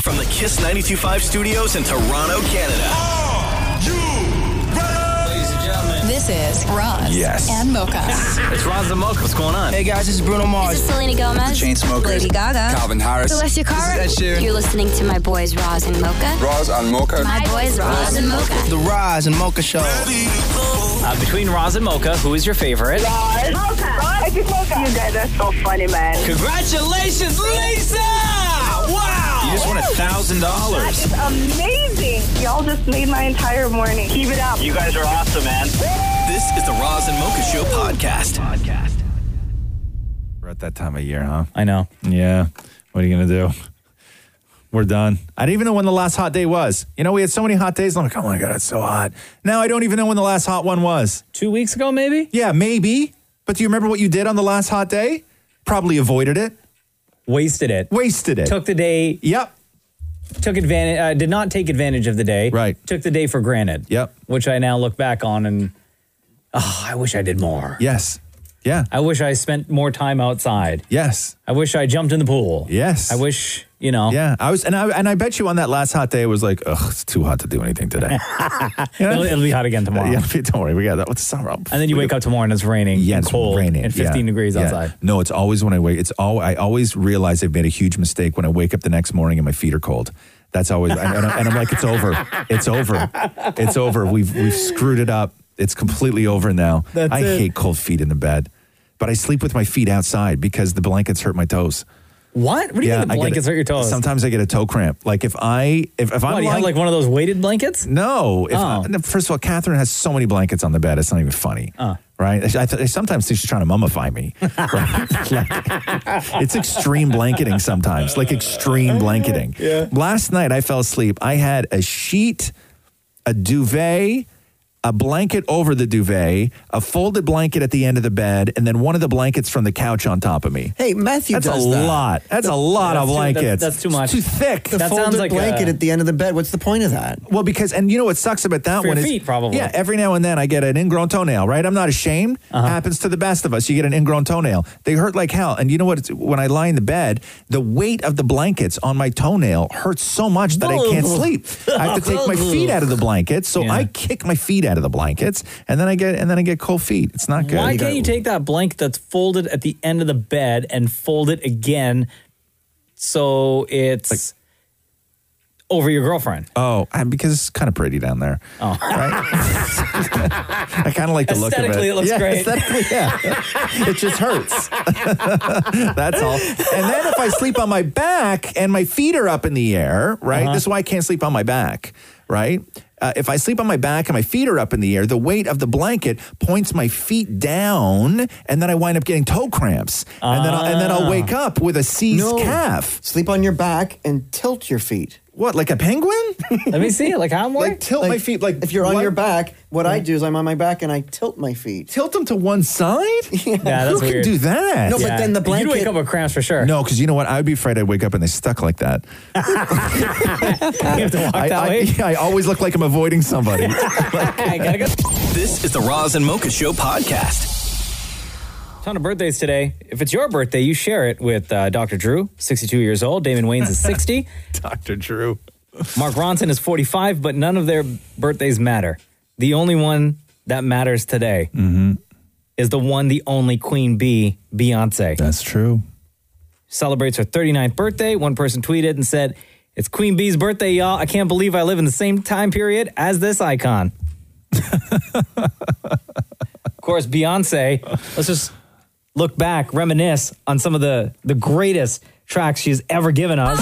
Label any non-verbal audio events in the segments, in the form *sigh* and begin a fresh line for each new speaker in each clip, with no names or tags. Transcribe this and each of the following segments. From the Kiss 925 studios in Toronto, Canada.
This is Roz
Yes.
and
*laughs*
Mocha.
It's Roz the Mocha. What's going on?
Hey guys, this is Bruno Mars.
Selena Gomez,
Chainsmokers.
Lady Gaga,
Calvin Harris.
Celestia Carr.
This is Ed Sheeran.
You're listening to my boys Roz and Mocha.
Roz and Mocha.
My boys Roz and Mocha.
The Roz and Mocha Show.
Uh, between Roz and Mocha, who is your favorite?
You guys are so funny, man.
Congratulations, Lisa! Wow! You just won a thousand dollars.
It's amazing. Y'all just made my entire morning. Keep it up.
You guys are awesome, man. This is the Roz and Mocha Show
*laughs*
podcast. Podcast.
We're at that time of year, huh?
I know.
Yeah. What are you going to do? We're done. I didn't even know when the last hot day was. You know, we had so many hot days. I'm like, oh my God, it's so hot. Now I don't even know when the last hot one was.
Two weeks ago, maybe?
Yeah, maybe. But do you remember what you did on the last hot day? Probably avoided it,
Wasted it.
wasted it.
Took the day,
yep.
took advantage, uh, did not take advantage of the day.
Right.
Took the day for granted.
Yep.
Which I now look back on and, oh, I wish I
*laughs*
did more.
Yes. Yeah.
I wish I spent more time outside.
Yes.
I wish I jumped in the pool.
Yes.
I wish, you know,
Yeah. I was, and I, and I bet you on that last hot day, it was like, ugh, it's too hot to do anything today.
*laughs* it'll, it'll be hot
*laughs*
again tomorrow.
yeah, don't worry. We got that. What's the summer?
And then you wake up tomorrow and it's raining.
Yeah,
and
it's
cold
raining
and 15
Yeah.
degrees
Yeah.
outside.
No, it's always when I wake. It's all I always realize I've made a huge mistake when I wake up the next morning and my feet are cold. That's always, and, and I'm, and I'm like, it's over, it's over, it's over. We've we've screwed it up. It's completely over now.
That's
I
it.
hate cold feet in the bed, but I sleep with my feet outside because the blankets hurt my toes.
What? What do you mean the
I get
blankets
it.
hurt your toes?
Sometimes I get a toe cramp. Like if I if, if I'm
What,
lying,
you have like one of those weighted blankets?
no. If
Oh.
no, first of all, Catherine has so many blankets on the bed. It's not even funny.
Uh.
Right? I, th- I sometimes think she's trying to
*laughs*
mummify me. Right? Like, *laughs* it's extreme blanketing sometimes, like extreme blanketing. Last night I fell asleep. I had a sheet, a duvet, a blanket over the duvet, a folded blanket at the end of the bed, and then one of the blankets from the couch on top of me.
Hey, Matthew
That's a
does that.
lot. That's a lot
That's
of
too- that's-
blankets.
that's too
It's
much.
too thick.
The
That sounds
folded
like
blanket
a-
at the end of the bed. What's the point of that?
Well, because and you know what sucks about that
For
one
your
is
feet, probably.
yeah. Every now and then I get an ingrown toenail. Right, I'm not ashamed.
Uh-huh.
Happens to the best of us. You get an ingrown toenail. They hurt like hell. And you know what? It's, when I lie in the bed, the weight of the blankets on my toenail hurts so much that I can't sleep. I have to take my feet out of the blankets, so
Yeah.
I kick my feet out of the blankets, and then I get and then I get cold feet. It's not good.
Why can't you take that blanket that's folded at the end of the bed and fold it again so it's over your girlfriend?
Oh, I- because it's kind of pretty down there. Oh, right. I kind of like the look of it.
Aesthetically, it looks
yeah,
great.
aesthetically, *laughs* yeah. it just hurts. *laughs* That's all. And then if I sleep on my back and my feet are up in the air, right?
Uh-huh.
This is why I can't sleep on my back, right? Uh, if I sleep on my back and my feet are up in the air, the weight of the blanket points my feet down, and then I wind up getting toe cramps, and then I'll, and then I'll
Ah.
wake up with a seized calf.
Sleep on your back and tilt your feet.
What, like a penguin?
Let me see it.
*laughs*
Like how more?
like tilt my feet? Like
if you're on
what?
your back, what I do is I'm on my back and I tilt my feet.
tilt them to one
*laughs*
side? Yeah,
that's
Who
weird.
can do that?
No, but then the
You'd wake
blanket-
up with cramps for sure.
no, because you know what? I would be afraid I'd wake up and they stuck like that.
you have to walk
I,
that
I-
way.
yeah, *laughs* I always look like I'm
*laughs*
avoiding somebody.
I gotta go.
This is the Roz and Mocha Show podcast.
Ton of birthdays today. If it's your birthday, you share it with uh, Dr. Drew, 62 years old. Damon Wayans is
*laughs*
60.
Dr. Drew.
Mark Ronson is 45, but none of their birthdays matter. The only one that matters today
Mm-hmm.
is the one, the only Queen Bee, Beyonce.
That's true.
celebrates her 39th birthday. One person tweeted and said, It's Queen Bee's birthday, y'all. I can't believe I live in the same time period as this
*laughs*
icon. of course, Beyonce, let's just look back, reminisce on some of the, the greatest tracks she's ever given us.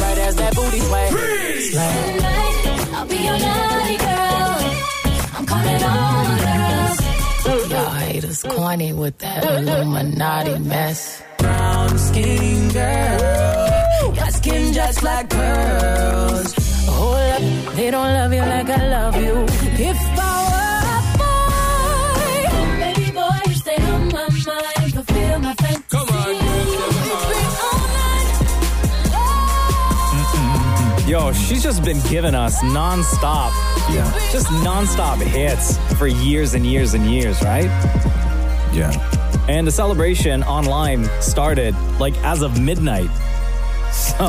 Right as that booty sway.
I'll be your daddy. calling all the girls.
Y'all haters corny with that Illuminati mess.
Brown skin girl, got skin just like pearls. Hold up, they don't love you like I love you. If I were a boy, baby boy, you stay on my mind, fulfill my fantasy. Come on,
Yo, she's just been giving us nonstop, yeah, just nonstop hits for years and years and years, right?
Yeah.
And the celebration online started like as of midnight. So, *laughs*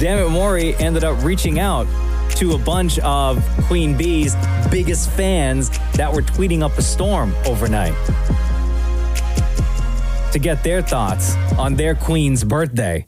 damn it, Maury ended up reaching out to a bunch of Queen Bee's biggest fans that were tweeting up a storm overnight to get their thoughts on their queen's birthday.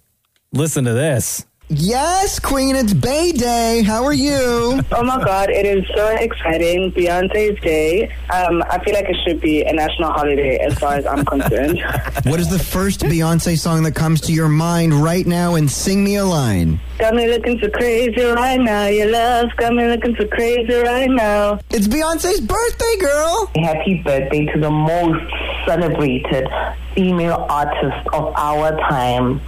Listen to this.
Yes, Queen, it's Bay Day. How are you?
Oh my God, it is so exciting. Beyonce's Day. Um, I feel like it should be a national holiday as far as I'm
*laughs*
concerned.
What is the first Beyonce song that comes to your mind right now? And sing me a line.
got me looking so crazy right now. Your love's got me looking so crazy right now.
It's Beyonce's birthday, girl.
Happy birthday to the most celebrated female artist of our time.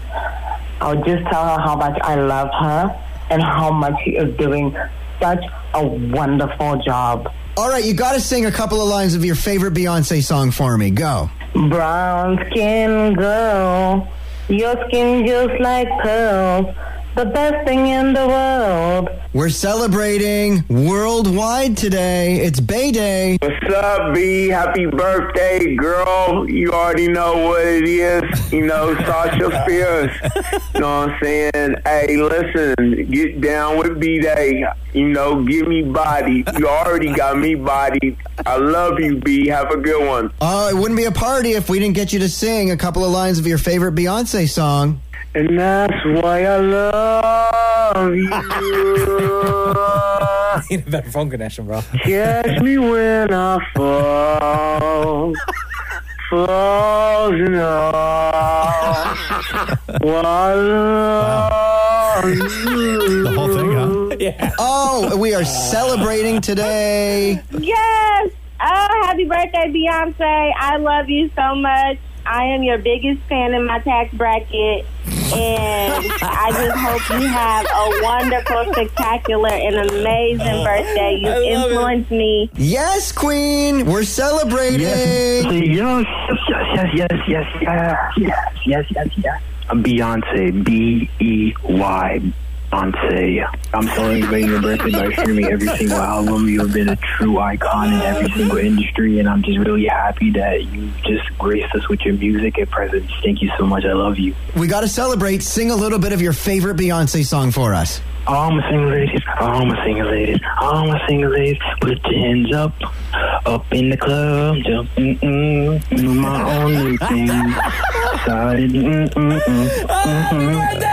I'll just tell her how much I love her and how much she is doing such a wonderful job.
All right, you got to sing a couple of lines of your favorite Beyonce song for me. Go.
Brown skin girl, your skin just like pearls, the best thing in the world.
We're celebrating worldwide today. It's Bay Day.
What's up, B? Happy birthday, girl. You already know what it is. You
*laughs*
know, Sasha Fierce. You know what I'm saying? Hey, listen, get down with B Day. You know, give me body. You already got me body. I love you, B. Have a good one.
Oh, it wouldn't be a party if we didn't get you to sing a couple of lines of your favorite Beyonce song.
And that's why I love
*laughs*
you.
Need a better phone connection, bro.
Catch me when I fall. Frozen off. While I love you. The whole thing, huh?
Yeah.
*laughs* Oh, we are celebrating today.
Yes! Oh, happy birthday, Beyonce. I love you so much. I am your biggest fan in my tax bracket. And I just hope you have a wonderful, spectacular, and amazing birthday. You influenced me.
Yes, Queen, we're celebrating.
Yes, yes, yes, yes, yes, yes, yes, yes, yes. Beyonce, B E Y, Beyonce. I'm celebrating your birthday by streaming every single album. You have been a true icon in every single industry, and I'm just really happy that you just graced us with your music and presence. Thank you so much. I love you.
We got to celebrate. Sing a little bit of your favorite Beyonce song for us.
All my single ladies, all my single ladies, all my single ladies, put your hands up, up in the club, jump, mm mm, do my own little thing, started, mm-hmm. mm mm mm.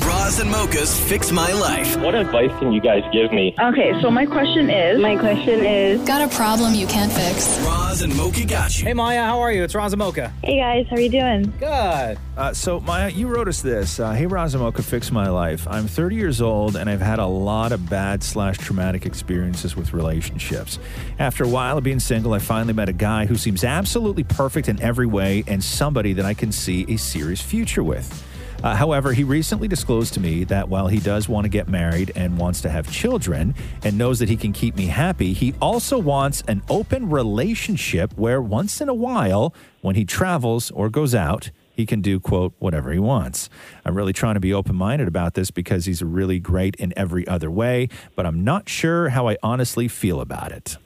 Bras and mochas fix my life. What advice can you guys give me?
Okay, so my question is. My question is.
Got a problem you can't fix.
Bras and mocha got you.
Hey Maya, how are you? It's Razamoka.
Hey guys, how are you doing?
Good.
Uh, so, Maya, you wrote us this. Uh, hey, Razamoka, fix my life. I'm 30 years old and I've had a lot of bad slash traumatic experiences with relationships. After a while of being single, I finally met a guy who seems absolutely perfect in every way and somebody that I can see a serious future with. Uh, however, he recently disclosed to me that while he does want to get married and wants to have children and knows that he can keep me happy, he also wants an open relationship where once in a while, when he travels or goes out, he can do, quote, whatever he wants. I'm really trying to be open minded about this because he's really great in every other way, but I'm not sure how I honestly feel about it.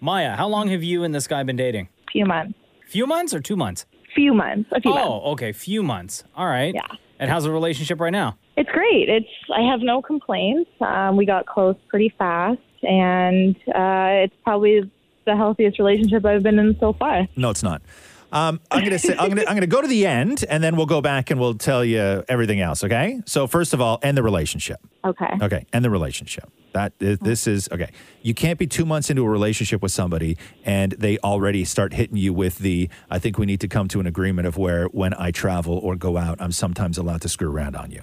Maya, how long have you and this guy been dating?
Few months.
Few months or two months?
Few months. A few
oh,
months.
okay, few months. All right. Yeah. And how's the relationship right now?
It's great. It's I have no complaints. Um, we got close pretty fast, and uh, it's probably the healthiest relationship I've been in so far.
No, it's not. Um, I'm gonna say I'm gonna I'm gonna go to the end, and then we'll go back and we'll tell you everything else. Okay. So first of all, end the relationship.
Okay.
Okay, end the relationship. That th- this is okay. You can't be two months into a relationship with somebody and they already start hitting you with the. I think we need to come to an agreement of where when I travel or go out, I'm sometimes allowed to screw around on you.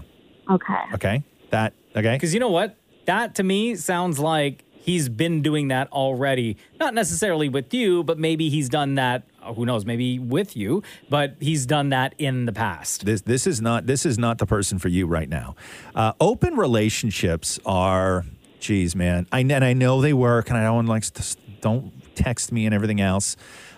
Okay.
Okay. That okay.
Because you know what? That to me sounds like he's been doing that already. Not necessarily with you, but maybe he's done that. uh, Who knows? Maybe with you, but he's done that in the past.
This this is not this is not the person for you right now. Uh, open relationships are, geez, man. I and I know they work, and I don't like s- don't text me and everything else.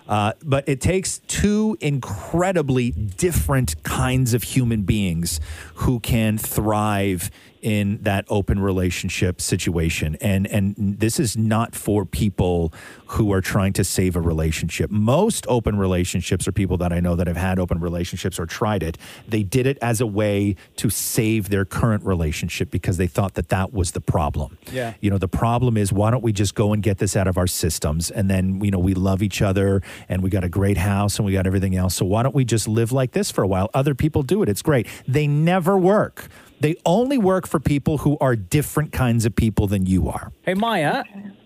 Uh, but it takes two incredibly different kinds of human beings who can thrive in that open relationship situation and and this is not for people who are trying to save a relationship most open relationships are people that i know that have had open relationships or tried it they did it as a way to save their current relationship because they thought that that was the problem
Yeah.
you know the problem is why don't we just go and get this out of our systems and then you know we love each other and we got a great house and we got everything else so why don't we just live like this for a while other people do it it's great they never work they only work for people who are different kinds of people than you are
Hey Maya,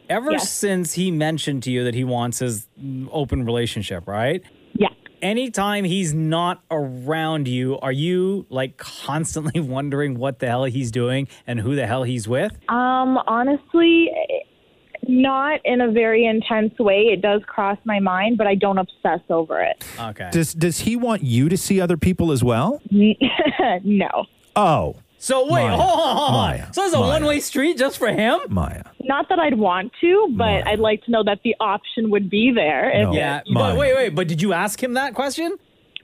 ever
Yes.
since he mentioned to you that he wants his mm, open relationship, right?
Yeah.
Anytime he's not around you, are you like constantly *laughs* wondering what the hell he's doing and who the hell he's with?
Um, honestly, not in a very intense way. It does cross my mind, but I don't obsess over it. *laughs*
Okay.
does does he want you to see other people as well
no.
oh
So wait,
Maya,
hold on, hold on.
Maya,
so it's a
Maya.
one-way street just for him?
Maya.
Not that I'd want to, but I'd like to know that the option would be there. if-
Yeah. But wait, wait, but did you ask him that question?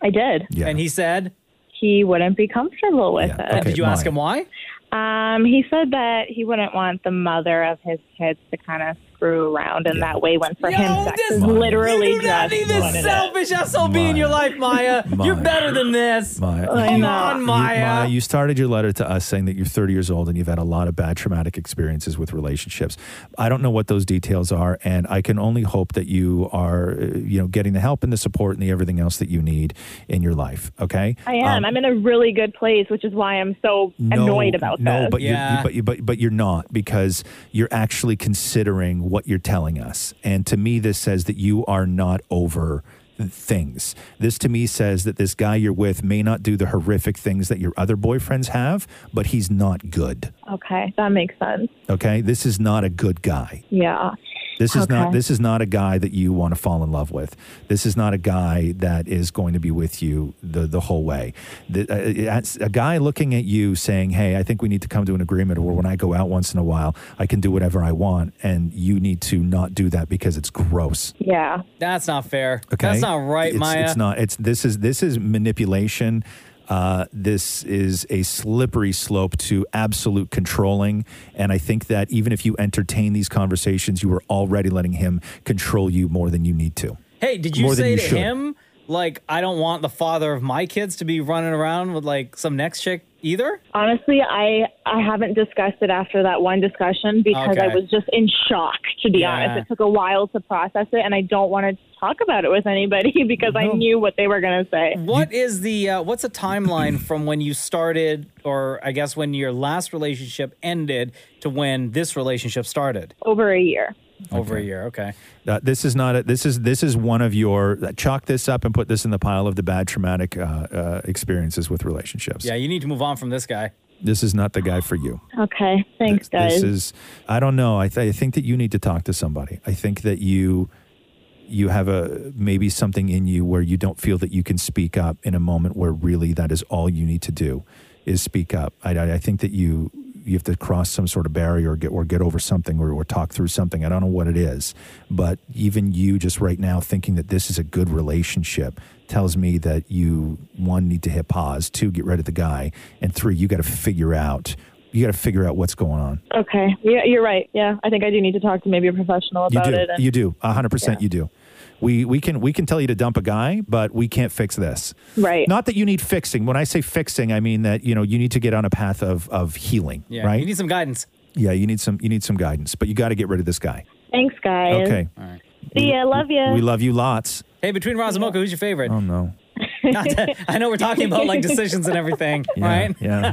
I did.
Yeah.
And he said
he wouldn't be comfortable with it.
Did you ask him why?
Um, he said that he wouldn't want the mother of his kids to kind of screw around in that way when for him sex is literally
You do not
just
need this
what it is.
selfish SOB in your life, Maya. You're better than this.
Maya,
Come
you-
on,
you-
Maya.
You started your letter to us saying that you're 30 years old and you've had a lot of bad traumatic experiences with relationships. I don't know what those details are, and I can only hope that you are, uh, you know, getting the help and the support and the everything else that you need in your life. Okay.
I am.
Um,
I'm in a really good place, which is why I'm so annoyed about
no,
this.
but you, but you, but but you're not because you're actually considering what you're telling us. And to me, this says that you are not over things. This to me says that this guy you're with may not do the horrific things that your other boyfriends have, but he's not good.
okay, that makes sense.
Okay, this is not a good guy.
Yeah.
This is not
Okay.
this is not a guy that you want to fall in love with. This is not a guy that is going to be with you the the whole way. The, uh, that's- a guy looking at you saying, "Hey, I think we need to come to an agreement where when I go out once in a while, I can do whatever I want, and you need to not do that because it's gross."
Yeah.
That's not fair. That's not right,
it's,
Maya.
It's not. It's this is this is manipulation. Uh, this is a slippery slope to absolute controlling, and I think that even if you entertain these conversations, you are already letting him control you more than you need to.
Hey, did you
More than
say
you
to
should.
him, like, I don't want the father of my kids to be running around with like some next chick either?
Honestly, I I haven't discussed it after that one discussion because I
Okay.
was just in shock. To be
Yeah.
honest, it took a while to process it, and I don't want to talk about it with anybody *laughs* because I knew what they were going to say.
What is the uh, what's a timeline from when you started, or I guess when your last relationship ended, to when this relationship started?
Oh.
Over a year.
Over a year, okay.
Uh, this is not. A, this is this is one of your uh, chalk this up and put this in the pile of the bad traumatic uh, uh, experiences with relationships.
Yeah, you need to move on from this guy.
This is not the guy for you.
Okay, thanks, guys.
This is. I don't know. I, th- I think that you need to talk to somebody. I think that you you have a maybe something in you where you don't feel that you can speak up in a moment where really that is all you need to do is speak up. I, I I think that you you have to cross some sort of barrier or get or get over something or, or talk through something. I don't know what it is, but even you just right now thinking that this is a good relationship tells me that you one need to hit pause, two get rid of the guy, and three you got to figure out you got to figure out what's going on.
okay, yeah, you're right. Yeah, I think I do need to talk to maybe a professional
You
about
do.
it. and-
You do. A hundred percent. You do. We we can we can tell you to dump a guy, but we can't fix this.
Right.
Not that you need fixing. When I say fixing, I mean that you know you need to get on a path of of healing.
Yeah,
Right.
you need some guidance.
yeah. You need some you need some guidance, but you got to get rid of this guy.
Thanks, guys.
Okay.
See ya. Love ya.
We love you lots.
Hey, between Razamoka, who's your favorite?
Oh no.
*laughs*
Not to- *laughs* I know we're talking about like decisions and everything, right? *laughs*
Yeah.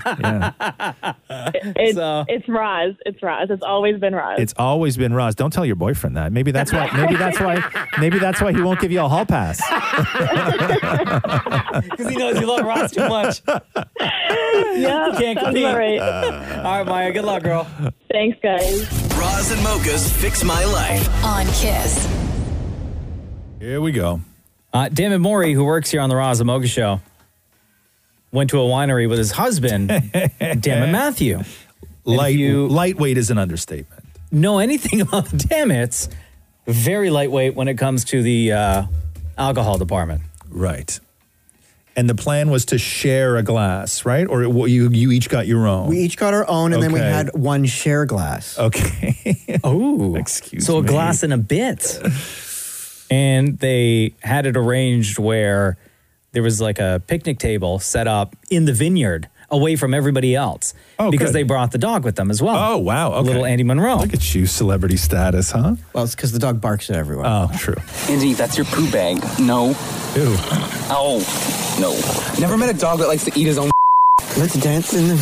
It's, it's Roz. It's Roz. It's always been Roz.
It's always been Roz. Don't tell your boyfriend that. Maybe that's why. Maybe that's
*laughs*
why. Maybe that's why he won't give you a hall pass.
Because he knows you love Ross too
*laughs*
much.
yeah,
you can't
sounds
compete.
about right.
Uh,
Uh.
All right, Maya. Good luck, girl.
Thanks, guys.
Roz and Mocha's Fix My Life.
On Kiss.
Here we go.
Uh, Damon Morey, who works here on the Roz and Mocha Show, went to a winery with his
*laughs*
husband, Damon Matthew.
Light, lightweight is an understatement.
Know anything *laughs* about the Dammits? Very lightweight when it comes to the uh, alcohol department.
Right. And the plan was to share a glass, right? Or it, you you each got your own.
We each got our own, and then we
Okay.
had one share glass.
Okay. *laughs*
oh,
excuse
so a
me.
glass and a bit. and they had it arranged where there was like a picnic table set up in the vineyard away from everybody else
Oh,
because
good.
they brought the dog with them as well.
Oh wow! Okay.
Little Andy Monroe.
Look at you, celebrity status, huh?
Well, it's because the dog barks at everyone.
Oh, true.
Andy, that's your poo bag. No.
Ew.
Ow. No. Never met a dog that likes to eat his own.
*laughs* Let's dance in the
Oh,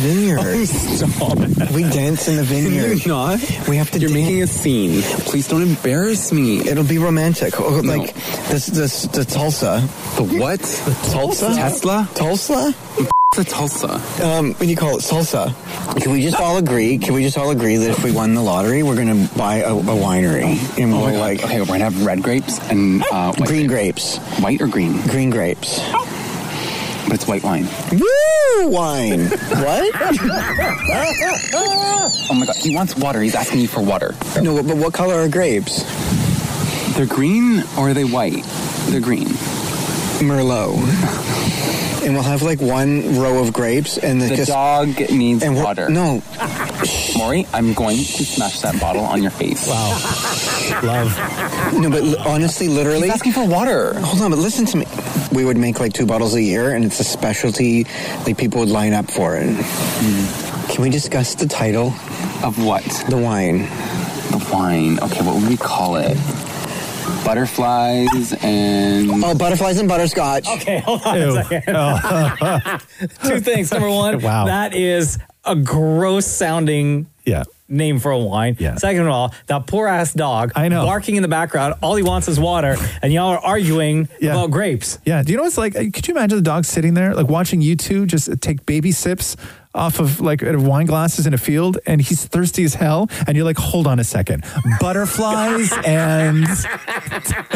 vineyard. we dance in the vineyard. You're not. We have to. You're making
a scene. Please don't embarrass me.
It'll be romantic. Oh, Like this, this, the Tulsa.
The what? The
Tulsa.
Tesla?
Tulsa.
The Tulsa.
Um, what do you call it? Salsa. Can we just all agree? Can we just all agree that if we won the lottery, we're going to buy a, a winery and we'll like
Oh Okay, we're gonna have red grapes and uh, white
green grapes,
white or green,
green grapes.
but it's white wine.
Woo!
*laughs*
Wine. what?
Oh my god, he wants water. He's asking you for water.
No, but what color are grapes?
They're green or are they white? They're green. *laughs*
Merlot. And we'll have like one row of grapes, and the,
The
just-
dog needs
and we're-
water.
No,
*laughs* Maury, I'm going to smash that bottle on your face.
*laughs*
Wow. Love.
no, but li- honestly, literally,
He's asking for water.
Hold on, but listen to me. We would make like two bottles a year, and it's a specialty. Like people would line up for it. Can we discuss the title
of Hmm. what?
The wine.
The wine. Okay, what would we call it? Butterflies and.
Oh, butterflies and butterscotch.
Okay, hold on *laughs* a
*laughs*
second. *laughs* Two things. Number one,
Oh. Wow.
that is a gross sounding
yeah.
name for a wine.
Yeah.
Second of all, that poor ass dog I know. barking in the background. All he wants is water, and y'all are *laughs*
*laughs*
arguing about grapes.
Yeah. Do you know what's like? Could you imagine the dog sitting there, like watching you two just take baby sips off of like out of wine glasses in a field, and he's thirsty as hell, and you're like, hold on a second, butterflies and *laughs*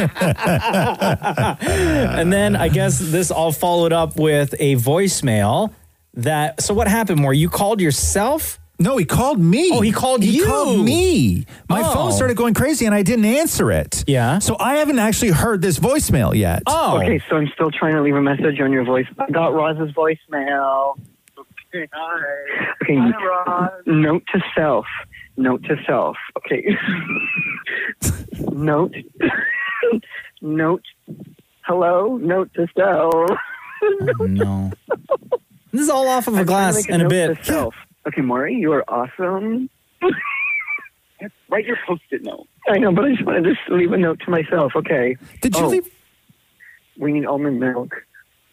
*laughs* and then I guess this all followed up with a voicemail that. So what happened, More? You called yourself?
No, he called me.
Oh, he called
He
you.
called me. My
Oh.
phone started going crazy, and I didn't answer it. Yeah. So I haven't actually heard this voicemail yet.
Oh.
Okay, so I'm still trying to leave a message on your voice. I got Roz's voicemail.
Okay, hi.
Okay. Note to self. Note to self. Okay. note. note. Hello. Note to self.
Oh,
*laughs*
no. This is all off of a glass
Make
and a
note
bit.
To self. Okay, Maury, you are awesome.
Write your post-it note.
I know, but I just wanted to just leave a note to myself. Okay. Oh,
Did
you leave? We need almond milk.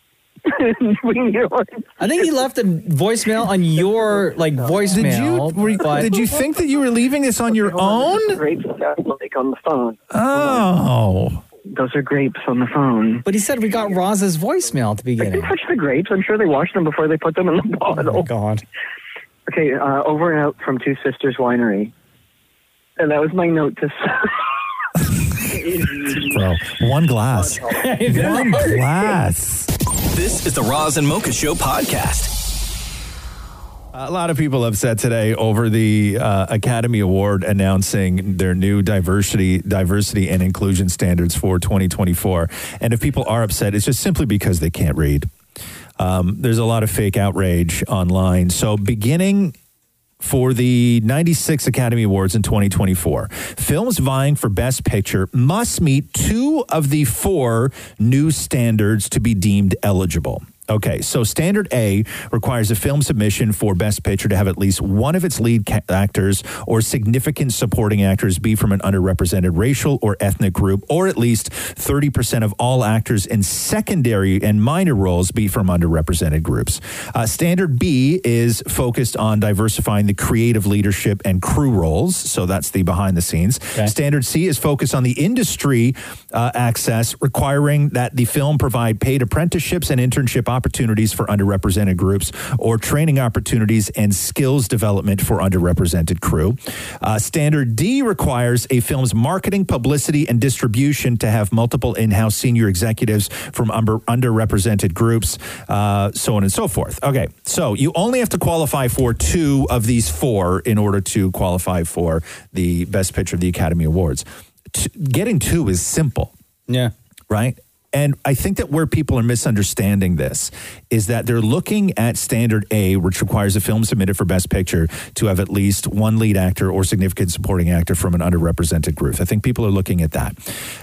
*laughs* we need orange
I think he left a voicemail on your like voicemail.
Did you,
but-
did you think that you were leaving this on your own?
grapes that like on the phone.
Oh.
Those are grapes on the phone.
But he said we got Roz's voicemail at the beginning.
touch the grapes. I'm sure they washed them before they put them in the bottle. Oh,
God.
Okay, uh, over and out from Two Sisters Winery. And that was my
*laughs*
note to
Bro, *laughs* one glass. one glass.
This is the Roz and Mocha Show podcast.
A lot of people upset today over the uh, Academy Award announcing their new diversity, diversity and inclusion standards for 2024. And if people are upset, it's just simply because they can't read. Um, there's a lot of fake outrage online. So beginning for the 96 Academy Awards in 2024. Films vying for Best Picture must meet two of the four new standards to be deemed eligible. Okay, so standard A requires a film submission for Best Picture to have at least one of its lead ca- actors or significant supporting actors be from an underrepresented racial or ethnic group, or at least 30% of all actors in secondary and minor roles be from underrepresented groups. Uh, standard B is focused on diversifying the creative leadership and crew roles, so that's the behind the scenes. Standard C is focused on the industry uh, access, requiring that the film provide paid apprenticeships and internship opportunities for underrepresented groups or training opportunities and skills development for underrepresented crew. Uh, standard D requires a film's marketing, publicity, and distribution to have multiple in house senior executives from umber- underrepresented groups, uh, so on and so forth. Okay, so you only have to qualify for two of these four in order to qualify for the Best Picture of the Academy Awards. T- getting two is simple.
Yeah.
Right. And I think that where people are misunderstanding this is that they're looking at standard A, which requires a film submitted for Best Picture to have at least one lead actor or significant supporting actor from an underrepresented group. I think people are looking at that.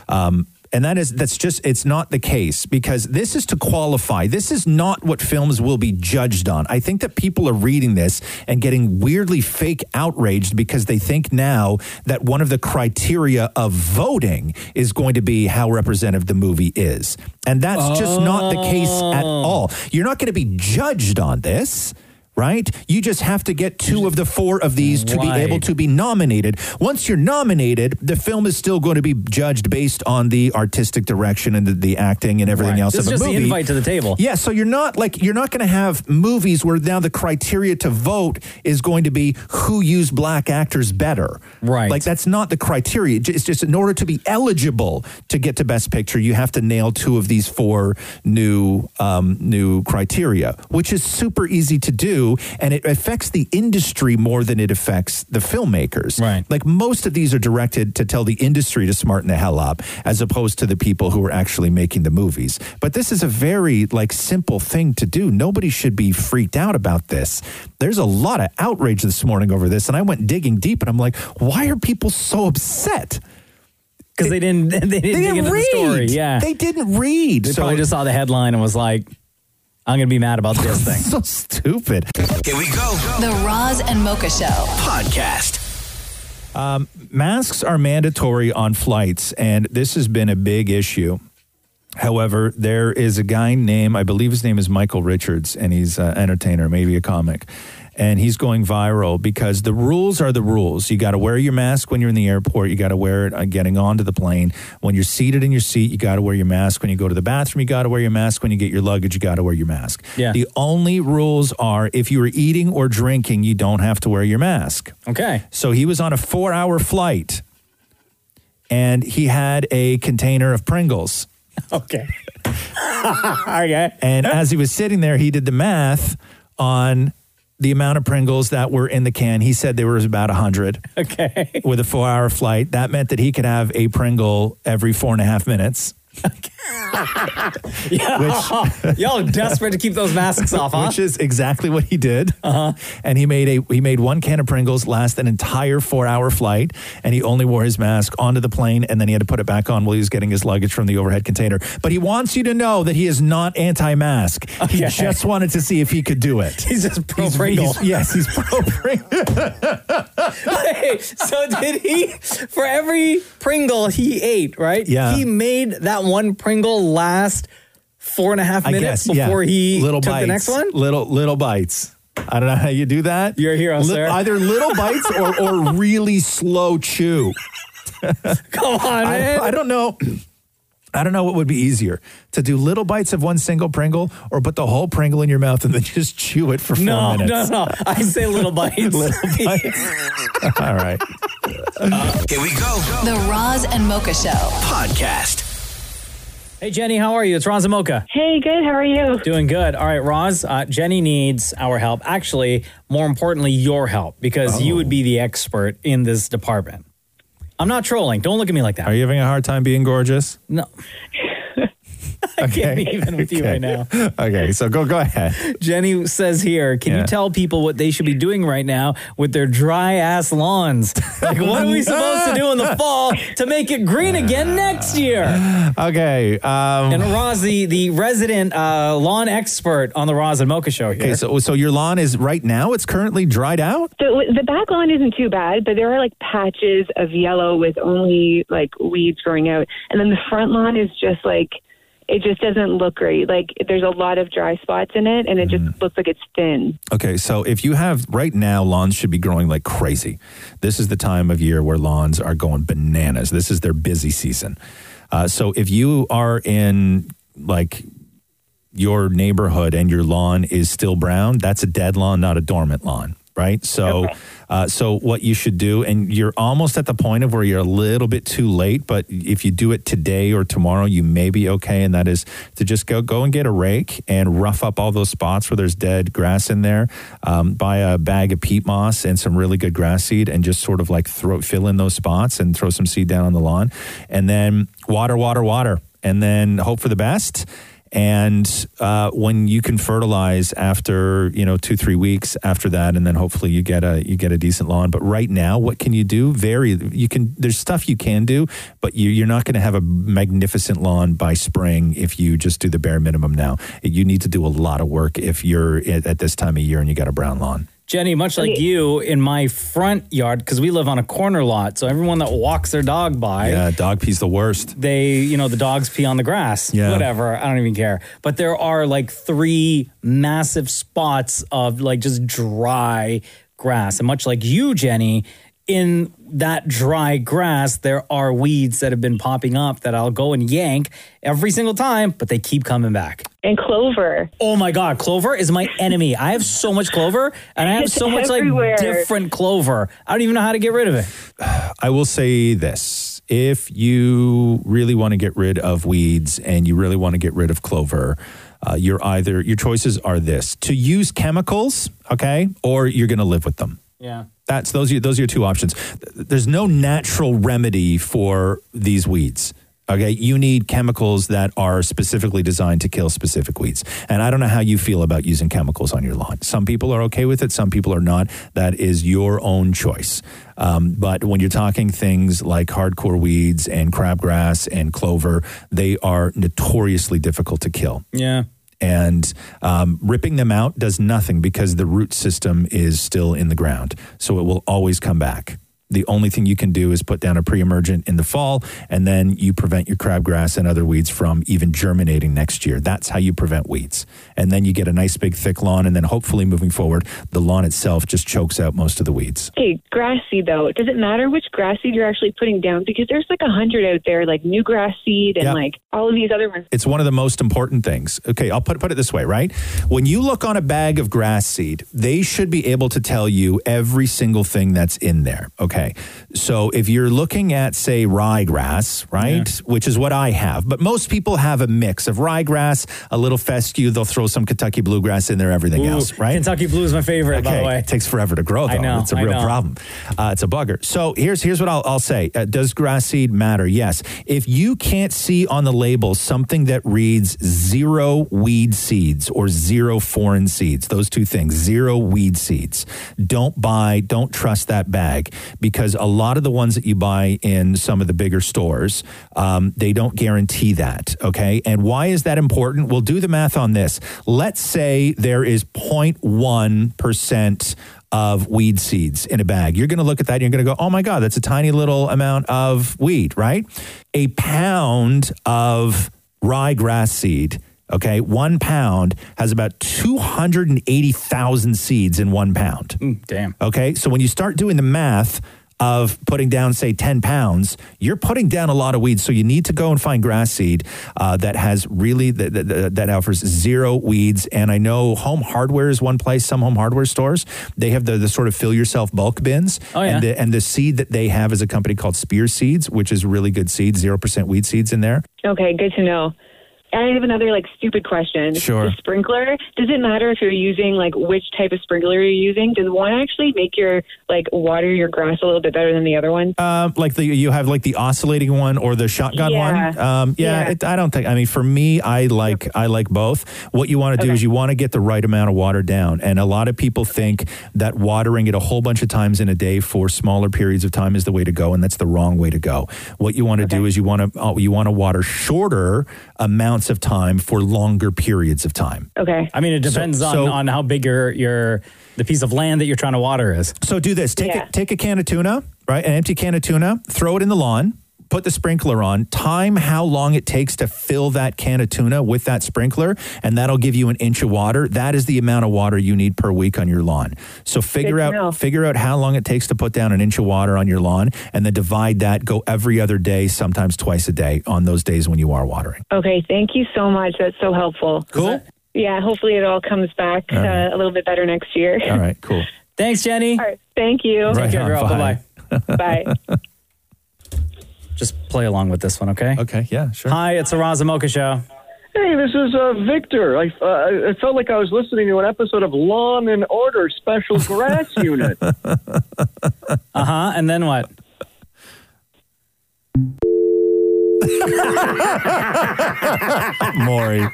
Um, and that is that's just it's not the case because this is to qualify. This is not what films will be judged on. I think that people are reading this and getting weirdly fake outraged because they think now that one of the criteria of voting is going to be how representative the movie is. And that's just not the case at
Oh.
all. You're not going to be judged on this. Right? You just have to get two of the four of these to be able
Right.
to be nominated. Once you're nominated, the film is still going to be judged based on the artistic direction and the, the acting and everything else
This
of
is
a
just the
movie.
invite to the table.
Yeah, so you're not like you're not going to have movies where now the criteria to vote is going to be who used black actors better. Right. Like that's not the criteria. It's just in order to be eligible to get to Best Picture, you have to nail two of these four new um, new criteria, which is super easy to do, and it affects the industry more than it affects the filmmakers. Right. Like most of these are directed to tell the industry to smarten the hell up, as opposed to the people who are actually making the movies. But this is a very like simple thing to do. Nobody should be freaked out about this. There's a lot of outrage this morning over this, and I went digging deep, and I'm like, why are people so upset?
Because they didn't, *laughs* they didn't, dig into
read.
the story. Yeah,
They didn't read.
They
so
probably just saw the headline and was like, "I'm going to be mad about this thing."
*laughs* so stupid.
Here we go.
The Roz and Mocha Show
Podcast.
Um, masks are mandatory on flights, and this has been a big issue. However, there is a guy named, I believe his name is Michael Richards, and he's an entertainer, maybe a comic. And he's going viral because the rules are the rules. You got to wear your mask when you're in the airport. You got to wear it on getting onto the plane. When you're seated in your seat, you got to wear your mask. When you go to the bathroom, you got to wear your mask. When you get your luggage, you got to wear your mask.
Yeah.
*laughs* The only rules are if you are eating or drinking, you don't have to wear your mask.
Okay.
So he was on a four hour flight and he had a container of Pringles.
*laughs* Okay.
*laughs*
okay.
And as he was sitting there, he did the math on the amount of Pringles that were in the can. He said there was about 100.
Okay.
With a four hour flight. That meant that he could have a Pringle every four and a half minutes. *laughs*
Yeah. *laughs* Y'all are desperate to keep those masks off, huh?
Which is exactly what he did. Uh-huh. And he made a he made one can of Pringles last an entire four hour flight, and he only wore his mask onto the plane, and then he had to put it back on while he was getting his luggage from the overhead container. But he wants you to know that he is not anti-mask. He
Okay.
just wanted to see if he could do it.
*laughs* He's just pro Pringle.
he's- yes, he's pro
Wait, so did he? For every Pringle he ate, right?
Yeah.
He made that one Pringle last four and a half
I
minutes
guess, yeah.
before he
little
took
bites,
the next one.
Little little bites. I don't know how you do that. You're a hero,
sir.
Either little bites
*laughs*
or or really slow chew.
Come on,
I,
man.
I don't know. I don't know what would be easier to do little bites of one single Pringle or put the whole Pringle in your mouth and then *laughs* just chew it for four
No, no,
minutes.
no. I say little bites. *laughs*
*laughs* little bites. All right.
Here we go.
The Roz and Mocha Show
Podcast.
Hey, Jenny, how are you? It's Roz and Mocha. Hey, good. How are you? Doing good. All right, Roz, uh, Jenny needs our help. Actually, more importantly, your help because
Oh.
you would be the expert in this department. *laughs* I'm not trolling. Don't look at me like that. Are
you having a hard time being gorgeous?
No. I can't even with you right now.
Okay, so go go ahead.
Jenny says here, can
Yeah.
you tell people what they should be doing right now with their dry ass
*laughs*
lawns? Like, what are we supposed to do in the fall to make it green again next year?
Okay. Um,
and Roz, the, the resident uh, lawn expert on the Roz and Mocha show here.
Okay, so so your lawn is right now. It's currently dried out.
So the back lawn isn't too bad, but there are like patches of yellow with only like weeds growing out. And then the front lawn is just like it just doesn't look great. Like there's a lot of dry spots in it and it just looks like it's thin.
Okay, so if you have right now, lawns should be growing like crazy. This is the time of year where lawns are going bananas. This is their busy season. Uh, so if you are in like your neighborhood and your lawn is still brown, that's a dead lawn, not a dormant lawn, right? So, uh, so what you should do, and you're almost at the point of where you're a little bit too late, but if you do it today or tomorrow, you may be okay. And that is to just go go and get a rake and rough up all those spots where there's dead grass in there. Um, buy a bag of peat moss and some really good grass seed, and just sort of like throw fill in those spots and throw some seed down on the lawn, and then water, water, water, and then hope for the best. And uh, when you can fertilize after you know two three weeks after that, and then hopefully you get a you get a decent lawn. But right now, what can you do? Very you can. There's stuff you can do, but you, you're not going to have a magnificent lawn by spring if you just do the bare minimum now. You need to do a lot of work if you're at, at this time of year and you got a brown lawn.
Jenny, much like you, in my front yard, because we live on a corner lot, so everyone that walks their dog by,
Yeah, dog pee's the worst.
They, you know, the dogs pee on the grass.
Yeah.
Whatever. I don't even care. But there are like three massive spots of like just dry grass. And much like you, Jenny, in that dry grass, there are weeds that have been popping up that I'll go and yank every single time, but they keep coming back.
And clover.
Oh my God, clover is my enemy. I have so much clover and I have
It's *laughs*
so much
everywhere.
like different clover. I don't even know how to get rid of it.
I will say this. If you really want to get rid of weeds and you really want to get rid of clover, uh, you're either your choices are this to use chemicals, okay, or you're going to live with them.
Yeah.
That's those are your- those are your two options. Th- There's no natural remedy for these weeds. Okay, you need chemicals that are specifically designed to kill specific weeds. And I don't know how you feel about using chemicals on your lawn. Some people are okay with it, some people are not. That is your own choice. Um, but when you're talking things like hardcore weeds and crabgrass and clover, they are notoriously difficult to kill
Yeah.
and um, ripping them out does nothing because the root system is still in the ground so it will always come back the only thing you can do is put down a pre-emergent in the fall and then you prevent your crabgrass and other weeds from even germinating next year that's how you prevent weeds and then you get a nice big thick lawn and then hopefully moving forward the lawn itself just chokes out most of the weeds
Okay, grass seed though. Does it matter which grass seed you're actually putting down? Because there's like a hundred out there, like new grass seed and
Yeah.
like all of these other ones.
It's one of the most important things. Okay, I'll put put it this way, right? When you look on a bag of grass seed, they should be able to tell you every single thing that's in there. Okay. So if you're looking at say ryegrass, right, which is what I have, but most people have a mix of ryegrass, a little fescue, they'll throw some Kentucky bluegrass in there, everything
Ooh,
else, right?
Kentucky Blue is my favorite, by the way.
It takes forever to grow, though.
I know,
it's a
I
real
know.
problem. Uh, it's a bugger. So here's here's what I'll, I'll say. Uh, does grass seed matter? Yes. If you can't see on the label something that reads zero weed seeds or zero foreign seeds, those two things, zero weed seeds, don't buy. Don't trust that bag because a lot of the ones that you buy in some of the bigger stores, um, they don't guarantee that. Okay, and why is that important? We'll do the math on this. Let's say there is 0.1 percent of weed seeds in a bag. You're going to look at that and you're going to go, oh my God, that's a tiny little amount of weed, right? A pound of ryegrass seed, okay, one pound has about 280,000 seeds in one pound.
Damn.
Okay. So when you start doing the math of putting down, say, 10 pounds, you're putting down a lot of weeds. So you need to go and find grass seed uh, that has really, that, that, that offers zero weeds. And I know home hardware is one place, some home hardware stores, they have the, the sort of fill yourself bulk bins.
Oh, yeah.
And the, and the seed that they have is a company called Spear Seeds, which is really good seed, 0% weed seeds in there.
Okay, good to know. And I have another like stupid question.
Sure.
The sprinkler. Does it matter if you're using like which type of sprinkler you're using? Does one actually make your like water your grass a little bit better than the other one?
Um, like the you have like the oscillating one or the shotgun
Yeah.
one. Um, yeah,
Yeah.
It, I don't think. I mean, for me, I like I like both. What you want to do is you want to get the right amount of water down, and a lot of people think that watering it a whole bunch of times in a day for smaller periods of time is the way to go, and that's the wrong way to go. What you want to do is you want to oh, you want to water shorter amounts of time for longer periods of time.
Okay.
I mean, it
So-
depends on,
so-
on how big your, your the piece of land that you're trying to water is.
So do this. Take a, take a can of tuna, right? An empty can of tuna. Throw it in the lawn. Put the sprinkler on. Time how long it takes to fill that can of tuna with that sprinkler, and that'll give you an inch of water. That is the amount of water you need per week on your lawn. So figure
to
out
know.
figure out how long it takes to put down an inch of water on your lawn, and then divide that. Go every other day, sometimes twice a day, on those days when you are watering. *laughs*
Okay. Thank you so much. That's so helpful.
Cool.
Yeah. Hopefully it all comes back
All right.
uh, a little bit better next year.
All right, cool.
Thanks, Jenny.
All right. Thank you.
Take care, girl. Bye
bye.
*laughs*
Bye.
Just play along with this one, okay?
Okay, yeah, sure.
Hi, it's the Roz and Mocha Show.
Hey, this is uh, Victor. I, uh, I felt like I was listening to an episode of Lawn and Order Special
*laughs*
Grass Unit.
Uh huh. And then what?
Maury.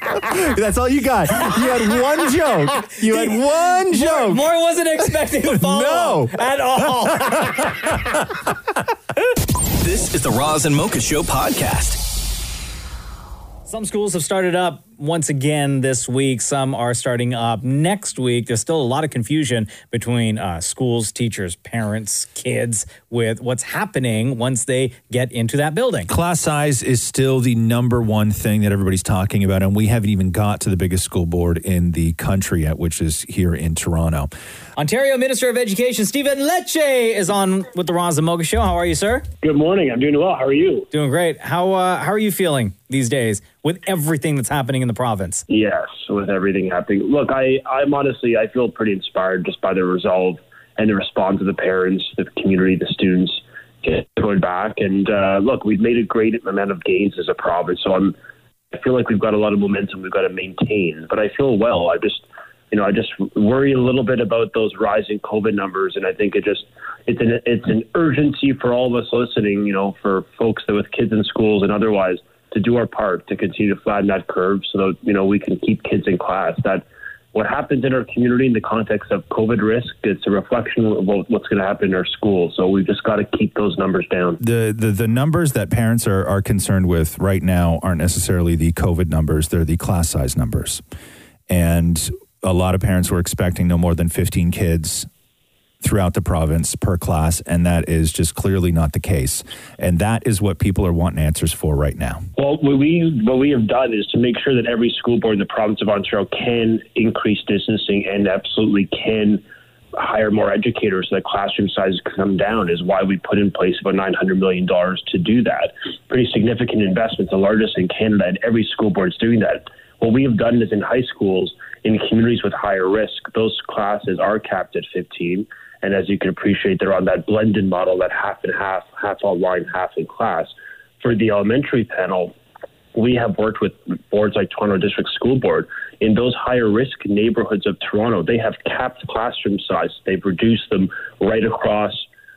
That's all you got. You had one
Oh,
joke.
*laughs*
You had one joke.
Maury wasn't expecting a
follow
no. at all.
*laughs* This is the Roz and Mocha Show podcast.
Some schools have started up once again this week. Some are starting up next week. There's still a lot of confusion between uh, schools, teachers, parents, kids with what's happening once they get into that building.
Class size is still the number one thing that everybody's talking about, and we haven't even got to the biggest school board in the country yet, which is here in Toronto.
Ontario Minister of Education Stephen Lecce is on with the Roz and Mocha Show. How are you, sir?
Good morning. I'm doing well. How are you?
Doing great. How uh, how are you feeling these days with everything that's happening in the province?
Yes, with everything happening. Look, I, I'm honestly, I feel pretty inspired just by the resolve and the response of the parents, the community, the students going back. And uh, look, we've made a great amount of gains as a province. So I'm, I feel like we've got a lot of momentum we've got to maintain. But I feel well. I just, you know, I just worry a little bit about those rising COVID numbers, and I think it just it's an it's an urgency for all of us listening, you know, for folks that with kids in schools and otherwise to do our part to continue to flatten that curve so that you know we can keep kids in class. That what happens in our community in the context of COVID risk, it's a reflection of what- what's going to happen in our school. So we've just got to keep those numbers down.
The, the the numbers that parents are are concerned with right now aren't necessarily the COVID numbers; they're the class size numbers, and a lot of parents were expecting no more than 15 kids throughout the province per class, and that is just clearly not the case. And that is what people are wanting answers for right now.
Well, what we what we have done is to make sure that every school board in the province of Ontario can increase distancing and absolutely can hire more educators so that classroom sizes can come down is why we put in place about $900 million to do that. Pretty significant investment, the largest in Canada, and every school board is doing that. What we have done is in high schools, in communities with higher risk, those classes are capped at 15. And as you can appreciate, they're on that blended model, that half and half, half online, half in class. For the elementary panel, we have worked with boards like Toronto District School Board in those higher risk neighborhoods of Toronto. They have capped classroom size. They've reduced them right across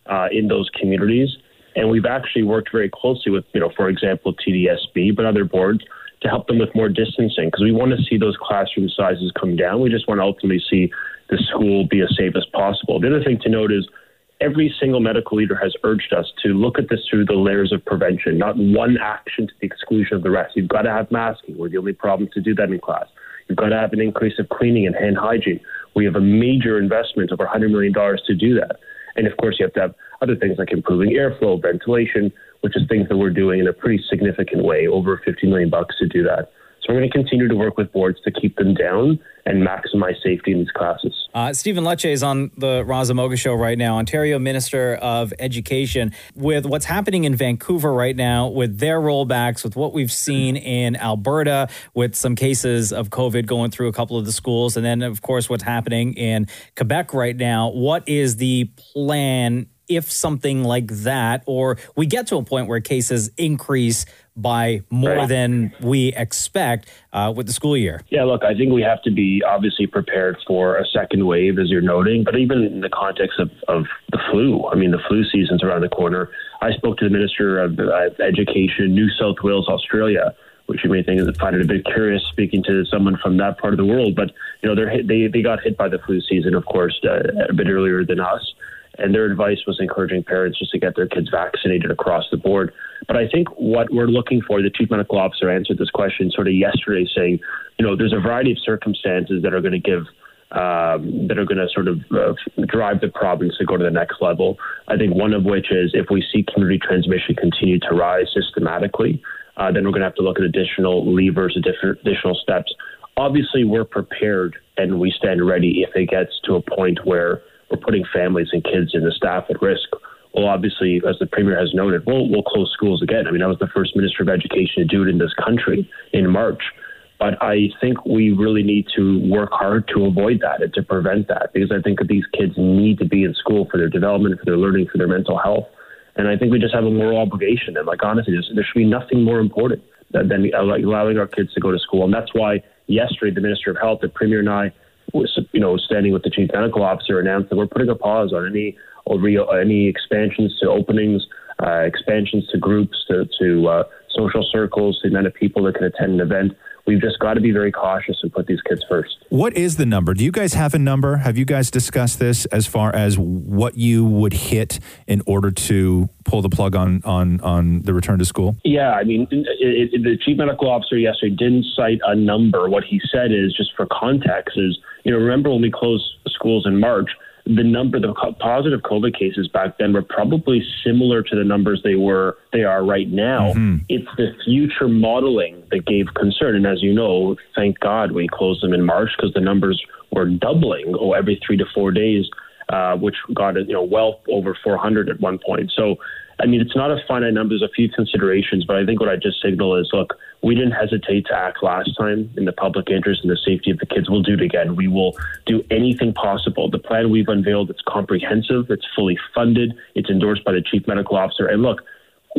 uh, in those communities, and we've actually worked very closely with, you know, for example, TDSB, but other boards to help them with more distancing because we want to see those classroom sizes come down. We just want to ultimately see the school be as safe as possible. The other thing to note is every single medical leader has urged us to look at this through the layers of prevention, not one action to the exclusion of the rest. You've got to have masking. We're the only province to do that in class. You've got to have an increase of cleaning and hand hygiene. We have a major investment, over $100 million, to do that. And of course, you have to have other things like improving airflow, ventilation, which is things that we're doing in a pretty significant way, over 50 million bucks to do that. So we're going to continue to work with boards to keep them down and maximize safety in these classes.
Uh, Stephen Lecce is on the Raza Moga show right now, Ontario Minister of Education, with what's happening in Vancouver right now, with their rollbacks, with what we've seen in Alberta, with some cases of COVID going through a couple of the schools, and then, of course, what's happening in Quebec right now. What is the plan if something like that, or we get to a point where cases increase by more
Right.
than we expect uh, with the school year.
Yeah, look, I think we have to be obviously prepared for a second wave, as you're noting, but even in the context of, of the flu, I mean, the flu season's around the corner. I spoke to the Minister of uh, Education, New South Wales, Australia, which you may think is, find it a bit curious speaking to someone from that part of the world, but you know, they're hit, they they got hit by the flu season, of course, uh, a bit earlier than us. And their advice was encouraging parents just to get their kids vaccinated across the board. But I think what we're looking for, the chief medical officer answered this question sort of yesterday, saying, you know, there's a variety of circumstances that are going to give um, that are going to sort of uh, drive the province to go to the next level. I think one of which is if we see community transmission continue to rise systematically, uh, then we're going to have to look at additional levers, different additional steps. Obviously, we're prepared and we stand ready if it gets to a point where we're putting families and kids and the staff at risk. Well, obviously, as the premier has noted, we'll, we'll close schools again. I mean, I was the first minister of education to do it in this country in March. But I think we really need to work hard to avoid that and to prevent that because I think that these kids need to be in school for their development, for their learning, for their mental health. And I think we just have a moral obligation. And like, honestly, there's, there should be nothing more important than, than allowing our kids to go to school. And that's why yesterday the Minister of Health, the Premier, and I was, you know, standing with the chief medical officer, announced that we're putting a pause on any or re- any expansions to openings, uh, expansions to groups, to, to uh, social circles, the amount of people that can attend an event. We've just got to be very cautious and put these kids first.
What is the number? Do you guys have a number? Have you guys discussed this as far as what you would hit in order to pull the plug on on on the return to school?
Yeah, I mean, it, it, the chief medical officer yesterday didn't cite a number. What he said is, just for context, is you know, remember when we closed schools in March, the number, the co- positive COVID cases back then were probably similar to the numbers they were they are right now. It's the future modeling that gave concern, and as you know, thank God we closed them in March because the numbers were doubling oh, every three to four days uh, which got you know well over 400 at one point. So, I mean, it's not a finite number. There's a few considerations, but I think what I just signal is, look, we didn't hesitate to act last time in the public interest and the safety of the kids. We'll do it again. We will do anything possible. The plan we've unveiled, it's comprehensive, it's fully funded, it's endorsed by the chief medical officer, and look.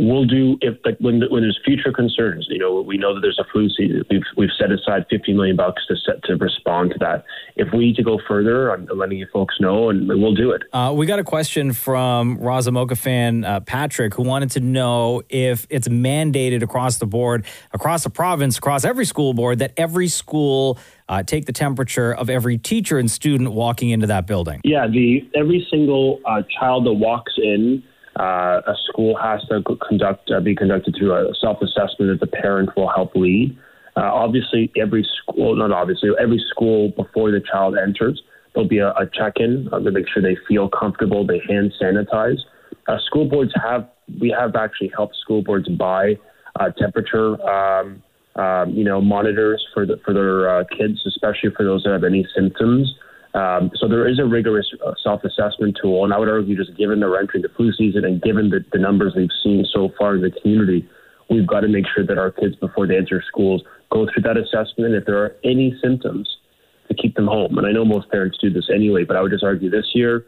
We'll do if like when when there's future concerns. You know, we know that there's a flu season. We've we've set aside 50 million bucks to set to respond to that. If we need to go further, I'm letting you folks know, and we'll do it.
Uh, we got a question from Razamoka fan uh, Patrick, who wanted to know if it's mandated across the board, across the province, across every school board, that every school uh, take the temperature of every teacher and student walking into that building.
Yeah, the every single uh, child that walks in uh, a school has to co- conduct uh, be conducted through a self-assessment that the parent will help lead. Uh, obviously, every school not obviously every school before the child enters, there'll be a, a check-in uh, to make sure they feel comfortable. They hand sanitize. Uh, school boards have we have actually helped school boards buy uh, temperature. Um, um, you know, monitors for the, for their uh, kids, especially for those that have any symptoms. Um, so there is a rigorous uh, self-assessment tool, and I would argue, just given that we're entering the flu season and given the, the numbers we've seen so far in the community, we've got to make sure that our kids, before they enter schools, go through that assessment. If there are any symptoms, to keep them home. And I know most parents do this anyway, but I would just argue this year,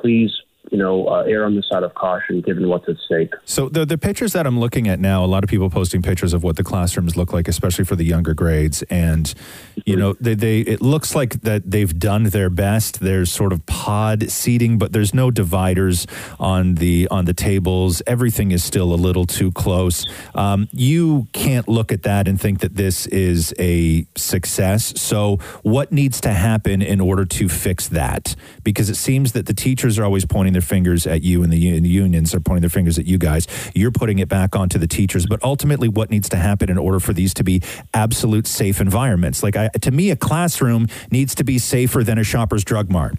please, you know, uh, err on the side of caution, given what's at stake.
So the the pictures that I'm looking at now, a lot of people posting pictures of what the classrooms look like, especially for the younger grades, and you know they they it looks like that they've done their best. There's sort of pod seating, but there's no dividers on the on the tables. Everything is still a little too close. Um, you can't look at that and think that this is a success. So what needs to happen in order to fix that? Because it seems that the teachers are always pointing their fingers at you, and the, u- and the unions are pointing their fingers at you guys. You're putting it back onto the teachers. But ultimately, what needs to happen in order for these to be absolute safe environments? Like I, to me, a classroom needs to be safer than a shopper's drug mart.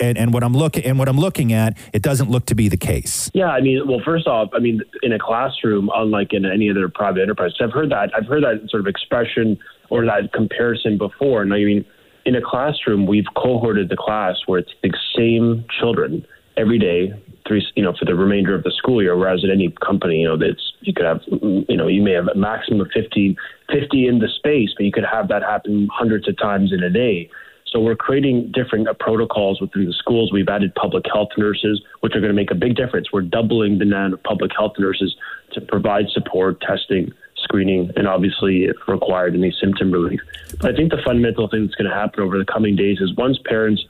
And, and what I'm looking and what I'm looking at, it doesn't look to be the case.
Yeah, I mean, well, first off, I mean, in a classroom, unlike in any other private enterprise, I've heard that I've heard that sort of expression or that comparison before. And I mean, in a classroom, we've cohorted the class where it's the same children every day, three, you know, for the remainder of the school year. Whereas at any company, you know, that's you could have, you know, you may have a maximum of 50, 50 in the space, but you could have that happen hundreds of times in a day. So we're creating different uh, protocols within the schools. We've added public health nurses, which are going to make a big difference. We're doubling the amount of public health nurses to provide support, testing, screening, and obviously, if required, any symptom relief. But I think the fundamental thing that's going to happen over the coming days is once parents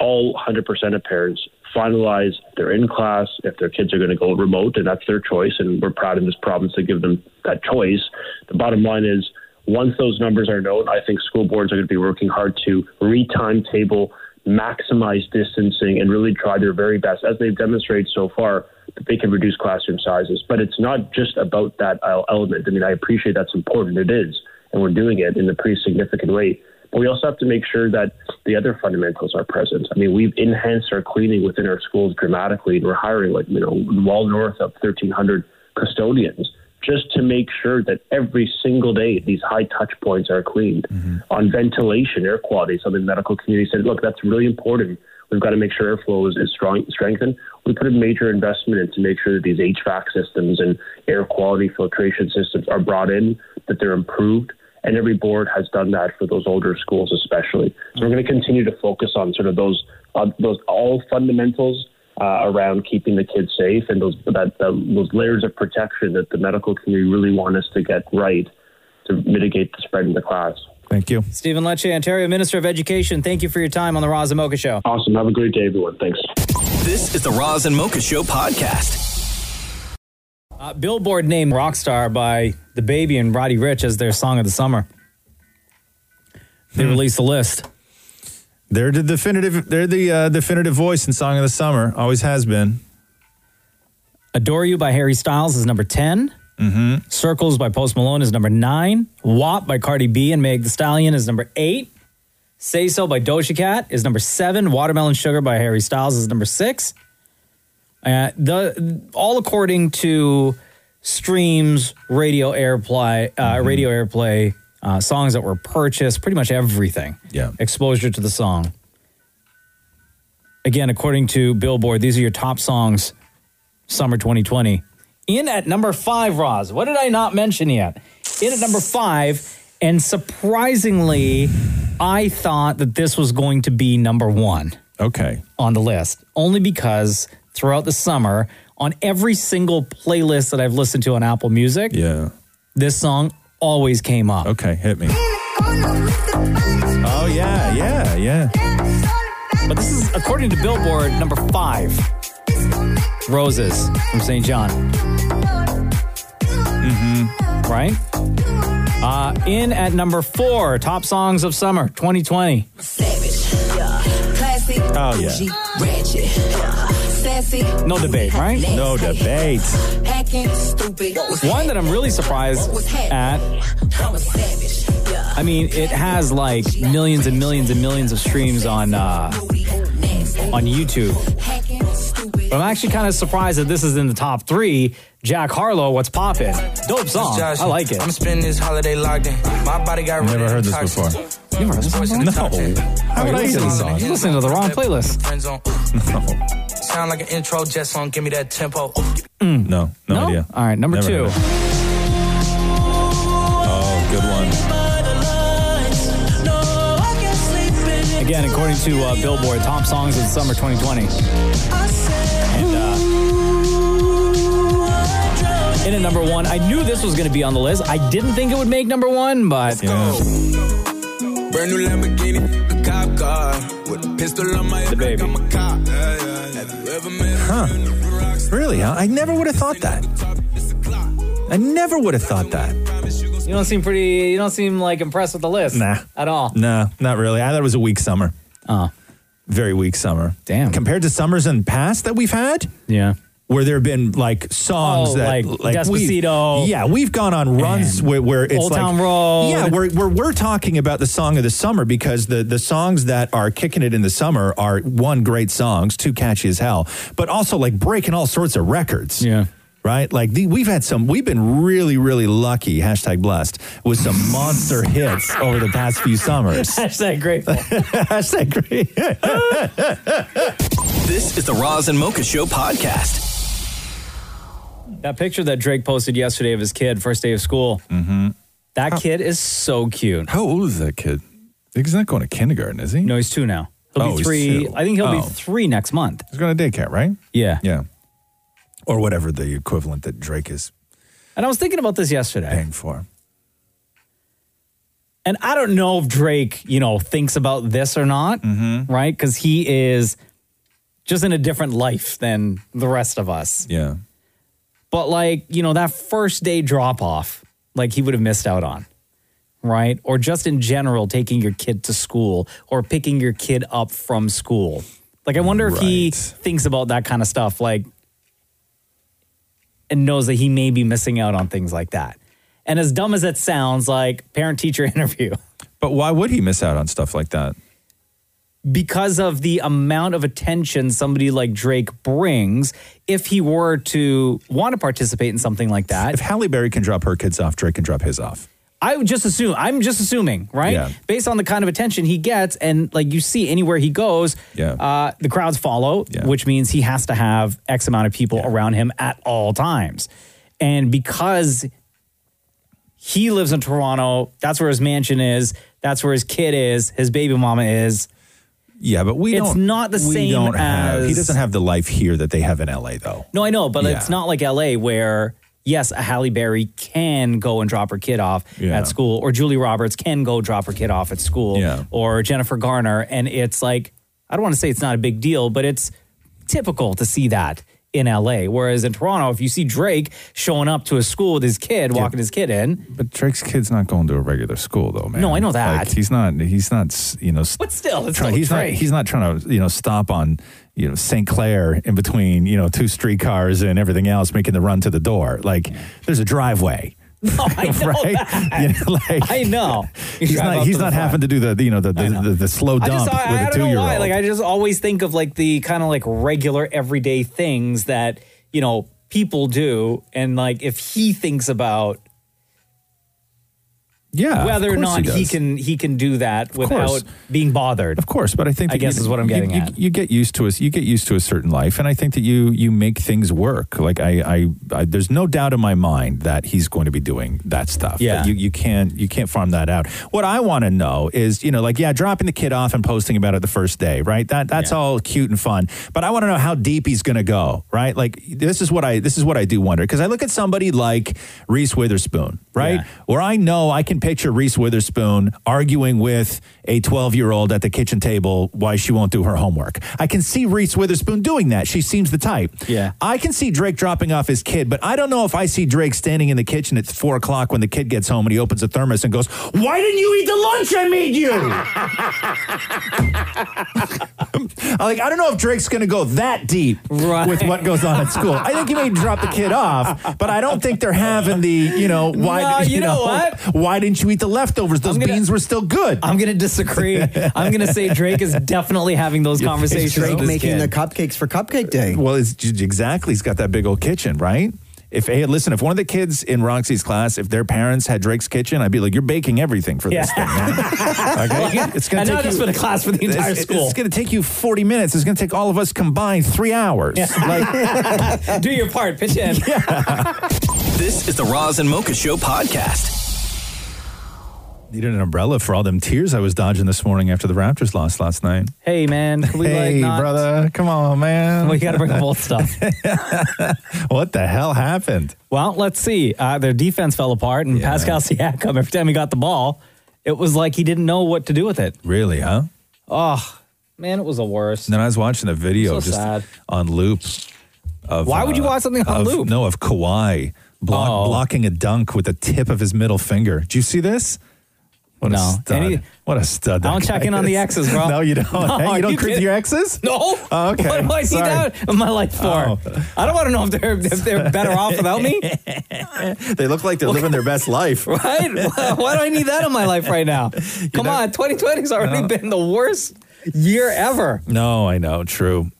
all 100% of parents finalize they're in class if their kids are going to go remote and that's their choice and we're proud in this province to give them that choice the bottom line is once those numbers are known i think school boards are going to be working hard to re-timetable maximize distancing and really try their very best as they've demonstrated so far that they can reduce classroom sizes but it's not just about that el- element i mean i appreciate that's important it is and we're doing it in a pretty significant way but we also have to make sure that the other fundamentals are present. I mean, we've enhanced our cleaning within our schools dramatically, and we're hiring like you know well north of 1,300 custodians just to make sure that every single day these high touch points are cleaned. On ventilation, air quality, something the medical community said, look, that's really important. We've got to make sure airflow is, is strong, strengthened. We put a major investment in to make sure that these HVAC systems and air quality filtration systems are brought in, that they're improved and every board has done that for those older schools especially. So we're going to continue to focus on sort of those uh, those all fundamentals uh, around keeping the kids safe and those that, that those layers of protection that the medical community really want us to get right to mitigate the spread in the class.
Thank you.
Stephen Lecce, Ontario Minister of Education, thank you for your time on the Roz and Mocha Show.
Awesome. Have a great day, everyone. Thanks.
This is the Roz and Mocha Show
*laughs*
podcast.
Uh, Billboard named Rockstar by The Baby and Roddy Rich as their song of the summer. They released a list.
They're the definitive. They're the uh, definitive voice in song of the summer. Always has been.
Adore You by Harry Styles is number 10. Mm-hmm. Circles by Post Malone is number 9. WAP by Cardi B and Meg The Stallion is number 8. Say So by Doja Cat is number 7. Watermelon Sugar by Harry Styles is number 6. Uh, the all according to streams, radio airplay, uh,
Mm-hmm.
radio airplay, uh, songs that were purchased, pretty much everything.
Yeah.
exposure to the song. Again, according to Billboard, these are your top songs summer 2020. In at number five, Roz. What did I not mention yet? In at number five, and surprisingly, I thought that this was going to be number one.
Okay.
On the list, only because throughout the summer, on every single playlist that I've listened to on Apple Music,
yeah,
this song always came up.
Okay, hit me. Oh yeah, yeah, yeah.
But this is according to Billboard number five. Roses from St. John. Mm-hmm. Right? Uh, in at number four, top songs of summer 2020.
Classy.
Oh, yeah.
bougie, Ratchet. Sassy.
No debate, right?
No debate.
Hacking. Stupid.
One that I'm really surprised at
I'm a savage.
I mean, it has like millions and millions and millions of streams on uh, on YouTube. But I'm actually kind of surprised that this is in the top three. Jack Harlow, what's poppin'? Dope song. I like it.
I'm spending this holiday locked in. My body got
Never heard this before.
You ever heard this
before?
No. How would I hear this song?
You're listening to the wrong playlist. *laughs*
Sound like an intro jet song. Give me that tempo.
No, no, idea.
All right, number two.
Oh, good one.
Again, according to uh, Billboard, top songs of the summer 2020. And uh, in at number one, I knew this was going to be on the list. I didn't think it would make number one, but
Brand new Lamborghini, a cop car. With a pistol on my hip, like I'm a cop. Have you ever met
Huh? Really? Huh? I never would have thought that. I never would have thought that.
you don't seem pretty. You don't seem like impressed with the list.
Nah.
at all.
No, not really. I thought it was a weak summer.
Oh.
Very weak summer.
Damn.
Compared to summers in the past that we've had.
Yeah.
Where there have been like songs
Oh, like
that we've-
Despacito.
yeah, Uh, we've gone on runs where, where it's
Old
like
Town Road.
Yeah, we're, we're we're talking about the song of the summer because the the songs that are kicking it in the summer are one great songs, two catchy as hell, but also like breaking all sorts of records. Yeah. Right, like the, we've had some, we've been really, really lucky. Hashtag blessed
*laughs*
with some monster hits over the past few summers.
Hashtag grateful.
*laughs* Hashtag
*laughs*
This is the Roz and Mocha Show
*laughs*
podcast.
That picture that Drake posted yesterday of his kid, first day of school. Mm-hmm. That kid is so cute.
How old is that kid?
He's not going to kindergarten, is he? No,
he's two now. He'll
Oh,
be three. I think he'll be three next month.
He's going to daycare, right?
Yeah.
Yeah. Or whatever the equivalent that Drake is
And I was thinking about this yesterday.
paying for.
And I don't know if Drake, you know, thinks about this or not,
Mm-hmm.
right? Because he is just in a different life than the rest of us.
Yeah.
But like, you know, that first day drop off, like he would have missed out on, right? Or just in general, taking your kid to school or picking your kid up from school. Like, I wonder if he thinks about that kind of stuff, like, and knows that he may be missing out on things like that. And as dumb as it sounds, like parent teacher *laughs* interview.
But why would he miss out on stuff like that?
because of the amount of attention somebody like Drake brings, if he were to want to participate in something like that,
If Halle Berry can drop her kids off, Drake can drop his off.
I would just assume, I'm just assuming, right?
Yeah.
Based on the kind of attention he gets and like you see anywhere he goes,
Yeah.
uh, the crowds follow, which means he has to have X amount of people around him at all times. And because he lives in Toronto, that's where his mansion is, that's where his kid is, his baby mama is.
Yeah, but we
it's
don't-
not the
we
same
don't
as
have- he doesn't have the life here that they have in LA though.
No, I know, but
Yeah.
it's not like LA where yes, a Halle Berry can go and drop her kid off
Yeah.
at school, or Julie Roberts can go drop her kid off at school,
Yeah.
or Jennifer Garner, and it's like I don't want to say it's not a big deal, but it's typical to see that in LA. Whereas in Toronto, if you see Drake showing up to a school with his kid, walking his kid in,
But Drake's kid's not going to a regular school though, man.
No, I know that.
Like, he's not. He's not. You know.
But still, it's
try-
still
he's
Drake.
not. He's not trying to. You know, stop on. You know, St. Clair in between. You know, two streetcars and everything else, making the run to the door. Like, there's
*laughs*
a driveway.
No, I know
*laughs* right?
that.
You know, like,
I know. You
He's
drive
not.
up
He's
to the
not
front.
having to do the. You know, the the, the, the slow
I
dump
just I, I
with a
don't
two
know
year
why. Like
old.
I just always think of like the kind of like regular everyday things that you know people do, and like if he thinks about
Yeah, of
whether or
course
not
he
he,
does.
can he can do that
course.
without being bothered.
Of course, but I think
I
that
guess is what I'm getting
you,
at. *laughs*
You, you get used to us. You get used to a certain life, and I think that you you make things work. Like I, I, I there's no doubt in my mind that he's going to be doing that stuff.
Yeah.
That you you can't you can't farm that out. What I want to know is you know like yeah, dropping the kid off and posting about it the first day, right? That that's all cute and fun, but I want to know how deep he's going to go, right? Like this is what I this is what I do wonder because I look at somebody like Reese Witherspoon, right? Where I know I can picture Reese Witherspoon arguing with a 12 year old at the kitchen table why she won't do her homework. I can see Reese Witherspoon doing that. She seems the type.
Yeah.
I can see Drake dropping off his kid, but I don't know if I see Drake standing in the kitchen at four o'clock when the kid gets home and he opens a thermos and goes, Why didn't you eat the
*laughs*
lunch I made you? *laughs* I like I don't know if Drake's going to go that deep with what goes on at school. I think he may drop the kid off, but I don't think they're having the you know why
No, you know what?
why didn't you eat the leftovers? Those beans were still good.
I'm gonna disagree. I'm gonna say Drake
*laughs*
is definitely having those conversations. with his kid.
cupcakes for Cupcake Day. Well, it's j- exactly. He's got that big old kitchen, right? If hey, listen, if one of the kids in Roxy's class, if their parents had Drake's kitchen, I'd be like, "You're baking everything for this
*laughs*
thing." Man. Okay, *laughs* it's gonna
And now
take
that's
you-
been a class for the entire
it's-
school.
It's gonna take you 40 minutes. It's gonna take all of us combined three hours.
*laughs*
Like,
do your part. Pitch
*laughs*
in.
This is the Roz and Mocha Show podcast.
Needed an umbrella for all them tears I was dodging this morning after the Raptors lost last night.
Hey man, can we
Hey,
like not-
brother, come on, man.
*laughs* We gotta bring up
*laughs*
old stuff.
what the hell happened?
Well, let's see. Uh, their defense fell apart, and Pascal *laughs* Siakam, every time he got the ball, it was like he didn't know what to do with it.
Really, huh?
Oh, man, it was the worst.
And then I was watching a video
So
just
sad.
on loop. Of, uh,
Why would you watch something on
of-
loop? Oh.
No, of Kawhi block, blocking a dunk with the tip of his middle finger. Did you see this? What a
No.
stud!
Any-
what a stud! that
I don't check
guy
in on
*laughs*
the
is.
exes, bro.
no,
*laughs*
you don't.
No,
Hey,
are
you don't
you
critique
kidding?
your exes?
No.
Oh, okay.
What do I see
Sorry. Oh.
down in my life for? I don't want to know if they're if they're better off without
*laughs*
me.
they look like they're living their best life.
*laughs*
*laughs*
Right? Why do I need that in my life right now? Come on, 2020's already been the worst year ever.
No, I know. True.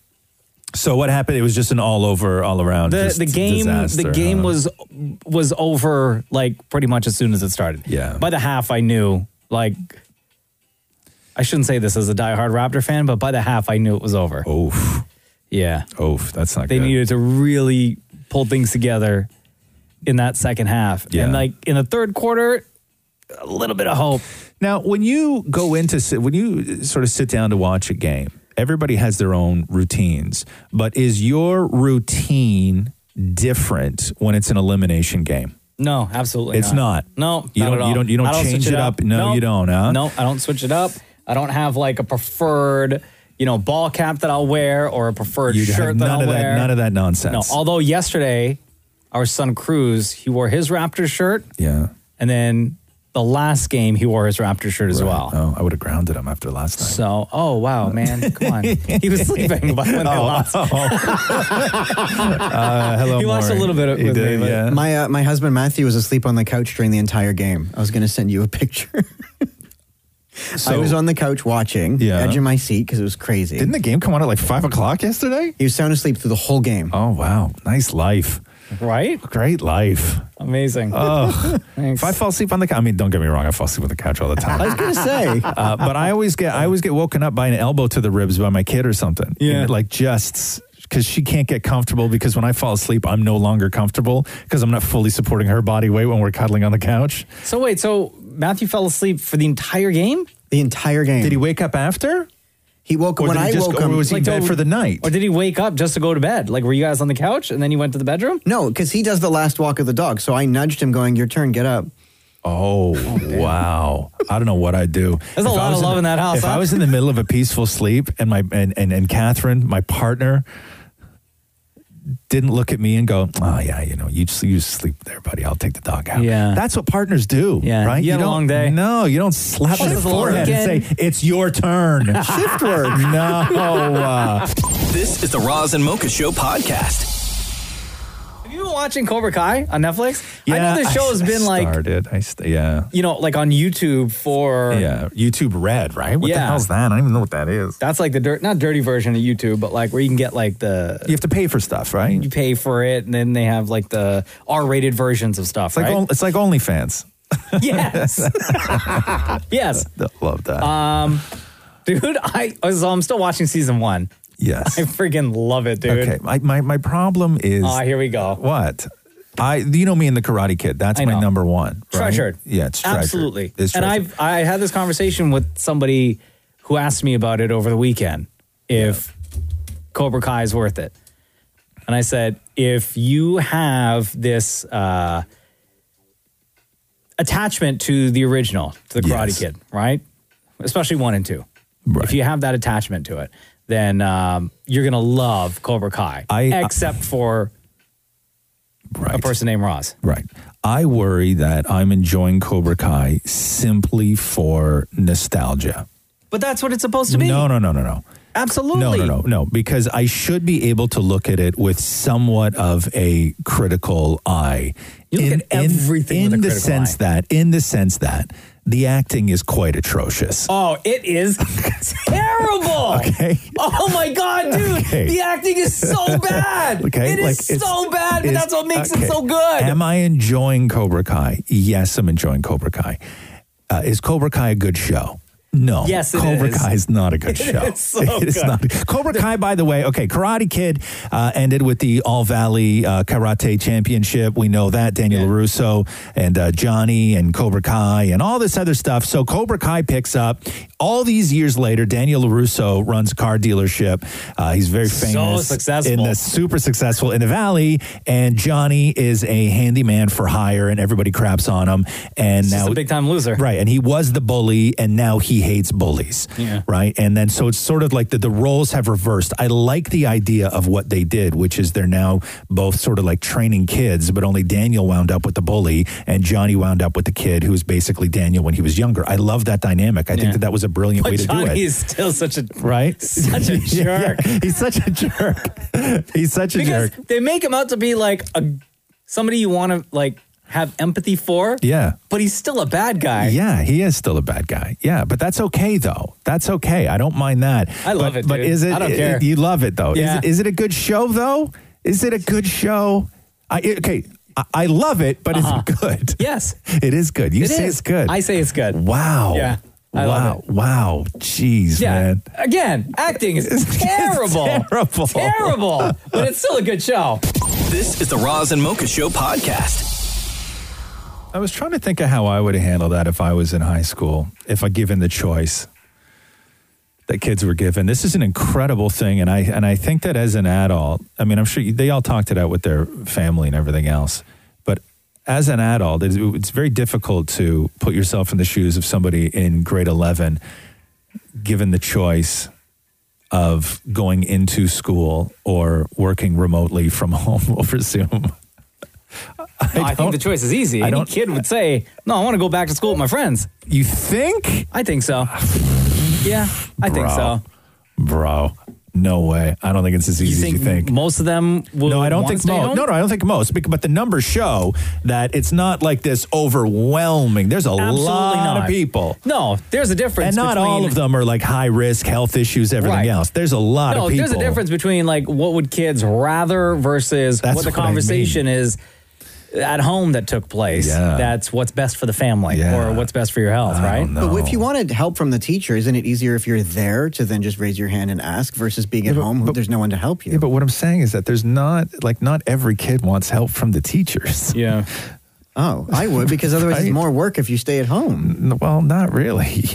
So what happened? It was just an all over, all around.
the
Oh, just
the game
disaster, Oh.
the game
huh?
was was over like pretty much as soon as it started. Yeah. By the half I knew like I shouldn't say this as a diehard Raptor fan, but by the half I knew it was over.
Oof.
Yeah.
Oof, that's not
They
good.
needed to really pull things together in that second half.
Yeah.
And like in the third quarter,
a little bit of hope. Now, when you go into si- when you sort of sit down to watch a game, everybody has their own routines, but is your routine different when it's an elimination game? *laughs*
No, absolutely.
It's
No, not
You don't-
at all.
you don't- you don't
I
change
switch
it up. No, you don't, huh?
No, I don't switch it up. I don't have like a preferred, you know, ball cap that I'll wear or a preferred
You have
shirt that
none
I'll
of that-
wear.
none of that nonsense.
No. Although yesterday, our son Cruz, he wore his Raptor shirt.
Yeah.
And then the last game, he wore his Raptor shirt as well.
Oh, I would have grounded him after last night.
So, oh wow, man, come
*laughs*
on. He was sleeping by when they
Oh,
lost.
Uh, hello,
He watched a
Maury.
little bit of-
He
with
did,
me, but-
yeah.
My uh, my husband Matthew was asleep on the couch during the entire game. I was going to send you a picture. *laughs* I was on the couch watching,
Yeah.
edge of my seat because it was crazy. Didn't
the game come on at like five o'clock yesterday?
He was sound asleep through the whole game.
Oh wow, nice life,
right?
Great life,
amazing.
*laughs*
Oh, if I fall asleep on the couch, I mean, don't get me wrong, I fall asleep on the couch all the time.
*laughs* I was gonna say.
uh, but I always get I always get woken up by an elbow to the ribs by my kid or something. Yeah, like just because she can't get comfortable because when I fall asleep, I'm no longer comfortable because I'm not fully supporting her body weight when we're cuddling on the couch.
So wait, so Matthew fell asleep for the entire game?
The entire game. Did he
wake up after?
He woke
Or
when
did he
I
just
woke
go-
him.
or was he in bed for the night?
Or did he wake up just to go to bed? Like were you guys on the couch and then you went to the bedroom?
No, because he does the last walk of the dog. So I nudged him, going, "Your turn, get up."
Oh, wow! I don't know what I'd do.
There's a
If
lot
I
of
was
love
the-
in that house,
If I
huh?
was in the middle of a peaceful sleep and my and and, and Catherine, my partner, didn't look at me and go, "Oh yeah, you know, you just you just sleep there, buddy. I'll take the dog out."
Yeah.
that's what partners do.
Yeah.
right.
You had a
don't-
long day.
No, you don't slap on the
Shift work.
forehead and say, "It's
*laughs*
your turn."
Shift
work. *laughs* *laughs* No. uh,
This is the Roz and Mocha Show podcast.
Have you been watching Cobra Kai on Netflix? I know the show has
I
been like
started. I st- yeah.
you know, like on YouTube for
Yeah, YouTube Red, right? What the
Yeah.
hell's that? I don't even know what that is.
That's like the dirt, not dirty version of YouTube, but like where you can get like the you
have to pay for stuff, right?
You pay for it, and then they have like the R-rated versions of stuff,
It's like
right?
on- it's like OnlyFans.
*laughs*
*laughs*
yes, yes.
Love that.
Um, dude, I so I'm still watching season one.
Yes,
*laughs* I freaking love it, dude.
Okay, my, my, my problem is.
Ah, here we go.
What? I you know me and the Karate Kid. That's
I
my
know.
number one. right?
Treasured,
Yeah, it's treasured.
absolutely.
It's
and
treasured.
I've I had this conversation with somebody who asked me about it over the weekend. If Cobra Kai is worth it, and I said, if you have this uh, attachment to the original, to the Karate
Yes.
Kid, right? Especially one and two. If you have that attachment to it, then um, you're gonna love Cobra Kai,
I-
except for a person named Roz.
Right. I worry that I'm enjoying Cobra Kai simply for nostalgia.
But that's what it's supposed to be.
No, no, no, no, no.
Absolutely.
No, no, no, no. Because I should be able to look at it with somewhat of a critical eye. You look in, at everything in,
with a
the
critical
sense
eye.
that, in the sense that, the acting is quite atrocious.
Oh, it
*laughs*
is terrible.
Okay.
Oh my god, dude.
Okay.
The acting is
*laughs*
so bad.
Okay,
It is
like, it's-
so bad, but
it's-
that's what makes
okay.
it so good.
Am I enjoying Cobra Kai? Yes, I'm enjoying Cobra Kai. Uh, is Cobra Kai a good show? No.
Yes, it
Cobra
is.
Kai is not
*laughs*
a good
It
show.
is so
*laughs* It is
good.
not. Cobra Kai, by the way, okay, Karate Kid uh, ended with the All Valley uh, Karate Championship. We know that. Daniel LaRusso and uh, Johnny and Cobra Kai and all this other stuff. So Cobra Kai picks up. All these years later, Daniel LaRusso runs a car dealership. Uh, he's very
So
famous.
successful.
In the super successful in the valley and johnny is a handyman for hire and everybody craps on him and
He's
now
just a big time loser.
right and he was the bully and now he hates bullies
Yeah.
right and then so it's sort of like the, the roles have reversed i like the idea of what they did which is they're now both sort of like training kids but only daniel wound up with the bully and johnny wound up with the kid who was basically daniel when he was younger i love that dynamic i think
Yeah.
that that was a brilliant way
But
to do it
Johnny is still such a
right
such a jerk.
*laughs* Yeah, yeah. he's such
*laughs*
a jerk he's such a
because
jerk
they make him out to be like a somebody you want to like have empathy for.
Yeah.
But he's still a bad guy.
Yeah, he is still a bad guy. Yeah, but that's okay though. That's okay. I don't mind that.
I love
but,
it,
But
dude.
is it?
I don't care.
You love it though.
Yeah.
Is, it, is it a good show though? Is it a good show? I it- okay. I, I love it, but it's good.
Uh-huh. Yes,
*laughs* it is good. You
It
say
is.
it's good.
I say it's good.
Wow.
Yeah, I love
wow. Wow. Jeez,
Yeah.
man.
Again, acting
*laughs*
is terrible.
terrible.
Terrible. But it's still a good show.
This is the Roz and Mocha Show podcast.
I was trying to think of how I would have handled that if I was in high school, if I given the choice that kids were given. This is an incredible thing, and I and I think that as an adult, I mean, I'm sure you- they all talked it out with their family and everything else, but as an adult, it's, it's very difficult to put yourself in the shoes of somebody in grade 11, given the choice of going into school or working remotely from *laughs* home over Zoom.
I, think the choice is easy.
I
Any
don't-
kid would say, "No, I want to go back to school with my friends."
You think?
I think so. Yeah, I think
Bro.
so.
Bro, no way. I don't think it's as easy as you think.
Most of them will.
No, I don't
wanna
think
stay
most.
home?
No, no, I don't think most. bec- But the numbers show that it's not like this overwhelming. There's a
Absolutely
lot
not.
of people.
No, there's a
And
difference.
not
between,
all of them are like high risk, health issues, everything
Right.
else. There's a lot
no,
of people.
there's a difference between like what would kids rather versus
That's
what the
what I mean.
conversation is at home that took place.
Yeah.
That's what's best for the family or what's best for your health, right?
But if you wanted help from the teacher, isn't it easier if you're there to then just raise your hand and ask versus being at home? There's no one to help you.
Yeah, but what I'm saying is that there's not like not every kid wants help from the teachers.
Yeah.
Oh, I would because
*laughs*
otherwise it's more work if you stay at home.
Well, not really.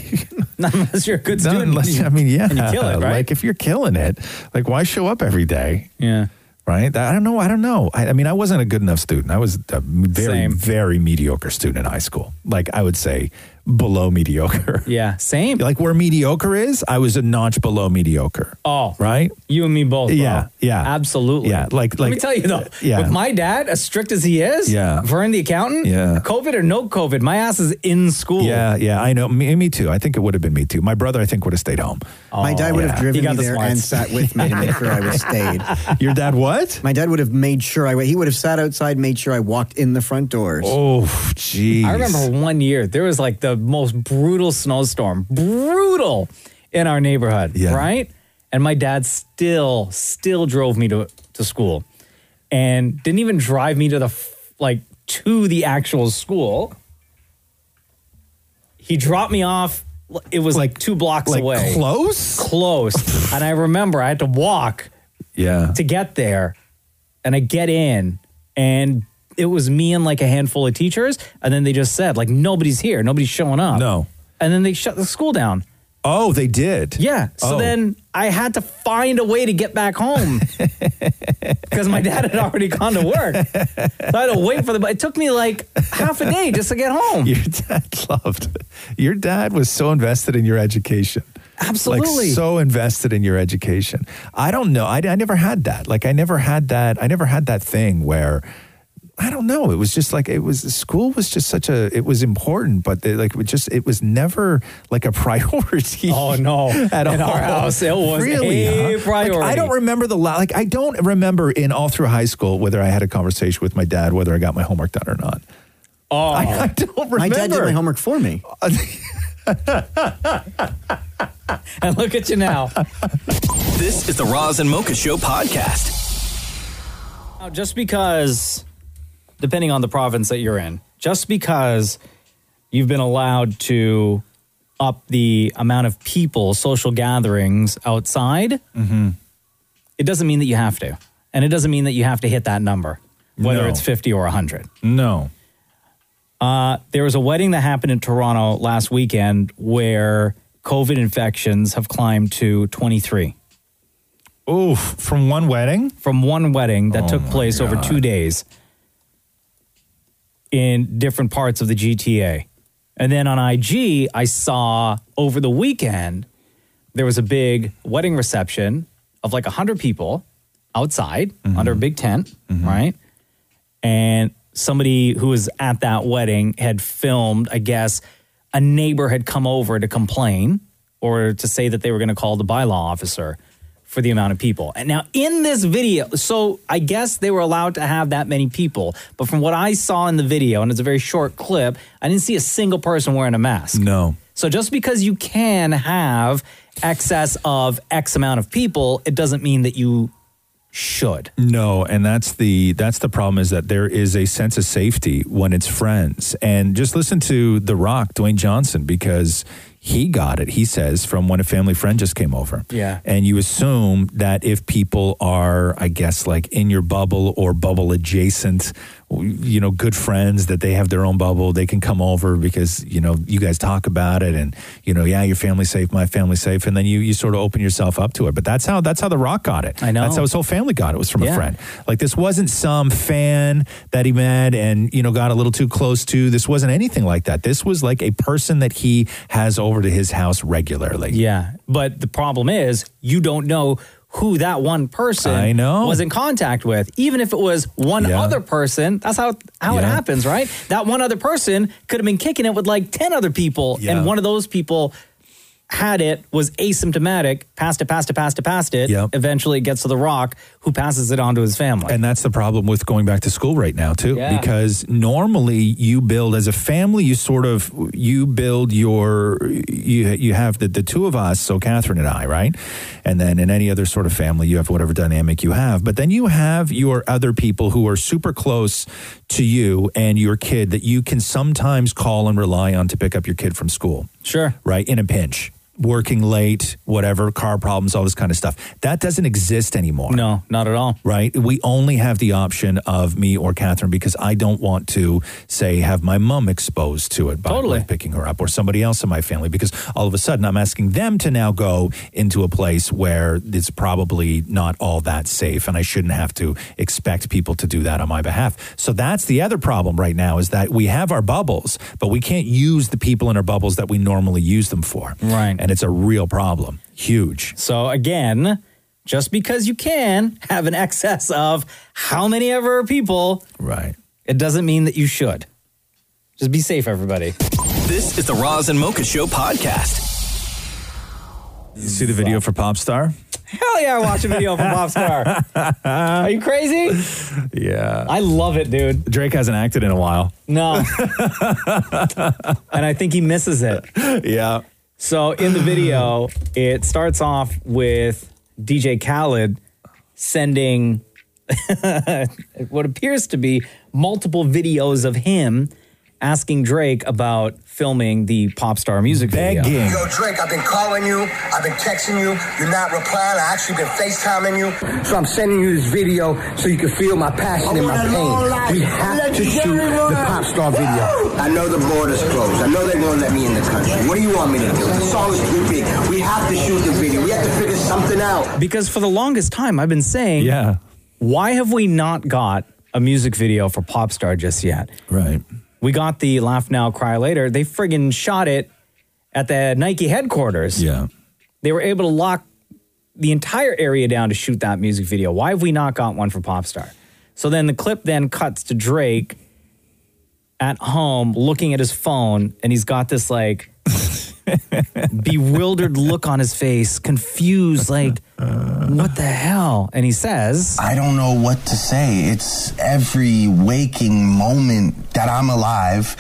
Not *laughs* unless you're a good
Not
student.
unless- I mean, yeah,
And you kill it, right?
Like if you're killing it, like why show up every day?
Yeah.
Right. That- I don't know. I don't know. I, I mean, I wasn't a good enough student. I was a very,
Same.
very mediocre student in high school. Like I would say below *laughs* mediocre.
Yeah. Same.
Like where mediocre is, I was a notch below mediocre.
Oh,
Right.
You and me both.
Yeah. Yeah.
Absolutely.
Yeah. Like, like,
Let me tell you though,
Yeah.
with my dad, as strict as he is,
Yeah.
Vern the accountant,
Yeah.
Mm, COVID or no COVID, my ass is in school.
yeah. Yeah. I know. Me, me too. I think it would have been me too. My brother, I think, would have stayed home.
*laughs* My dad would
Oh,
have
Yeah.
driven me there and sat
*laughs*
with me to make sure I was stayed.
Your dad what?
My dad would have made sure I wa- he would have sat outside, made sure I walked in the front doors.
Oh, jeez.
I remember one year there was like the most brutal snowstorm, brutal in our neighborhood, right? And my dad still, still drove me to, to school and didn't even drive me to the, f- like, to the actual school. He dropped me off. It was like two blocks
like
away.
close?
Close. and I remember I had to walk
Yeah.
to get there and I get in and it was me and like a handful of teachers and then they just said like nobody's here nobody's showing up no and then they shut the school down
oh they did
yeah so
Oh.
then I had to find a way to get back
*laughs*
home because my dad had already gone to work so I had to wait for the but it took me like half a day just to get home
*laughs* Your dad loved it. Your dad was so invested in your education.
Absolutely.
Like, so invested in your education. I don't know. I, I never had that. Like, I never had that. I never had that thing where, I don't know. It was just like, it was, school was just such a, it was important, but they, like, it just, it was never like a *laughs* priority.
Oh, no.
At
In
all.
our house, it was
really,
a
huh? Like, I
priority.
don't remember the, la- like, I don't remember in all through high school whether I had a conversation with my dad, whether I got my homework done or not.
oh
I, I don't remember.
My dad did my homework for me.
and look at you now
This is the Roz and Mocha Show podcast.
Now, just because, depending on the province that you're in, just because you've been allowed to up the amount of people, social gatherings outside,
Mm-hmm.
it doesn't mean that you have to. And it doesn't mean that you have to hit that number, whether
No.
it's 50 or 100.
No.
Uh, there was a wedding that happened in Toronto last weekend where COVID infections have climbed to 23.
Oh, from one wedding? Oh
From one wedding that took place over
God.
two days in different parts of the GTA. And then on IG, I saw over the weekend, there was a big wedding reception of like 100 people outside
Mm-hmm.
under a big tent, right? And somebody who was at that wedding had filmed, I guess, a neighbor had come over to complain or to say that they were going to call the bylaw officer for the amount of people. And now in this video, so I guess they were allowed to have that many people, but from what I saw in the video, and it's a very short clip, I didn't see a single person wearing a mask.
No.
So just because you can have excess of X amount of people, it doesn't mean that you should.
No, and that's the that's the problem is that there is a sense of safety when it's friends. And just listen to The Rock, Dwayne Johnson, because He got it, he says, from when a family friend just came over.
Yeah.
And you assume that if people are, I guess, like in your bubble or bubble adjacent, you know, good friends, that they have their own bubble, they can come over because, you know, you guys talk about it and, you know, yeah, your family's safe, my family's safe. And then you, you sort of open yourself up to it. But that's how, that's how The Rock got it.
I know.
That's how his whole family got it was from
Yeah.
a friend. Like this wasn't some fan that he met and, you know, got a little too close to. This wasn't anything like that. This was like a person that he has over to his house regularly.
Yeah. But the problem is, you don't know who that one person I know. was in contact with. Even if it was one other person, that's how, how it happens, right? That one other person could have been kicking it with like 10 other people.
Yeah.
And one of those people had it, was asymptomatic, passed it, passed it, passed it, passed it. Eventually it gets to The Rock, who passes it on to his family.
And that's the problem with going back to school right now too,
Yeah.
because normally you build as a family, you sort of you build your you you have the the two of us, so Catherine and I, right, and then in any other sort of family, you have whatever dynamic you have, but then you have your other people who are super close to you and your kid that you can sometimes call and rely on to pick up your kid from school
Sure.
right? In a pinch, working late, whatever, car problems, all this kind of stuff. That doesn't exist anymore.
No, not at all.
Right? We only have the option of me or Catherine because I don't want to, say, have my mom exposed to it by
Totally.
by picking her up or somebody else in my family because all of a sudden I'm asking them to now go into a place where it's probably not all that safe and I shouldn't have to expect people to do that on my behalf. So that's the other problem right now is that we have our bubbles, but we can't use the people in our bubbles that we normally use them for. Right. And it's a real problem. Huge.
So again, just because you can have an excess of how many ever people,
right?
It doesn't mean that you should. Just be safe, everybody.
This is the Roz and Mocha Show podcast.
You see the video for Popstar? *laughs*
Hell yeah, I watch a video from Popstar. Are you crazy?
Yeah.
I love it, dude.
Drake hasn't acted in a while. *laughs*
No. and I think he misses it.
Yeah.
So in the video, it starts off with DJ Khaled sending *laughs* what appears to be multiple videos of him asking Drake about filming the pop star music video.
Yo, Drake, I've been calling you. I've been texting you. You're not replying. I actually been FaceTiming you. So I'm sending you this video so you can feel my passion and my pain. We have to shoot the pop star video. I know the border's closed. I know they won't let me in the country. What do you want me to do? The song is too big. We have to shoot the video. We have to figure something out.
Because for the longest time, I've been saying,
yeah,
why have we not got a music video for Popstar just yet?
Right.
We got the Laugh Now, Cry Later. They friggin' shot it at the Nike headquarters.
Yeah.
They were able to lock the entire area down to shoot that music video. Why have we not got one for Popstar? So then the clip then cuts to Drake at home looking at his phone and he's got this like bewildered look on his face, confused, like, what the hell? And he says,
I don't know what to say. It's every waking moment that I'm alive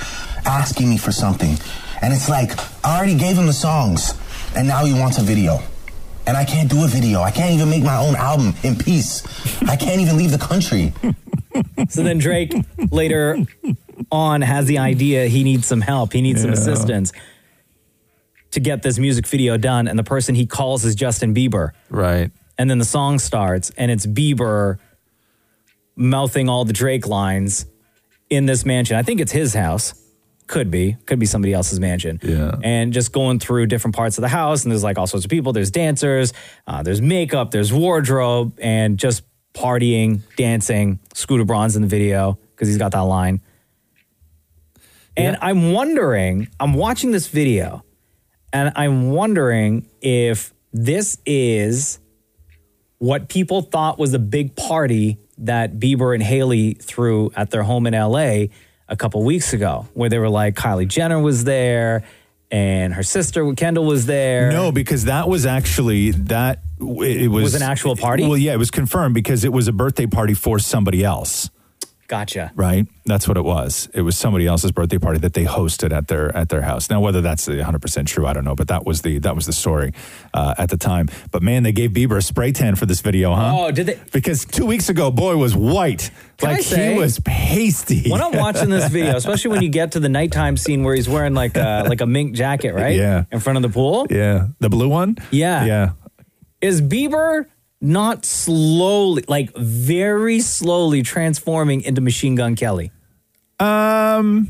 asking me for something. And it's like, I already gave him the songs, and now he wants a video. And I can't do a video. I can't even make my own album in peace. I can't even leave the country.
So then Drake later on has the idea he needs some help, he needs some
Yeah.
assistance to get this music video done. And the person he calls is Justin Bieber.
Right.
And then the song starts, and it's Bieber mouthing all the Drake lines in this mansion. I think it's his house. Could be, could be somebody else's mansion. Yeah. And just going through different parts of the house, and there's like all sorts of people. There's dancers, uh, there's makeup, there's wardrobe, and just partying, dancing. Scooter Braun's in the video because he's got that line. And I'm wondering, I'm watching this video, and I'm wondering if this is what people thought was a big party that Bieber and Haley threw at their home in LA a couple weeks ago, where they were like Kylie Jenner was there and her sister Kendall was there.
No, because that was actually that it was
Was an actual party?
Well, yeah, it was confirmed because it was a birthday party for somebody else.
Gotcha.
right? That's what it was. It was somebody else's birthday party that they hosted at their at their house. Now, whether that's 100 percent true, I don't know, but that was the that was the story uh, at the time. But man, they gave Bieber a spray tan for this video, huh?
Oh, did they?
Because two weeks ago, boy was white,
Can I
like
say-
he was *laughs* pasty.
When I'm watching this video, especially when you get to the nighttime scene where he's wearing like a like a mink jacket, right?
Yeah.
In front of the pool.
yeah, the blue one.
Yeah.
Yeah.
Is Bieber not slowly, like very slowly transforming into Machine Gun Kelly?
Um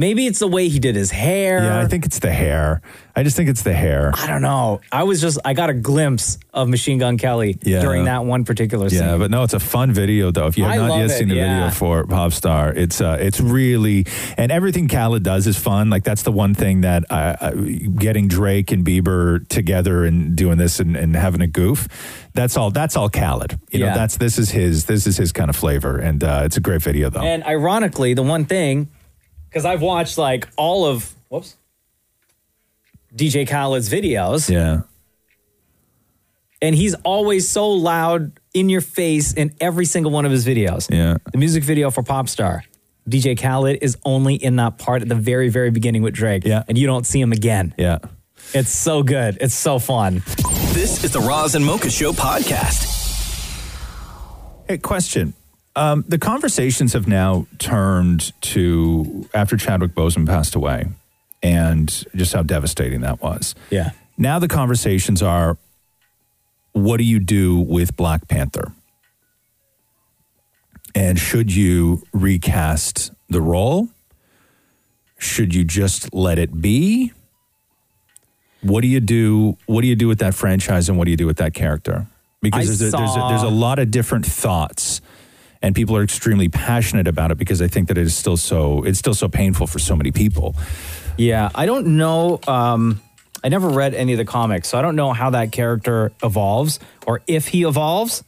maybe it's the way he did his hair.
Yeah, I think it's the hair. I just think it's the hair.
I don't know. I was just I got a glimpse of Machine Gun Kelly
Yeah.
during that one particular scene.
Yeah, but no, it's a fun video though. If you have
I
not
love
yet
it,
seen the
yeah.
video for Popstar, it's uh, it's really and everything Khaled does is fun. Like that's the one thing that uh, uh, getting Drake and Bieber together and doing this and, and having a goof. That's all. That's all Khaled. You know,
Yeah.
that's this is his this is his kind of flavor, and uh, it's a great video though.
And ironically, the one thing, because I've watched like all of whoops, DJ Khaled's videos.
Yeah.
And he's always so loud in your face in every single one of his videos.
Yeah.
The music video for Popstar. DJ Khaled is only in that part at the very, very beginning with Drake. Yeah. And you don't see him again.
Yeah.
It's so good. It's so fun.
This is the Roz and Mocha Show podcast.
Hey, question. Um, the conversations have now turned to after Chadwick Boseman passed away, and just how devastating that was.
*laughs* Yeah.
Now the conversations are what do you do with Black Panther? And should you recast the role? Should you just let it be? What do you do? What do you do with that franchise and what do you do with that character? Because
I
there's, a, there's, a,
saw-
there's a lot of different thoughts and people are extremely passionate about it because I think that it is still so it's still so painful for so many people.
Yeah, I don't know. Um, I never read any of the comics, so I don't know how that character evolves or if he evolves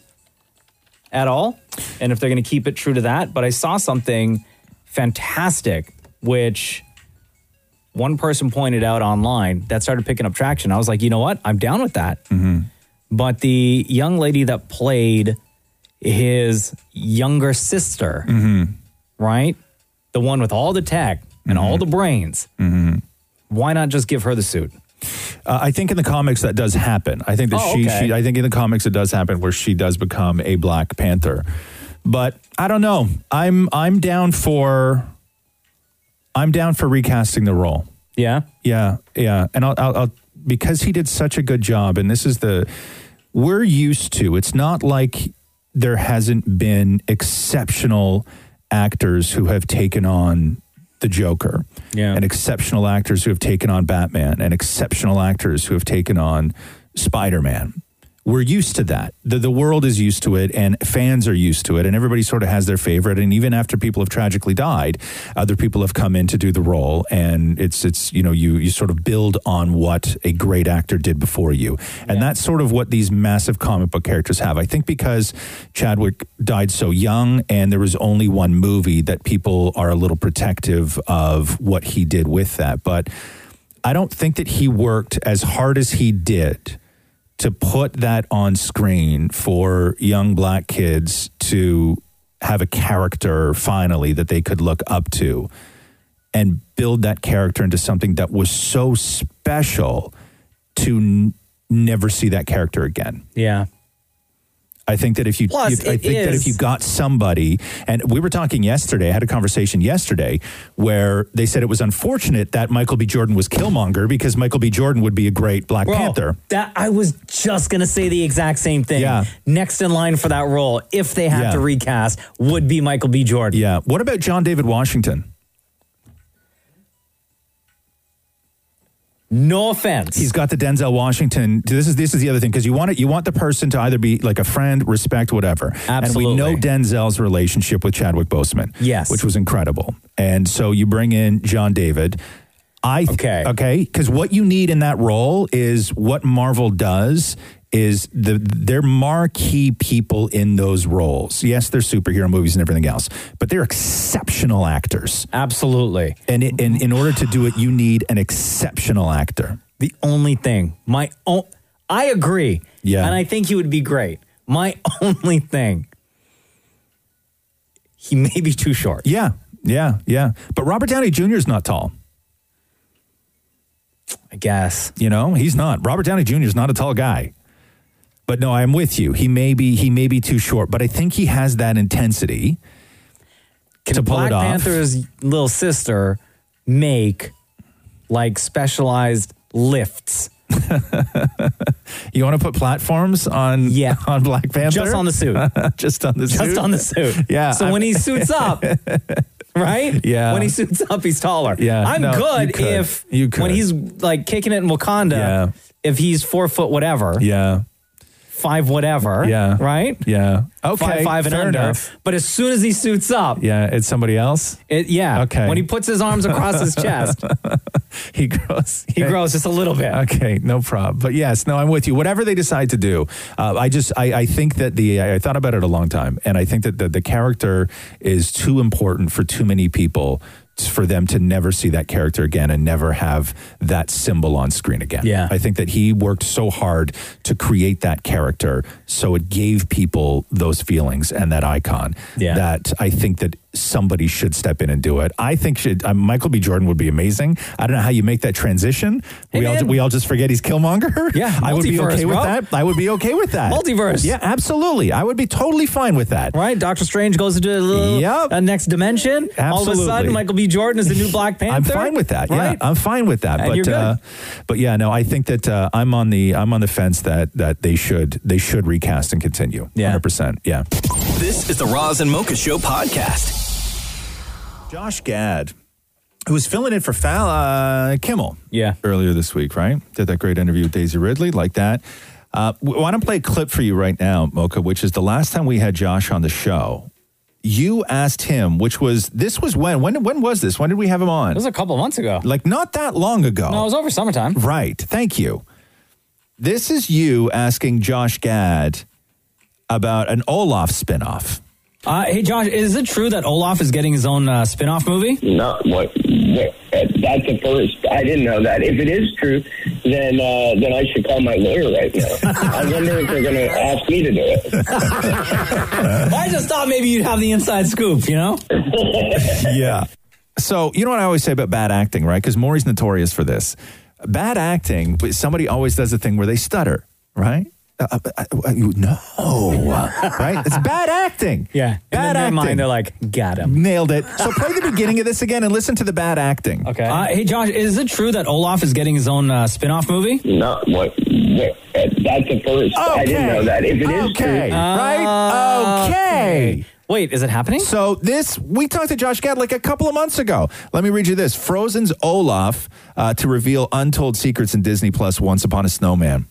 at all, and if they're going to keep it true to that. But I saw something fantastic, which one person pointed out online that started picking up traction. I was like, you know what? I'm down with that.
Mm-hmm,
But the young lady that played his younger sister, right? The one with all the tech and all the brains.
mm-hmm.
Why not just give her the suit?
Uh, I think in the comics that does happen. I think that
Oh,
she,
okay.
she, I think in the comics it does happen where she does become a Black Panther. But I don't know. I'm I'm down for. I'm down for recasting the role.
Yeah.
Yeah, yeah, and I'll, I'll, I'll because he did such a good job, and this is the we're used to. It's not like there hasn't been exceptional actors who have taken on the Joker,
Yeah.
and exceptional actors who have taken on Batman, and exceptional actors who have taken on Spider Man. We're used to that. The, the world is used to it, and fans are used to it, and everybody sort of has their favorite. And even after people have tragically died, other people have come in to do the role, and it's it's you know you you sort of build on what a great actor did before you, and that's sort of what these massive comic book characters have. I think because Chadwick died so young, and there was only one movie, that people are a little protective of what he did with that, but. I don't think that he worked as hard as he did to put that on screen for young black kids to have a character finally that they could look up to and build that character into something that was so special to n- never see that character again.
Yeah.
I think that if you,
Plus,
if- I
it
think that
is-
if you got somebody, and we were talking yesterday, I had a conversation yesterday where they said it was unfortunate that Michael B. Jordan was Killmonger because Michael B. Jordan would be a great Black
Bro,
Panther.
That I was just gonna say the exact same thing. Yeah. Next in line for that role, if they had
Yeah.
to recast, would be Michael B. Jordan.
Yeah. What about John David Washington?
No offense.
He's got the Denzel Washington. This is this is the other thing because you want it. You want the person to either be like a friend, respect, whatever.
Absolutely.
And we know Denzel's relationship with Chadwick Boseman.
Yes.
which was incredible. And so you bring in John David. I th- okay okay because what you need in that role is what Marvel does is the they're marquee people in those roles. Yes, they're superhero movies and everything else, but they're exceptional actors.
Absolutely.
And it, and in order to do it, you need an exceptional actor.
The only thing, my own, I agree. *laughs* Yeah. And I think he would be great. My only thing, he may be too short.
Yeah, yeah, yeah. But Robert Downey Jr. is not tall.
I guess
you know he's not. Robert Downey Jr. is not a tall guy. But no, I'm with you. He may be he may be too short, but I think he has that intensity
Can
to pull
Black
it off.
Panther's little sister make like specialized lifts?
you want to put platforms on yeah. *laughs* on Black Panther?
Just on the suit.
*laughs* Just on the
Just
suit.
on the suit.
*laughs* Yeah.
So when he suits up, *laughs* right?
Yeah.
When he suits up, he's taller.
Yeah,
I'm
no, you
good
could.
if
You could.
when he's like kicking it in Wakanda, if he's four foot whatever.
Yeah.
Five whatever.
Yeah.
Right?
*laughs* Yeah.
Five,
Okay.
five and
fair
under.
enough.
But as soon as he suits up,
Yeah, it's somebody else.
It, yeah.
Okay.
When he puts his arms across his chest,
*laughs* he grows.
He grows just a little bit.
Okay, no problem. But yes, no, I'm with you. Whatever they decide to do, uh, I just I, I think that the I, I thought about it a long time, and I think that the, the character is too important for too many people t- for them to never see that character again and never have that symbol on screen again.
Yeah.
I think that he worked so hard to create that character, so it gave people those feelings and that icon.
Yeah.
that I think that somebody should step in and do it. I think should uh, Michael B. Jordan would be amazing. I don't know how you make that transition. we all we all just forget he's
*laughs*
Killmonger. Yeah, *laughs* I would be
multiverse,
okay with
bro.
that. I would be okay with that.
Multiverse.
Yeah, absolutely. I would be totally fine with that.
Right, Doctor Strange goes into a little uh, next dimension. All of a
Absolutely.
sudden, Michael B. Jordan is
*laughs*
the new Black
I'm
Panther.
fine with that.
Right?
Yeah, I'm fine with that.
And
but
you're good.
Uh, but yeah, no, I think that uh, I'm on the I'm on the fence that that they should they should recast and continue. Yeah, hundred percent. Yeah.
This is the Roz and Mocha Show podcast.
Josh Gad, who was filling in for Fal- uh, Kimmel
yeah.
earlier this week, right? Did that great interview with Daisy Ridley, like that. Uh, w- want to play a clip for you right now, Mocha, which is the last time we had Josh on the show. You asked him, which was this was when when when was this? When did we have him on? It was
a couple months ago,
like not that long ago. No, it
was over summertime.
Right. Thank you. This is you asking Josh Gad about an Olaf spinoff.
Uh, hey, Josh, is it true that Olaf is getting his own uh, spin off movie?
No, what? what that's a first. I didn't know that. If it is true, then uh, then I should call my lawyer right
*laughs*
now. I wonder if they're going to ask me to do it.
I just thought maybe you'd have the inside scoop, you know?
*laughs* yeah. So you know what I always say about bad acting, right? Because Maury's notorious for this. Bad acting, but somebody always does a thing where they stutter, right? Uh, uh, uh, uh, you- no, right?
*laughs*
It's bad acting.
Yeah. And in
Bad
their
acting.
mind, they're like, got him.
Nailed it. So play the beginning of this again and listen to the bad acting.
Okay. Uh, hey, Josh, is it true that Olaf is getting his own uh, spin off movie?
No, what? what that's a first. I didn't know that. If it is true,
Uh,
right? Okay.
Wait, is it happening?
So this we talked to Josh Gad like a couple of months ago. Let me read you this: Frozen's Olaf uh, to reveal untold secrets in Disney Plus. Once upon a snowman.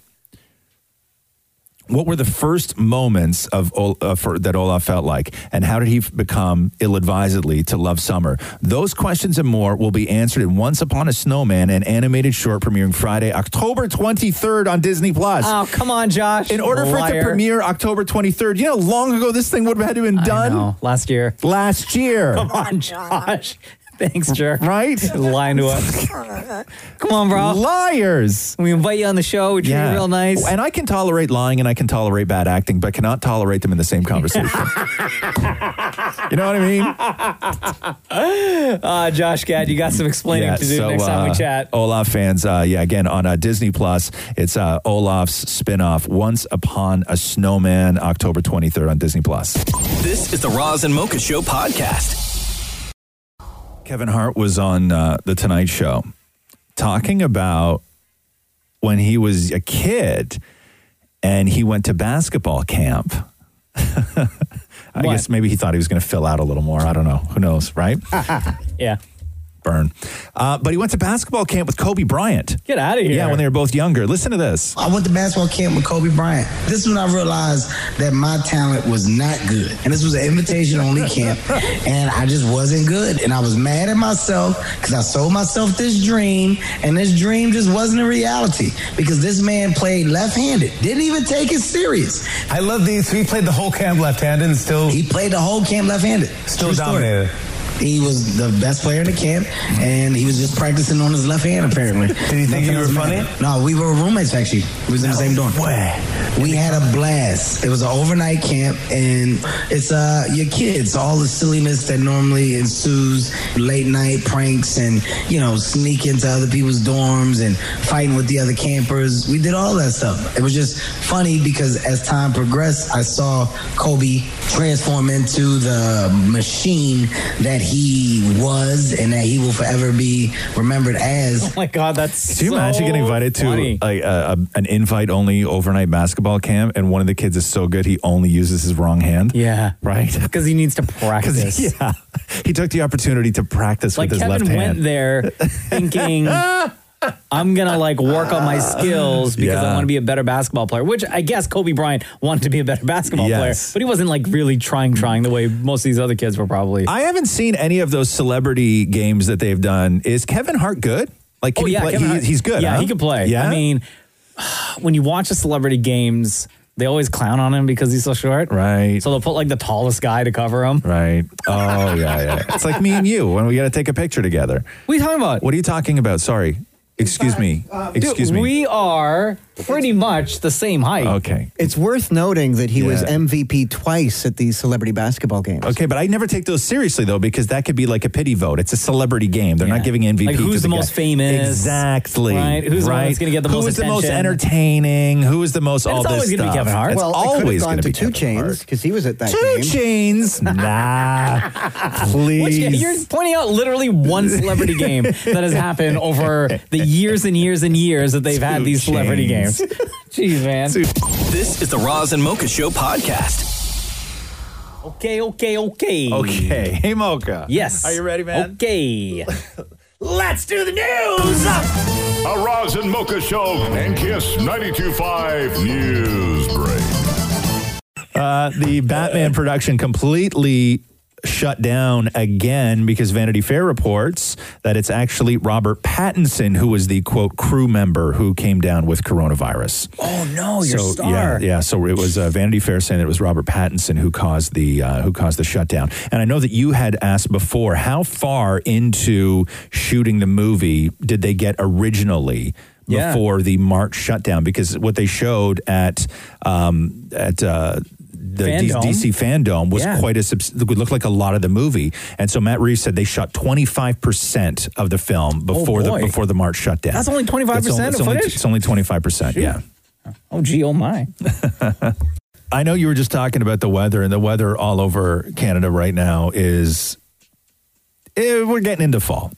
What were the first moments of Ol- uh, for, that Olaf felt like, and how did he f- become ill-advisedly to love summer? Those questions and more will be answered in Once Upon a Snowman, an animated short premiering Friday, October twenty-third on Disney Plus.
Oh, come on, Josh.
In order for it to
Liar.
premiere October 23rd, you know how long ago this thing would have had to been done?
Last year.
Last year.
Come on, Josh. *laughs* Thanks, jerk.
Right?
*laughs* Lying to us. Come on, bro.
Liars.
We invite you on the show. We treat you real nice.
And I can tolerate lying and I can tolerate bad acting, but cannot tolerate them in
*laughs*
the same conversation. you know what I mean?
*laughs* uh, Josh Gad, you got some explaining
Yeah,
to do next time
uh,
we chat.
Olaf fans, uh, yeah, again on uh, Disney Plus, it's uh, Olaf's spinoff, Once Upon a Snowman, October 23rd on Disney Plus.
This is the Roz and Mocha Show podcast.
Kevin Hart was on uh, the Tonight Show talking about when he was a kid and he went to basketball camp. *laughs* I guess maybe he thought he was going to fill out a little more. I don't know. Who knows, right?
*laughs* yeah.
Burn. Uh, but he went to basketball camp with Kobe Bryant.
Get out of
Yeah, when they were both younger. Listen to this.
I went to basketball camp with Kobe Bryant. This is when I realized that my talent was not good. And this was an invitation only camp. And I just wasn't good. And I was mad at myself because I sold myself this dream. And this dream just wasn't a reality because this man played left handed, didn't even take it serious. I love these. He played the whole camp left handed and still. He played the whole camp left handed. Still
dominated.
He was the best player in the camp, and he was just practicing on his left hand. Apparently, did *laughs* he think
you were funny?
No, we were roommates actually. We was in the same dorm. We had a blast. It was an overnight camp, and it's uh your kids, all the silliness that normally ensues, late night pranks, and you know sneak into other people's dorms and fighting with the other campers. We did all that stuff. It was just funny because as time progressed, I saw Kobe transform into the machine that he was, and that he will forever be remembered as. Oh
my God, that's
Can you imagine getting invited to a, a, a, an invite only overnight basketball camp and one of the kids is so good he only uses his wrong hand?
Yeah. *laughs*
Right?
Because he
*laughs*
needs to practice.
yeah. He took the opportunity to practice
Like
with his
Kevin
left
went
hand. *laughs*
there thinking I'm gonna like work on my skills because I
Yeah.
want to be a better basketball player. Which I guess Kobe Bryant wanted to be a better basketball
Yes.
player, but he wasn't like really trying, trying the way most of these other kids were probably.
I haven't seen any of those celebrity games that they've done. Is Kevin Hart good? Like, can
oh
he
yeah,
play?
Kevin
He-
Hart-
he's good.
Yeah,
huh?
he could play.
Yeah,
I mean, *sighs* when you watch the celebrity games, they always clown on him because he's so short.
Right.
So they'll put like the tallest guy to cover him.
Right. *laughs* Oh yeah, yeah. it's like me and you when we got to take a picture together.
What are you talking about?
What are you talking about? Sorry. Excuse me.
*laughs*
Excuse
uh, Dude,
me.
We are pretty much the same height.
Okay.
It's worth noting that he was
Yeah.
MVP twice at these celebrity basketball games.
Okay, but I never take those seriously though because that could be like a pity vote. It's a celebrity game. They're not giving MVP.
Like,
to
who's the
guy.
most famous?
Exactly.
Right? Who's the one that's gonna get the
Who
most
is the most
attention?
entertaining? Who is the most
And
all
it's
this
always gonna be
stuff?
Kevin Hart.
It's
Well, it could've
always
gone
going to
to
be
two chains because he was at that.
Two
*laughs*
chains? *laughs* Nah,
Which,
please.
you're pointing out literally one celebrity game that has happened over the years and years and years that they've had these celebrity
chains.
games. *laughs* Jeez, man.
This is the Roz and Mocha Show podcast.
Okay, okay, okay.
Okay. *laughs* Hey, Mocha.
Yes.
Are you ready, man?
Okay.
Let's do the news.
A Roz and Mocha Show and Kiss 92.5 News Break.
Uh,
*laughs*
the Batman production completely shut down again because Vanity Fair reports that it's actually Robert Pattinson who was the quote crew member who came down with coronavirus.
Oh no, your
so,
star.
Yeah, yeah. So it was uh, Vanity Fair saying that it was Robert Pattinson who caused the uh, who caused the shutdown. And I know that you had asked before how far into shooting the movie did they get originally.
Yeah.
Before the March shutdown, because what they showed at um, at uh, the D-
Fandome?
DC fandom was
Yeah.
quite a subs- it would look like a lot of the movie, and so Matt Reeves said they shot twenty five percent of the film before the
Oh, boy.
before the March shutdown.
That's only 25%
It's
of
only-
footage?
It's only twenty five percent. Yeah.
Oh gee, oh my.
I know you were just talking about the weather, and the weather all over Canada right now is eh, we're getting into fall.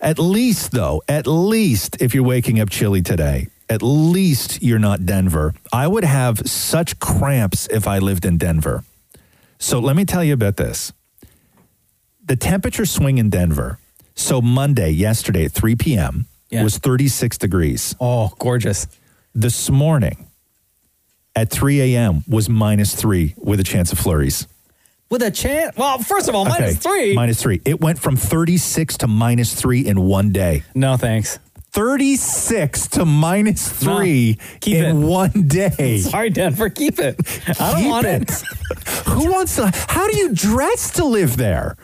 At least, though, at least if you're waking up chilly today, at least you're not Denver. I would have such cramps if I lived in Denver. So let me tell you about this the temperature swing in Denver. So Monday, yesterday at 3 p.m., was 36 degrees.
Oh, gorgeous.
This morning at 3 a.m. was minus three with a chance of flurries.
With a chance. Well, first of all, Oh, minus
Okay,
three.
Minus three. It went from 36 to minus three in one day.
No, thanks.
36 to minus three
keep
in
it.
one
*laughs*
day.
Sorry, Denver, keep it. I don't
Keep
want
it.
it.
Who wants to? How do you dress to live there?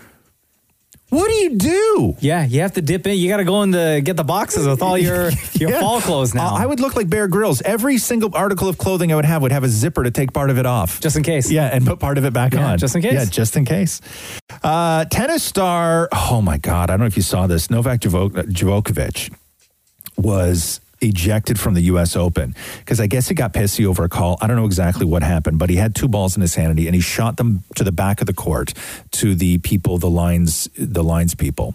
What do you do?
Yeah, you have to dip in. You got to go in the get the boxes with all
*laughs*
your *laughs* your
Yeah.
fall clothes now.
Uh, I would look like Bear Grylls. Every single article of clothing I would have would have a zipper to take part of it off.
Just in case.
Yeah, and put part of it back
Yeah,
on.
just in case.
Yeah, just in case. Uh, tennis star, oh my God, I don't know if you saw this. Novak Djoko- Djokovic was ejected from the U.S. Open because I guess he got pissy over a call. I don't know exactly what happened, but he had two balls in his hand and he, and he shot them to the back of the court to the people, the lines, the lines people.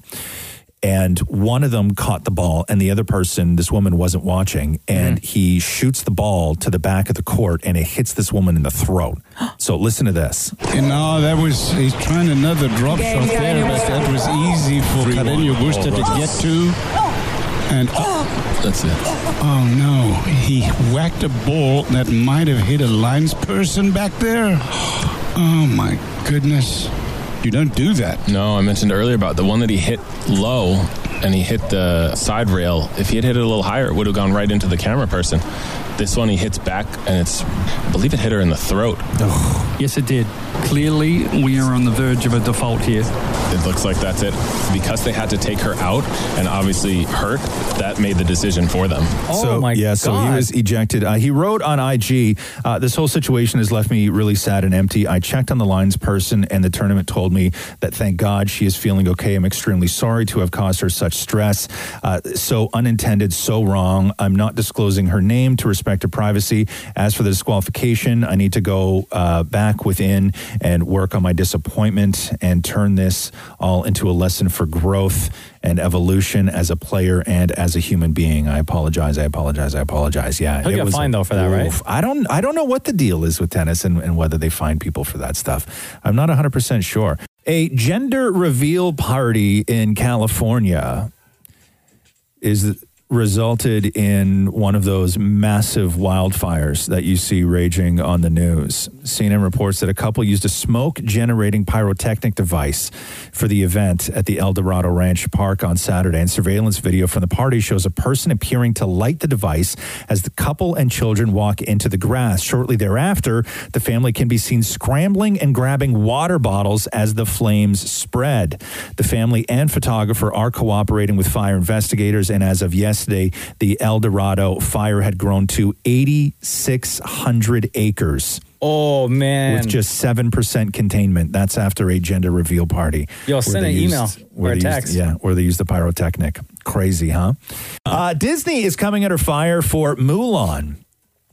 And one of them caught the ball, and the other person, this woman, wasn't watching. And he shoots the ball to the back of the court, and it hits this woman in the throat. So listen to this.
And now that was he's trying another drop shot there, but that was easy for Cardenio Busta to get to. And that's it. Oh no, he whacked a ball that might have hit a lines person back there. Oh my goodness. You don't do that.
No, I mentioned earlier about the one that he hit low
and he hit the side rail. If he had hit it a little higher, it would have gone right into the camera person. This one, he hits back, and it's, I believe it hit her in the throat.
Yes, it did. Clearly, we are on the verge of a default here.
It looks like that's it. Because they had to take her out and obviously hurt, that made the decision for them.
so, yeah, so he was ejected. Uh, he wrote on IG, uh, "This whole situation has left me really sad and empty. I checked on the lines person, and the tournament told me that thank God she is feeling okay. I'm extremely sorry to have caused her such stress. Uh, so unintended, so wrong. I'm not disclosing her name to respect her privacy. As for the disqualification, I need to go uh, back within and work on my disappointment and turn this all into a lesson for growth." And evolution as a player and as a human being. I apologize. I apologize. I apologize. Yeah,
He'll get fined, though, for that, right?
I don't. I don't know what the deal is with tennis and, and whether they fine people for that stuff. I'm not 100 percent sure. A gender reveal party in California is resulted in one of those massive wildfires that you see raging on the news. CNN reports that a couple used a smoke generating pyrotechnic device for the event at the El Dorado Ranch Park on Saturday. And surveillance video from the party shows a person appearing to light the device as the couple and children walk into the grass. Shortly thereafter, the family can be seen scrambling and grabbing water bottles as the flames spread. The family and photographer are cooperating with fire investigators, and as of yesterday, the El Dorado fire had grown to 8,600 acres.
Oh man!
With just seven percent containment. That's after a gender reveal party.
Yo,
where
send
they
an email
where
or a
they used-
text.
yeah, where they use the pyrotechnic. Crazy, huh? Uh, Disney is coming under fire for Mulan.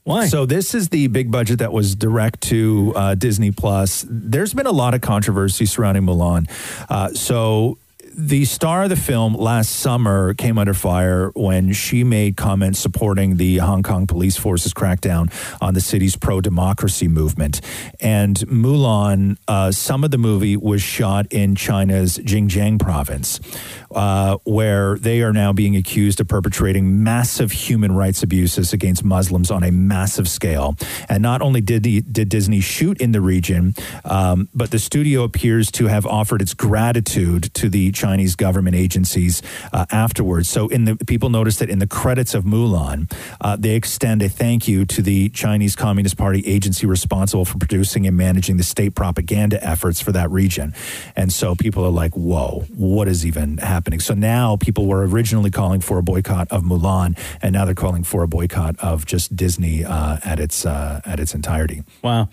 Why?
So this is the big budget that was direct to uh, Disney Plus. There's been a lot of controversy surrounding Mulan. Uh, so the star of the film last summer came under fire when she made comments supporting the Hong Kong police force's crackdown on the city's pro democracy movement. And Mulan, uh, some of the movie was shot in China's Xinjiang province, uh, where they are now being accused of perpetrating massive human rights abuses against Muslims on a massive scale. And not only did, the, did Disney shoot in the region, um, but the studio appears to have offered its gratitude to the Chinese government agencies uh, afterwards. So, in the people noticed that in the credits of Mulan, uh, they extend a thank you to the Chinese Communist Party agency responsible for producing and managing the state propaganda efforts for that region. And so, people are like, "Whoa, what is even happening?" So now, people were originally calling for a boycott of Mulan, and now they're calling for a boycott of just Disney uh, at its uh, at its entirety.
Wow.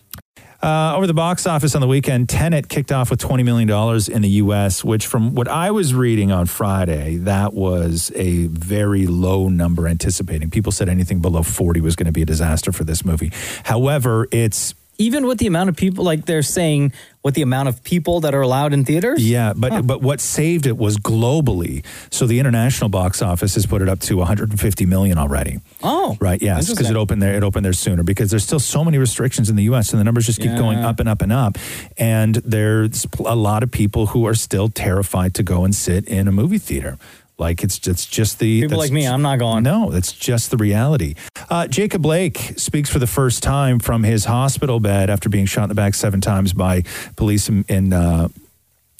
Uh, over the box office on the weekend, Tenet kicked off with $20 million in the U.S., which, from what I was reading on Friday, that was a very low number anticipating. People said anything below 40 was going to be a disaster for this movie. However, it's.
Even with the amount of people, like they're saying, with the amount of people that are allowed in theaters.
Yeah, uh, but but what saved it was globally. So the international box office has put it up to 150 million already.
Oh,
Right, yes, because it
Interesting.
opened there. It opened there sooner because there's still so many restrictions in the U.S. and the numbers just keep going
Yeah.
up and up and up. And there's pl- a lot of people who are still terrified to go and sit in a movie theater. Like it's it's just the
People like
that's-
me, I'm not going.
No, that's just the reality. Uh, Jacob Blake speaks for the first time from his hospital bed after being shot in the back seven times by police in. in uh,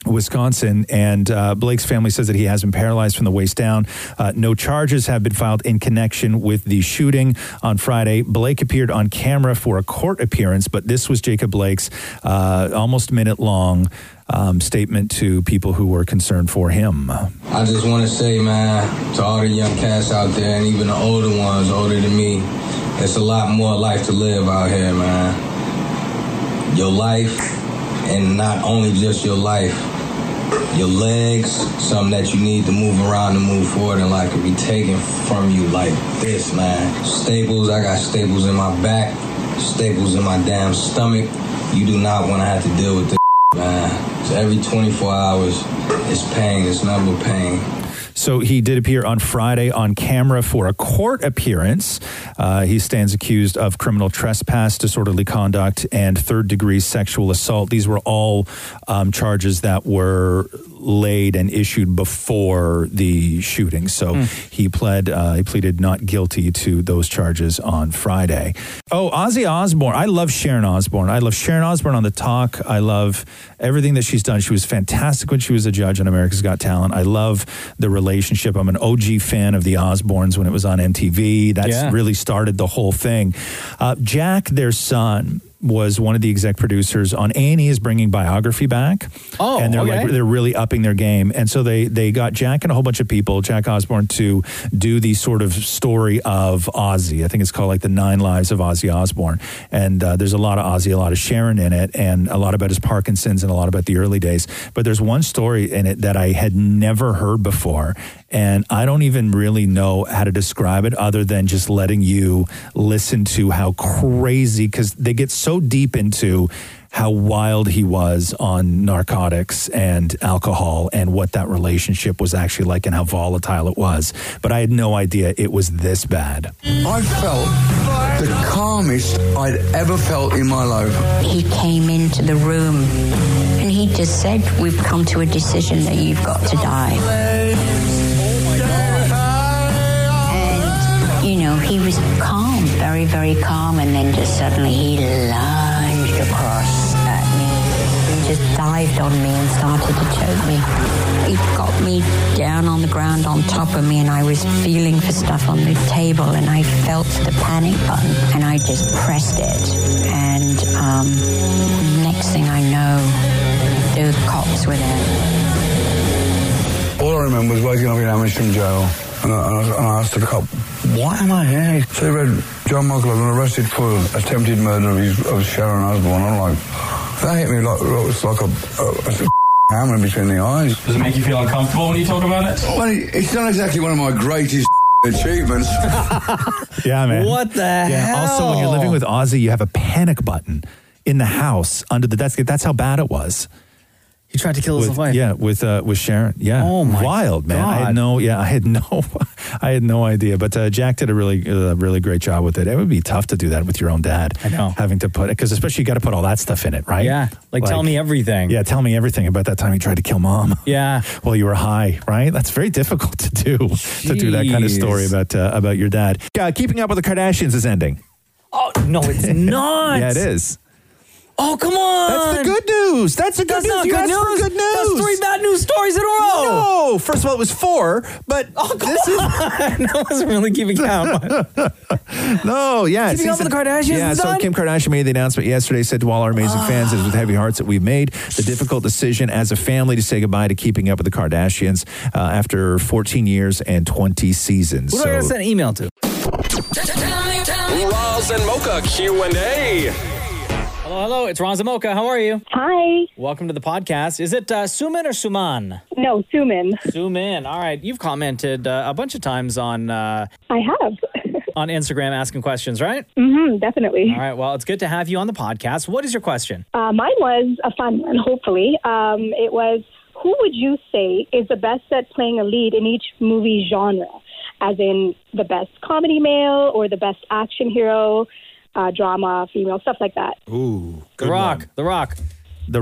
Wisconsin, and uh, Blake's family says that he has been paralyzed from the waist down. Uh, no charges have been filed in connection with the shooting on Friday. Blake appeared on camera for a court appearance, but this was Jacob Blake's uh, almost minute long um, statement to people who were concerned for him.
I just want to say, man, to all the young cats out there and even the older ones, older than me, it's a lot more life to live out here, man. Your life, and not only just your life, your legs, something that you need to move around and move forward and like it be taken from you like this, man. Staples, I got staples in my back, staples in my damn stomach. You do not want to have to deal with this, man. So every 24 hours, it's pain, it's nothing but pain.
So he did appear on Friday on camera for a court appearance. Uh, he stands accused of criminal trespass, disorderly conduct, and third degree sexual assault. These were all um, charges that were laid and issued before the shooting. So he pled uh, he pleaded not guilty to those charges on Friday. Oh, Ozzy Osbourne. I love Sharon Osbourne. I love Sharon Osbourne on the talk. I love everything that she's done. She was fantastic when she was a judge on America's Got Talent. I love the relationship relationship. I'm an OG fan of the Osbournes when it was on MTV. That's
Yeah.
really started the whole thing. Uh, Jack, their son, was one of the exec producers on A&E is bringing biography back.
Oh,
and they're like
okay.
they're really upping their game, and so they they got Jack and a whole bunch of people, Jack Osborne, to do the sort of story of Ozzy. I think it's called like the Nine Lives of Ozzy Osbourne, and uh, there's a lot of Ozzy, a lot of Sharon in it, and a lot about his Parkinson's and a lot about the early days. But there's one story in it that I had never heard before, and I don't even really know how to describe it other than just letting you listen to how crazy because they get so deep into how wild he was on narcotics and alcohol and what that relationship was actually like and how volatile it was. But I had no idea it was this bad.
I felt the calmest I'd ever felt in my life.
He came into the room and he just said, We've come to a decision that you've got to die. And, you know, he was calm, very, very calm, and then just suddenly he lunged across at me and just dived on me and started to choke me. He got me down on the ground on top of me, and I was feeling for stuff on the table, and I felt the panic button, and I just pressed it. And um, next thing I know, the cops were there.
All I remember was waking up in Amsterdam jail, and I, and I, and I asked the cop, "Why am I here?" So he read, "John Michael has been arrested for attempted murder of, his, of Sharon Osbourne." I'm like, that hit me like it was like a, a, a hammer between the eyes.
Does it make you feel uncomfortable when you talk about it?
Well, it- it's not exactly one of my greatest *laughs* achievements.
*laughs*
*laughs*
Yeah, man.
What the
yeah. Also, when you're
hell?
living with Ozzy, you have a panic button in the house under the desk. That's how bad it was.
He tried to kill
his wife. Yeah, with uh, with Sharon. Yeah. Oh my Wild man. I had
God.
no. Yeah, I had no. *laughs* I had no idea. But uh, Jack did a really uh, really great job with it. It would be tough to do that with your own dad. I know. Having to put it because especially you got to put all that stuff in it, right?
Yeah. Like, tell me everything.
Yeah, tell me everything about that time you tried to kill mom. *laughs*
Yeah.
While you were high, right? That's very difficult to do to do that kind of
Jeez.
story about uh, about your dad. Uh, Keeping Up with the Kardashians is ending.
Oh no, it's not.
*laughs* yeah, it is.
Oh come on!
That's the good news. That's the good
That's
news.
Not
You
good
asked
news.
for good news.
That's three bad news stories in a row.
No, first of all, it
*laughs*
was four, *laughs* but oh, this is
I wasn't really keeping count.
*laughs* no, yeah.
Keeping Up
season-
with the Kardashians
Yeah,
is
so
done? Ah.
Kim Kardashian made the announcement yesterday, said to all our amazing fans, it is with heavy hearts that we've made the difficult decision as a family to say goodbye to Keeping Up with the Kardashians uh, after 14 years and 20 seasons.
Who do I gotta
so,
send an email to?
Roz and Mocha Q&A.
Hello, hello. It's Ron Zamoka. How are you?
Hi.
Welcome to the podcast. Is it uh, Suman or Suman?
No, Suman.
Suman. All right. You've commented uh, a bunch of times on uh,
I have. *laughs*
on Instagram asking questions, right?
hmm definitely.
All right. Well, it's good to have you on the podcast. What is your question?
Uh, mine was a fun one, hopefully. Um, it was who would you say is the best at playing a lead in each movie genre? As in the best comedy male or the best action hero, uh, drama, female, stuff like that.
ooh,
The Rock. The Rock.
The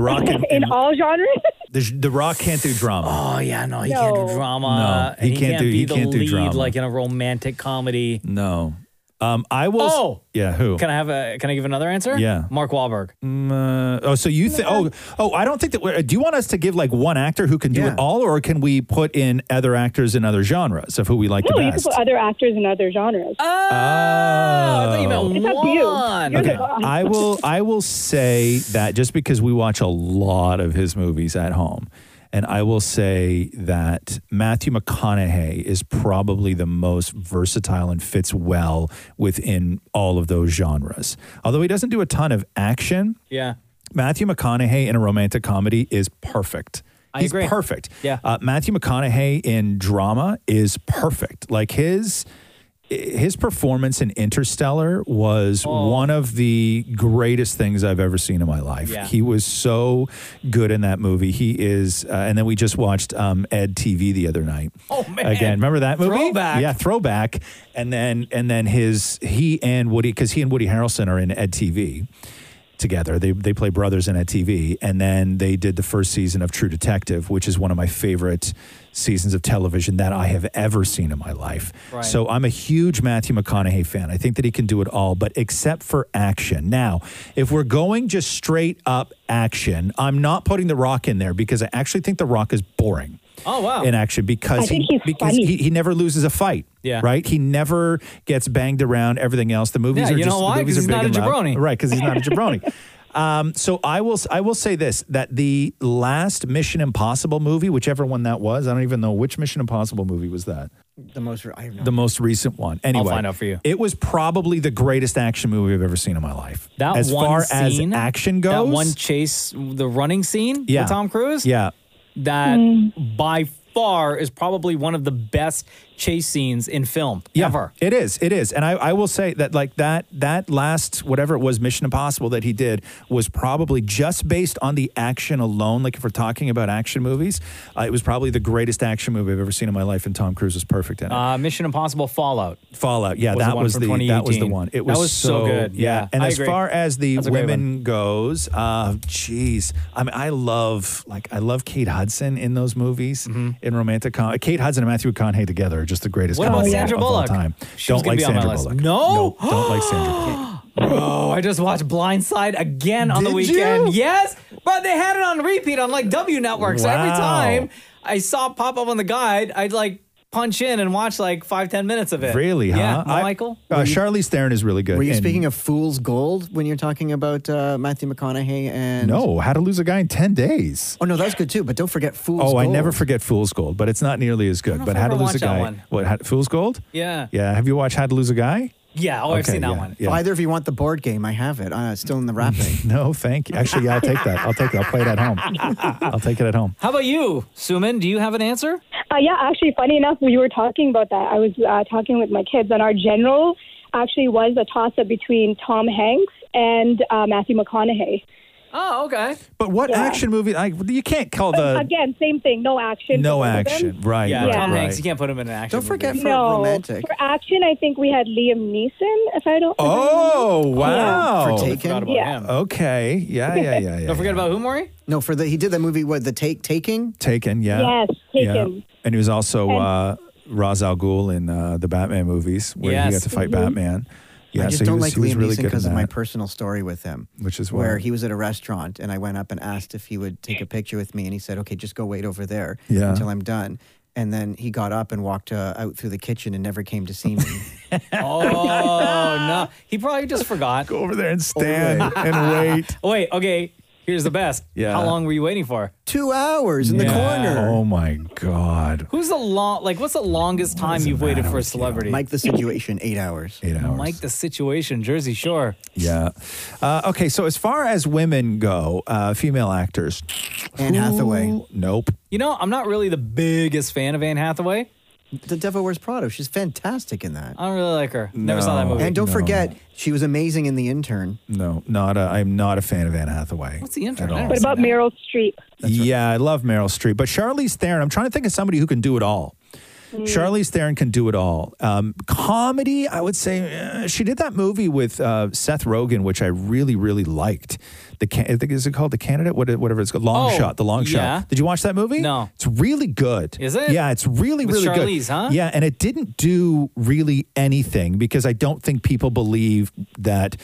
*laughs*
Rock. and-
in all genres?
the, the Rock can't do drama.
Oh yeah, no, he
No.
can't do drama.
No, he
and
can't do-
be
he
the
can't do
lead,
drama.
like in a romantic comedy.
No. Um, I will.
Oh.
yeah. Who?
Can I have a? Can I give another answer?
Yeah.
Mark Wahlberg.
Mm, uh, oh, so you think? Oh, oh, I don't think that. We're, do you want us to give like one actor who can do it all, or can we put in other actors in other genres of who we like
*laughs* no,
the
you
best?
could put other actors in other genres.
oh, I
thought you meant
It's up to you.
one.
You're the
Okay,
boss.
I will. I will say that just because we watch a lot of his movies at home, and I will say that Matthew McConaughey is probably the most versatile and fits well within all of those genres. Although he doesn't do a ton of action,
Yeah.
Matthew McConaughey in a romantic comedy is perfect.
I
He's
agree.
perfect.
Yeah.
Uh, Matthew McConaughey in drama is perfect. Like his his performance in Interstellar was
Oh.
one of the greatest things I've ever seen in my life.
Yeah.
He was so good in that movie. He is, uh, and then we just watched um, Ed TV the other night.
Oh, man.
Again, remember that movie?
Throwback.
Yeah, throwback. And then and then his he and Woody because he and Woody Harrelson are in Ed TV together. They they play brothers in Ed TV, and then they did the first season of True Detective, which is one of my favorite seasons of television that I have ever seen in my life.
Right.
So I'm a huge Matthew McConaughey fan. I think that he can do it all, but except for action. Now, if we're going just straight up action, I'm not putting The Rock in there because I actually think The Rock is boring.
Oh, wow.
in action because
I think
he
he's
because
funny.
he, he never loses a fight.
Yeah.
Right? He never gets banged around everything else. The movies
Yeah,
are
you
just
know
the
why?
movies
'Cause
are
he's
big
not a
and loud.
jabroni.
Right, because
*laughs*
he's not a jabroni. Um, so I will I will say this that the last Mission Impossible movie, whichever one that was, I don't even know which Mission Impossible movie was that.
The most. I have no.
The most recent one. Anyway,
find out for you.
It was probably the greatest action movie I've ever seen in my life.
That
as
one
far
scene,
as action goes,
That one chase, the running scene
Yeah.
with Tom Cruise.
Yeah.
That by far is probably one of the best chase scenes in film
Yeah,
ever.
It is. It is. And I, I will say that like that that last whatever it was Mission Impossible that he did was probably just based on the action alone. Like if we're talking about action movies, uh, it was probably the greatest action movie I've ever seen in my life, and Tom Cruise was perfect in it.
Uh, Mission Impossible Fallout.
Fallout, yeah,
was the
that
one
was
from
the that was the
2018.
one. It
That
was,
was so good. Yeah,
and
I
as
agree.
far as the
That's a great
women goes, uh, geez, I mean, I love like I love Kate Hudson in those movies in romantic com. Kate Hudson and Matthew McConaughey together are just the greatest.
Mm-hmm. What about
couple
Sandra
of all
Bullock?
time.
She was gonna
Don't like
be on my
Sandra
list.
Bullock.
No?
*gasps*
*gasps*
don't like Sandra.
Bro, I just watched Blindside again on the
Did
weekend.
you?
Yes, but they had it on repeat on like W Network. So every
Wow.
time I saw it pop up on the guide, I'd like punch in and watch like five, ten minutes of it.
Really?
Yeah,
huh? I-
Michael.
Uh, Charlize Theron is really good.
Were you
and-
speaking of fool's gold when you're talking about uh, Matthew McConaughey and?
No, How to Lose a Guy in Ten Days.
Oh no, that's good too. But don't forget fool's.
oh, I
Gold.
never forget Fool's Gold, but it's not nearly as good. But
if I
How to
ever
Lose a
watched that
Guy?
one.
What? How, Fool's Gold?
Yeah.
Yeah. Have you watched How to Lose a Guy?
Yeah.
oh, I've Okay, seen that yeah, one. yeah.
Either of you want the board game, I have it. Uh, it's still in the wrapping.
*laughs* No, thank you. Actually, yeah, I'll take that. I'll take that. I'll play it at *laughs* home. I'll take it at home.
How about you, Suman? Do you have an answer?
Uh, yeah, actually, funny enough, we were talking about that. I was uh, talking with my kids, and our general actually was a toss up between Tom Hanks and uh, Matthew McConaughey.
Oh, okay.
But what action movie? I, you can't call Oh, the
Again, same thing, no action.
no
for both of them.
action, right?
Yeah,
right,
Tom
right.
Hanks. You can't put him in an action. Don't forget
no, For action, I think we had Liam Neeson, if I don't. if I
Oh
remember.
wow!
For Taken? Forgot about
Yeah.
him.
Okay. Yeah. Yeah. Yeah. Yeah.
Don't forget about who, Maury?
No, for the he did that movie with the take taking.
Taken. Yeah.
Yes,
Yeah.
Taken.
And he was also
And-
uh, Ra's al Ghul in uh, the Batman movies, where
Yes.
he got to fight
Mhm.
Batman. Yeah.
I just
so he
don't
was,
like
he was
Liam
really
Neeson
good in
because of my
that.
personal story with him,
which is
where
what?
he was at a restaurant and I went up and asked if he would take a picture with me, and he said, "Okay, just go wait over there
Yeah.
until I'm done." And then he got up and walked uh, out through the kitchen and never came to see
*laughs*
me.
Oh
*laughs*
no, he probably just forgot. Go
over there and stand and wait.
*laughs* wait, okay. Here's the best.
Yeah.
How long were you waiting for?
Two hours in the corner.
Oh my God.
Who's the long? Like, what's the longest time you've waited for a celebrity?
Mike the Situation, eight hours.
Eight hours.
Mike the Situation, Jersey Shore.
Yeah. Uh, okay. So as far as women go, uh, female actors,
Anne Hathaway.
Nope.
You know, I'm not really the biggest fan of Anne Hathaway.
The Devil Wears Prada. She's fantastic in that.
I don't really like her. Never saw that
No.
movie.
And don't
No.
forget, she was amazing in The Intern.
No, not. A, I'm not a fan of Anne Hathaway.
What's the intern?
At all.
What about Meryl Streep?
yeah, I love Meryl Streep, but Charlize Theron. I'm trying to think of somebody who can do it all.
Mm.
Charlize Theron can do it all. Um, comedy, I would say, eh, she did that movie with uh, Seth Rogen, which I really, really liked. The can- I think is it called The Candidate? What, whatever it's called, Long
Oh,
Shot. The Long
yeah.
Shot. Did you watch that movie? No. It's really good.
Is it?
Yeah, it's really,
With
really
Charlize,
good.
huh?
Yeah, and it didn't do really anything because I don't think people believe that.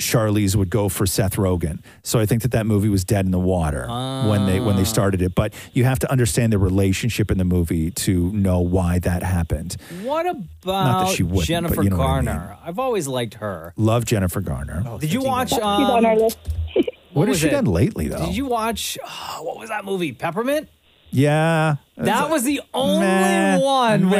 Charlize would go for Seth Rogen, so I think that that movie was dead in the water when they
Ah.
when they started it. But you have to understand the relationship in the movie to know why that happened.
What about
Not that she wouldn't, but
Jennifer
you know what I
Garner? I've always liked her.
Love Jennifer Garner.
Did you watch?
She's
Um,
on our list.
Oh,
Oh,
what has
was
she
it?
done lately though?
Did you watch? oh, what was that movie? Peppermint.
yeah,
That was the only one where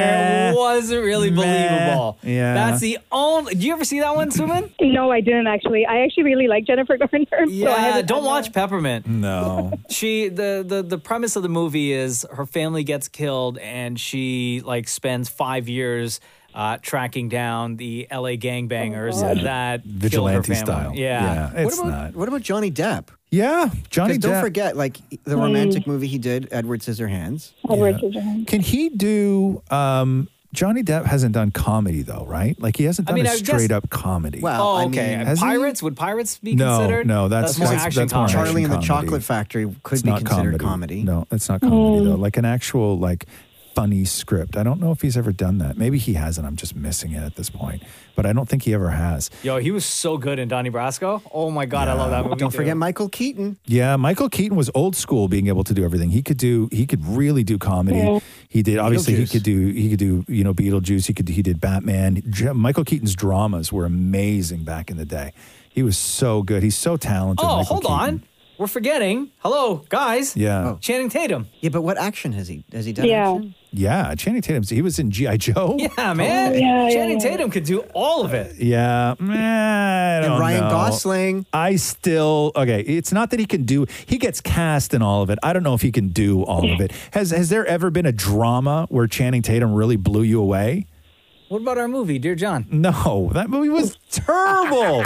meh,
it wasn't really believable.
yeah.
That's the only. Do you ever see that one, Suman?
*laughs* No, I didn't actually. I actually really like Jennifer *laughs* Garner. so I
Yeah,
haven't-
don't watch Peppermint.
No.
*laughs* She the, the the premise of the movie is her family gets killed and she like spends five years uh, tracking down the LA gangbangers
Oh,
God.
that killed her
Vigilante
family.
style.
Yeah.
Yeah, it's
what about,
not.
What about Johnny Depp?
Yeah,
'Cause
Johnny
Don't
Depp.
forget, like the
Hmm.
romantic movie he did, Edward Scissorhands.
Edward Scissorhands.
Can he do? Um, Johnny Depp hasn't done comedy though, right? Like he hasn't
I
done
mean,
a
I guess-
straight up comedy.
oh, okay.
Has he?
pirates would pirates be
No,
considered?
no, that's-
more
that's-
action
that's more
comedy.
Charlie and the
comedy.
Chocolate Factory could
It's
be
not
considered comedy.
No, it's not comedy though. Like an actual like funny script. I don't know if he's ever done that. Maybe he has, and I'm just missing it at this point. But I don't think he ever has.
Yo, he was so good in Donnie Brasco. Oh my god, I love that movie.
Don't forget
Michael Keaton.
Yeah, Michael Keaton was old school, being able to do everything. He could do. He could really do comedy.
Yeah.
He did. Obviously, he
Beetlejuice.
could do. He could do. You know, Beetlejuice. He could. He did Batman. J- Michael Keaton's dramas were amazing back in the day. He was so good. He's so talented.
Oh,
Michael
hold
Keaton.
on. We're forgetting. Hello, guys.
Yeah. Oh.
Channing Tatum. Yeah, but what action has he has he
done Yeah, Channing Tatum. He was in GI
*laughs*
Joe.
Yeah, man.
Yeah, yeah,
Channing
yeah.
Tatum could do all of it.
Yeah, meh, I
And
don't
Ryan
know.
Gosling.
I still okay. It's not that he can do. He gets cast in all of it. I don't know if he can do all of it. Has Has there ever been a drama where Channing Tatum really blew you away?
What about our movie, Dear John?
No, that movie was terrible.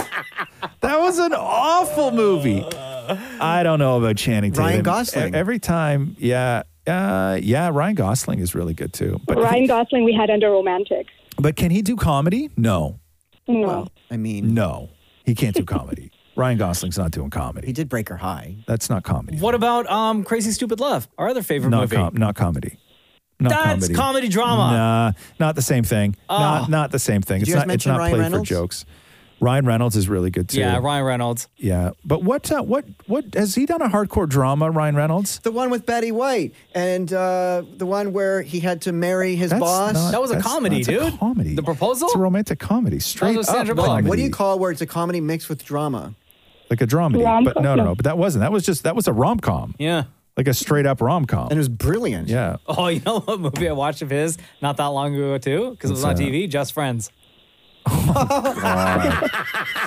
that was an awful movie. I don't know about Channing Tatum.
Ryan Gosling.
E- Every time, yeah, uh, yeah. Ryan Gosling is really good too. But
Ryan Gosling, we had under romantic.
but can he do comedy? No.
No.
I mean, no, he can't do comedy. Ryan Gosling's not doing comedy. He did Break Her High. That's not comedy.
What about um Crazy Stupid Love? Our other favorite
Not,
movie.
com- not comedy. Not
That's comedy drama.
Nah, not the same thing.
Oh.
Not not the same thing.
Did
it's
you guys
not. It's
mention
not
Ryan
played
Reynolds?
for jokes. Ryan Reynolds is really good too.
yeah, Ryan Reynolds.
Yeah, but what uh, what what has he done a hardcore drama? Ryan Reynolds.
The one with Betty White and uh, the one where he had to marry his
That's
boss.
not- That was a that's- comedy, that's a dude. comedy.
The
proposal?
It's a romantic comedy, straight up comedy.
What do you call where it's a comedy mixed with drama?
like a dramedy?
Rom-com.
But no, no, no. But that wasn't. That was just that was a rom com.
Yeah.
Like a straight up rom com. And
it was brilliant.
Yeah.
*laughs* Oh, you know what movie I watched of his not that long ago too? Because it was
What's
on
that?
TV. Just
*laughs*
Friends.
Is that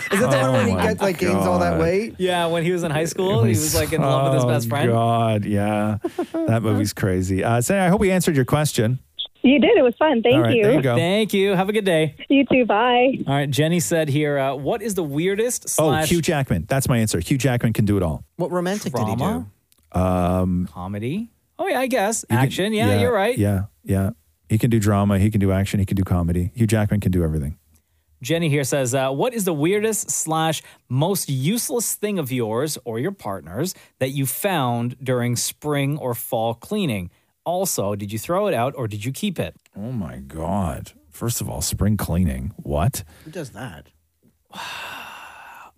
the one
Oh
where he
my
gets like gains all that
God.
weight?
Yeah, when he was in high school, he was like in love with his best friend.
Oh God, yeah,
*laughs*
that movie's crazy. Uh, Say, I hope we answered your question.
You did. It was fun. Thank
All right,
you.
there you go.
Thank you. Have a good day.
You too. Bye.
All right, *laughs* Jenny said here, uh, what is the weirdest slash
Oh, Hugh Jackman. That's my answer. Hugh Jackman can do it all.
What romantic did he do?
Um,
comedy? Oh yeah, I guess action. yeah, you're right.
Yeah, yeah. He can do drama. He can do action. He can do comedy. Hugh Jackman can do everything.
Jenny here says, uh, what is the weirdest slash most useless thing of yours or your partner's that you found during spring or fall cleaning? Also, did you throw it out or did you keep it?
Oh my God. First of all, spring cleaning. What?
Who does that?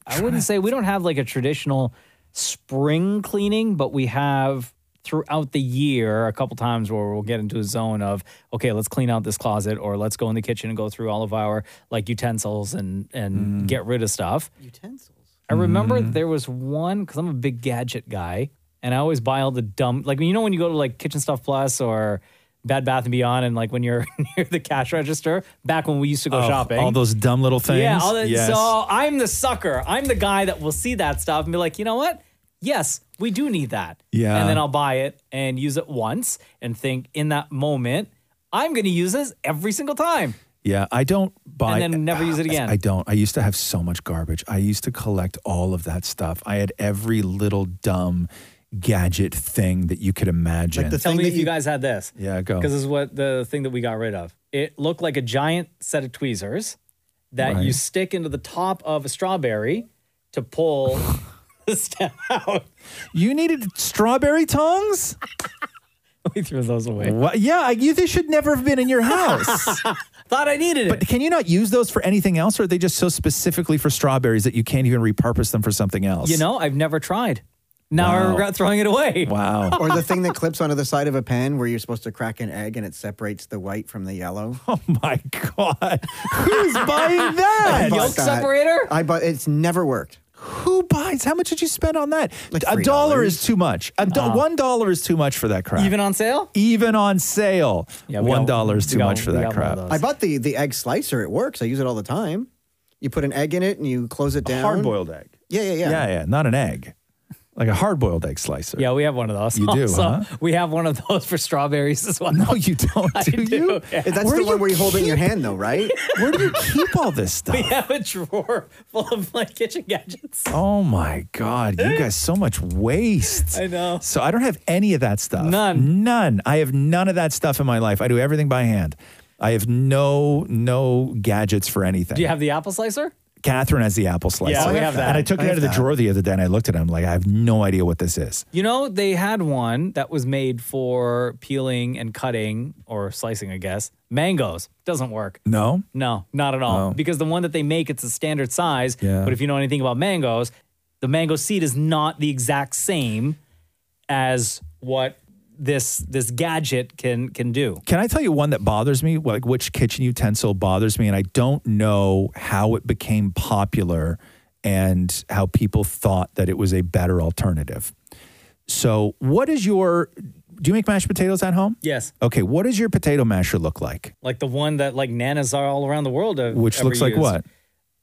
I wouldn't say we don't have like a traditional spring cleaning, but we have throughout the year a couple times where we'll get into a zone of okay, let's clean out this closet or let's go in the kitchen and go through all of our like utensils and
Mm.
and get rid of stuff.
Utensils.
I remember there was one because I'm a big gadget guy, and I always buy all the dumb like you know when you go to like Kitchen Stuff Plus or Bad Bath and Beyond, and like when you're *laughs* near the cash register, back when we used to go
Oh,
shopping,
All those dumb little things.
Yeah, all that,
Yes.
so Oh, I'm the sucker. I'm the guy that will see that stuff and be like, you know what? Yes, we do need that.
Yeah.
and then I'll buy it and use it once and think in that moment I'm going to use this every single time.
Yeah, I don't buy Ah,
And then never use it again.
I don't. I used to have so much garbage. I used to collect all of that stuff. I had every little dumb gadget thing that you could imagine.
Tell me if you guys had this.
Yeah, go.
Because this is what the thing that we got rid of. It looked like a giant set of tweezers that you
Right.
stick into the top of a strawberry to pull *laughs* the stem *laughs* out.
You needed strawberry tongs?
we threw those away.
What? Yeah, I, you, they should never have been in your house.
*laughs* Thought I needed it.
But can you not use those for anything else, or are they just so specifically for strawberries that you can't even repurpose them for something else?
You know, I've never tried. Now I
Wow.
regret throwing it away.
Wow.
*laughs* or the thing that clips onto the side of a pen where you're supposed to crack an egg and it separates the white from the yellow.
*laughs* Oh my god.
*laughs*
Who's buying that?
I bought
Yolk
that.
separator?
I bought it's never worked.
Who buys? How much did you spend on that?
Like Uh-huh.
a dollar is too much. A do- one dollar is too much for that crap.
Even on sale?
Even on sale.
we
one
got-
dollar is
we
too
got-
much for
we
that
got one
crap.
I bought the the egg slicer. It works. I use it all the time. You put an egg in it and you close it down.
hard-boiled egg.
Yeah, yeah, yeah.
yeah, yeah. Not an egg. Like a hard boiled egg slicer.
Yeah, we have one of those.
*laughs* You
*laughs*
do,
Also,
huh?
We have one of those for strawberries as well. No,
you
*laughs*
don't.
I do, you?
That's the one where you hold it in your hand, though, right?
Where do you keep
*laughs*
all this stuff?
We have a drawer full of like kitchen gadgets.
Oh my God, you guys, so much waste.
I know.
So I don't have any of that stuff. None. None. I have none of that stuff in my life. I do everything by hand. I have no no gadgets for anything.
Do you have the apple slicer?
Catherine has the apple slicer.
Oh, Yeah, we have that.
And I took
I
it out
have
of the
that.
drawer the other day and I looked at him like, I have no idea what this is.
You know, they had one that was made for peeling and cutting or slicing, I guess. Mangoes. Doesn't work.
No?
No, not at all. Because the one that they make, it's a standard size.
Oh. Yeah.
But if you know anything about mangoes, the mango seed is not the exact same as what this this gadget can can do.
Can I tell you one that bothers me? Like which kitchen utensil bothers me, and I don't know how it became popular and how people thought that it was a better alternative. So, what is your? Do you make mashed potatoes at home?
Yes.
Okay, what does your potato masher look like?
Like the one that like nanas are all around the world. have
Which
ever
looks like
used.
what?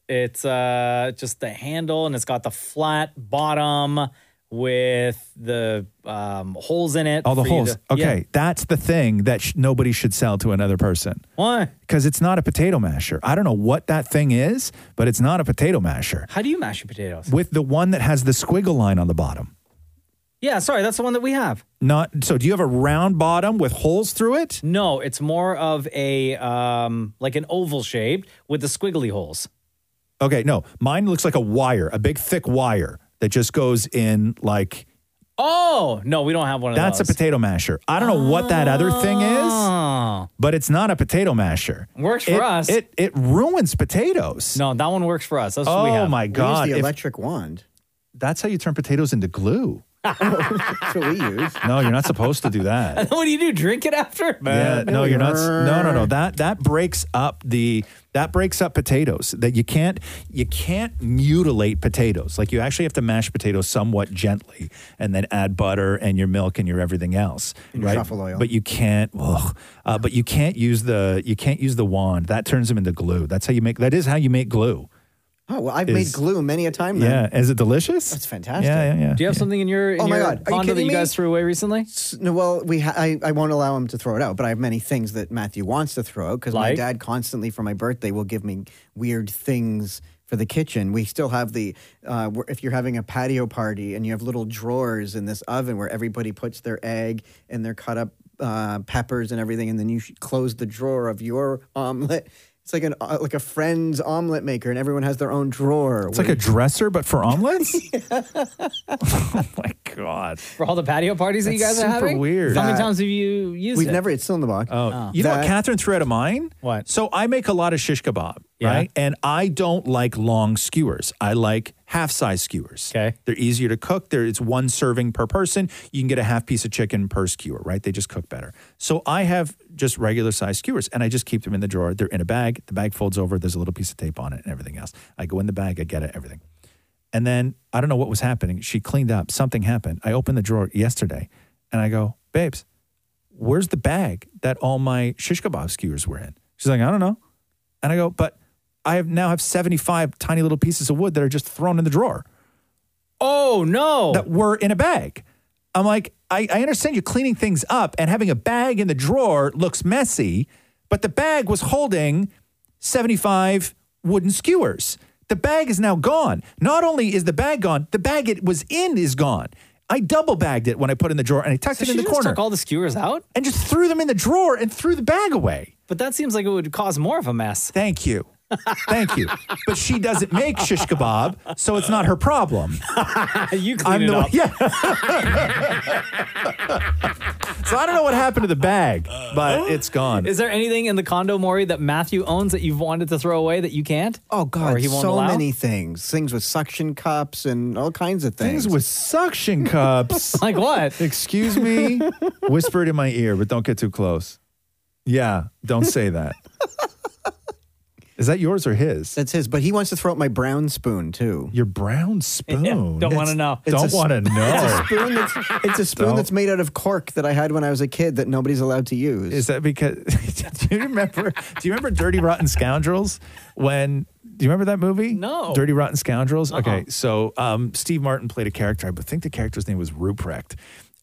It's uh just the handle and it's got the flat bottom with the um, holes in it.
All the
for you
holes.
to-
okay,
Yeah.
that's the thing that sh- nobody should sell to another person.
Why?
Because it's not a potato masher. I don't know what that thing is, but it's not a potato masher.
How do you mash your potatoes?
With the one that has the squiggle line on the bottom.
Yeah, sorry, that's the one that we have.
Not so. Do you have a round bottom with holes through it?
No, it's more of a um like an oval shaped with the squiggly holes.
Okay, no. Mine looks like a wire, a big thick wire that just goes in like
Oh no, we don't have one of
that's a
those.
potato masher. I don't know what that other thing is, but it's not a potato masher.
Ah. Works for
It-
us.
It it ruins potatoes.
No, that one works for us. That's
oh
what we have.
my god!
If-
If-
wand.
That's how you turn potatoes into glue.
*laughs*
That's what we use.
No, you're not supposed to do
*laughs*
that.
what do you do? Drink it after?
Yeah, no, you're not. s- No, no, no. That that breaks up the that breaks up potatoes. That you can't you can't mutilate potatoes. Like you actually have to mash potatoes somewhat gently, and then add butter and your milk and your everything else,
And your
right?
truffle oil.
But you can't. ugh. uh, but you can't use the you can't use the wand. That turns them into glue. That's how you make. That is how you make glue.
Oh well, I've
Is-
made glue many a time.
Yeah,
Then.
is it delicious?
That's fantastic.
Yeah, yeah, yeah.
Do you have something in your in
oh my
your
god! Are you
condo
kidding
that you
me?
guys threw away recently?
No, well, we ha- I I won't allow him to throw it out, but I have many things that Matthew wants to throw out because my
Like?
dad constantly for my birthday will give me weird things for the kitchen. We still have the uh, where- if you're having a patio party and you have little drawers in this oven where everybody puts their egg and their cut up uh, peppers and everything, and then you sh- close the drawer of your omelet. It's like an uh, like a friend's omelet maker, and everyone has their own drawer.
It's like a dresser, but for
*laughs*
omelets. *laughs* Oh God.
For all the patio parties that you
That's
guys are
super
having?
weird.
How many
That-
times have you used
We've
it?
never. It's still in the box.
Oh, you know what Catherine threw out of mine?
What?
So I make a lot of shish kebab,
Yeah.
right? And I don't like long skewers. I like half size skewers. Okay. They're easier to cook. There it's one serving per person. You can get a half piece of chicken per skewer, right? They just cook better. So I have just regular size skewers and I just keep them in the drawer. They're in a bag. The bag folds over. There's a little piece of tape on it and everything else. I go in the bag, I get it, everything. And then I don't know what was happening. She cleaned up. Something happened. I opened the drawer yesterday and I go, babes, where's the bag that all my shish kebab skewers were in? She's like, I don't know. And I go, but I have now have 75 tiny little pieces of wood that are just thrown in the drawer.
Oh no.
That were in a bag. I'm like, I, I understand you're cleaning things up and having a bag in the drawer looks messy, but the bag was holding 75 wooden skewers. The bag is now gone. Not only is the bag gone, the bag it was in is gone. I double bagged it when I put it in the drawer and I tucked
So
it in
she
the
just
corner.
took all the skewers out?
And just threw them in the drawer and threw the bag away.
But that seems like it would cause more of a mess.
Thank you. Thank you. But she doesn't make shish kebab, so it's not her problem.
*laughs* you clean
I'm
it
the
up.
Yeah. so I don't know what happened to the bag,
*gasps*
but it's gone.
Is there anything in the condo, Maury, that Matthew owns that you've wanted to throw away that you can't?
Oh God,
Or he won't
so
allow?
many things. Things with suction cups and all kinds of things.
Things with suction
*laughs*
cups.
like what?
Excuse me. Whisper it in my ear, but don't get too close. Yeah, don't say that. Is that yours or his?
That's his, but he wants to throw out my brown spoon too.
Your brown spoon?
don't wanna know.
Don't wanna know.
*laughs* It's a spoon that's, it's a spoon
Don't.
that's made out of cork that I had when I was a kid that nobody's allowed to use.
Is that because *laughs* do you remember do you remember Dirty Rotten Scoundrels when do you remember that movie?
No.
Dirty Rotten Scoundrels? Okay. So um, Steve Martin played a character, I think the character's name was Ruprecht.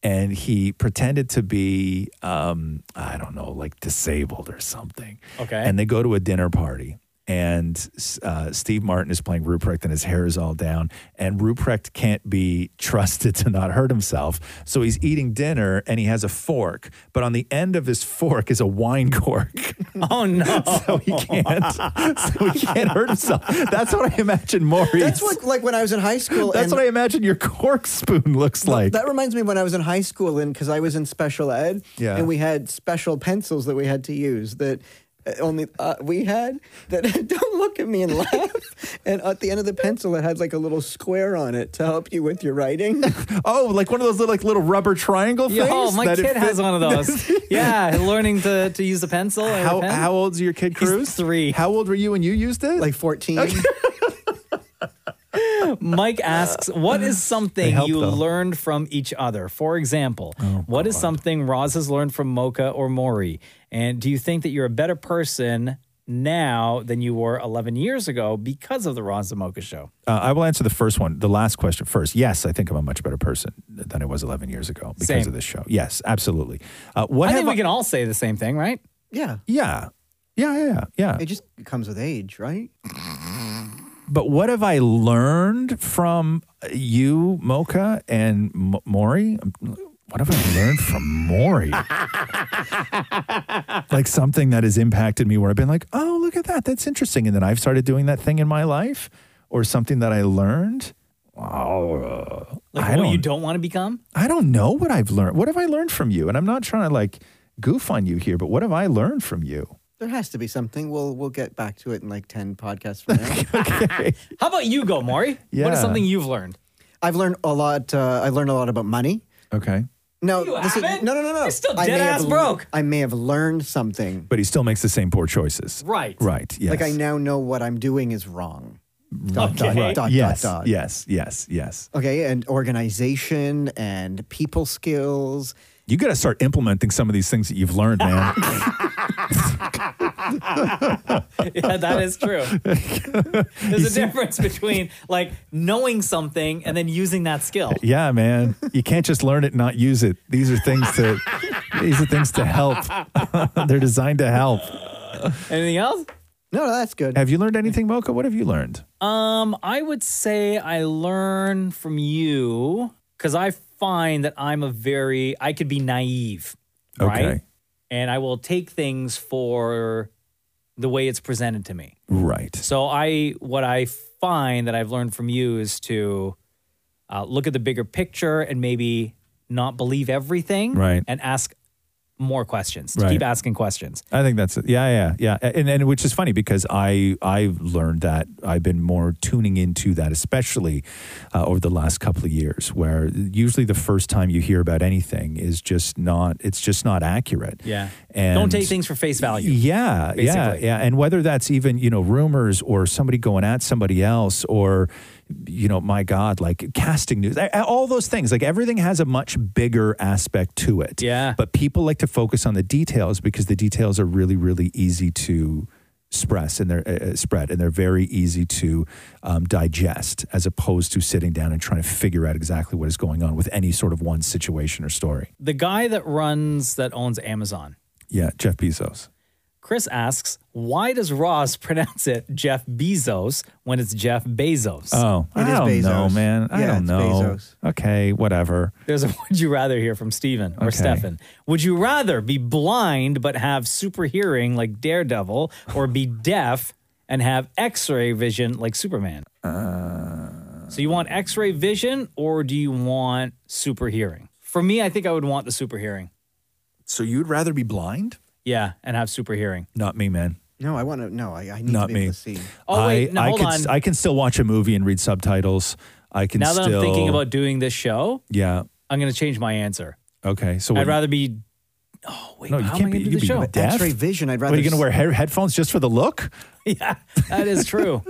And he pretended to be, um, I don't know, like disabled or something.
Okay.
And they go to a dinner party and uh, Steve Martin is playing Ruprecht, and his hair is all down. And Ruprecht can't be trusted *laughs* to not hurt himself, so he's eating dinner, and he has a fork, but on the end of his fork is a wine cork.
*laughs*
*laughs*
Oh no!
so he can't. so he can't hurt himself. That's what I imagine Maurice.
That's what, like when I was in high school.
That's
and-
what I imagine your cork spoon looks like.
That reminds me when I was in high school and because I was in special ed,
Yeah.
and we had special pencils that we had to use that uh, only uh, we had that *laughs* don't look at me and laugh. and at the end of the pencil, it had like a little square on it to help you with your writing. *laughs*
oh, like one of those little, like little rubber triangle
*laughs*
things.
Yo, my
that it
kid
fit-
has one of
*laughs*
those. yeah, learning to, to use a pencil. and a
How
pen.
how old's your kid, Cruz? three. How old were you when you used it?
Like fourteen.
Mike asks, "What is
They
something
help,
you
though. Oh,
learned from each other? For example, what is something Roz has learned from Mocha or Maury? And do you think that you're a better person now than you were 11 years ago because of the Roz and Mocha show?"
Uh, I will answer the first one, the last question first. Yes, I think I'm a much better person than I was 11 years ago because
Same.
of this show. Yes, absolutely. Uh, what
I
have
think we can all say the same thing, right?
Yeah.
Yeah. Yeah, yeah, yeah.
It just comes with age, right?
But what have I learned from you, Mocha and M- Maury? What have I learned
*laughs*
from Maury? like something that has impacted me where I've been like, oh, look at that. That's interesting. And then I've started doing that thing in my life or something that I learned. Oh, uh,
Like
I
what you
don't,
don't want to become?
I don't know what I've learned. What have I learned from you? And I'm not trying to like goof on you here, but what have I learned from you?
There has to be something. We'll we'll get back to it in like ten podcasts from
*laughs*
now.
How about you go, Maury? What
Yeah.
is something you've learned?
I've learned a lot. Uh, I've learned a lot about money.
Okay.
No, this is, no, no, no, no. You're
still dead ass broke.
I may have learned something.
But he still makes the same poor choices.
Right.
Right. Yes.
Like I now know what I'm doing is wrong. Dot, dot,
Right.
dot, dot,
yes,
dot, dot.
yes, yes, yes.
Okay, and organization and people skills.
You got to start implementing some of these things that you've
*laughs*
learned, man.
yeah, that is
*laughs*
true. There's a difference between like knowing something and then using that skill.
yeah, man. You can't just learn it and not use it. These are things to these are things to help. *laughs* They're designed to help.
Anything else?
No, that's good.
Have you learned anything, Mocha? What have you learned?
Um, I would say I learn from you because I find that I'm a very I could be naive, right?
Okay.
And I will take things for the way it's presented to me.
Right.
So I what I find that I've learned from you is to uh, look at the bigger picture and maybe not believe everything,
Right.
And ask more questions. To
Right.
keep asking questions.
I think that's it. Yeah, yeah, yeah. And and which is funny because I I've learned that I've been more tuning into that, especially uh, over the last couple of years, where usually the first time you hear about anything is just not it's just not accurate.
Yeah.
And
Don't take things for face value.
Yeah, yeah,
basically.
yeah. And whether that's even you know rumors or somebody going at somebody else or you know my God, like casting news, a- a- all those things. Like everything has a much bigger aspect to it.
Yeah.
But people like to focus on the details because the details are really really easy to express and they're uh, uh, spread and they're very easy to um, digest as opposed to sitting down and trying to figure out exactly what is going on with any sort of one situation or story.
The guy that runs that owns Amazon.
Yeah, Jeff Bezos.
Chris asks, why does Ross *laughs* pronounce it Jeff Bezos when it's Jeff Bezos?
Oh, I don't know, man. I
Yeah,
don't
it's
know. Okay, whatever.
There's a *laughs* would you rather here from Steven or
Okay.
Stefan. Would you rather be blind but have super hearing like Daredevil or be *laughs* deaf and have x ray vision like Superman?
Uh,
so you want x ray vision or do you want super hearing? For me, I think I would want the super hearing.
So you'd rather be blind?
Yeah, and have super hearing.
Not me, man.
No, I want to. No, I, I need
Not
to be
me.
able to see.
Oh, wait,
I,
no,
I
hold
can,
on.
I can still watch a movie and read subtitles. I can
now that
still.
I'm thinking about doing this show,
Yeah.
I'm going to change my answer.
Okay. So
I'd
what-
rather be. Oh wait,
No, you
how am I
can't be.
going to
You'd
do the
be
show?
deaf.
I'd
What,
rather
are you going
s-
to wear hair, *laughs* headphones just for the look?
*laughs* yeah, that is
*laughs*
true.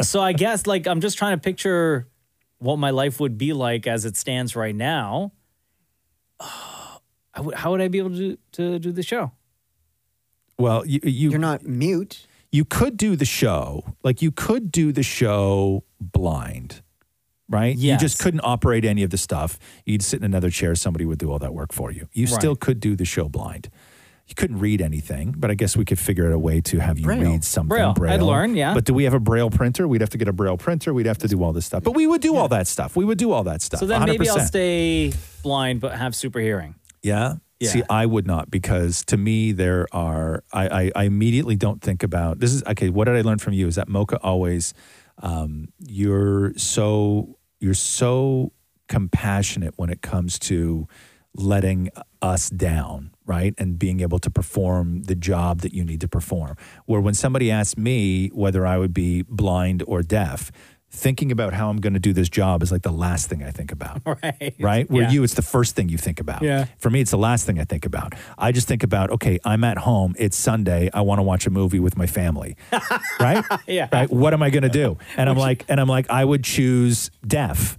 so I guess like I'm just trying to picture what my life would be like as it stands right now. *sighs* I would- how would I be able to do, to do the show?
Well, you, you you're
not mute.
You could do the show. Like you could do the show blind. Right? You
Yes.
just couldn't operate any of the stuff. You'd sit in another chair, somebody would do all that work for you. You
Right.
still could do the show blind. you couldn't read anything, but I guess we could figure out a way to have you read something
Braille. I'd learn, yeah.
But do we have a braille printer? We'd have to get a braille printer. We'd have to do all this stuff. But we would do all that stuff. We would do all that stuff.
So then maybe I'll
100%.
stay blind but have super hearing.
Yeah.
Yeah.
See, I would not because to me there are I, I I immediately don't think about this is okay. What did I learn from you is that Mocha always um, you're so you're so compassionate when it comes to letting us down, right? And being able to perform the job that you need to perform. Where when somebody asks me whether I would be blind or deaf, thinking about how I'm going to do this job is like the last thing I think about
Right.
right? Where
Yeah.
you, it's the first thing you think about.
Yeah.
For me, it's the last thing I think about. I just think about, okay, I'm at home. It's Sunday. I want to watch a movie with my
*laughs*
family, right?
Yeah.
Right. What am I going to do? And I'm like, and I'm like, I would choose deaf.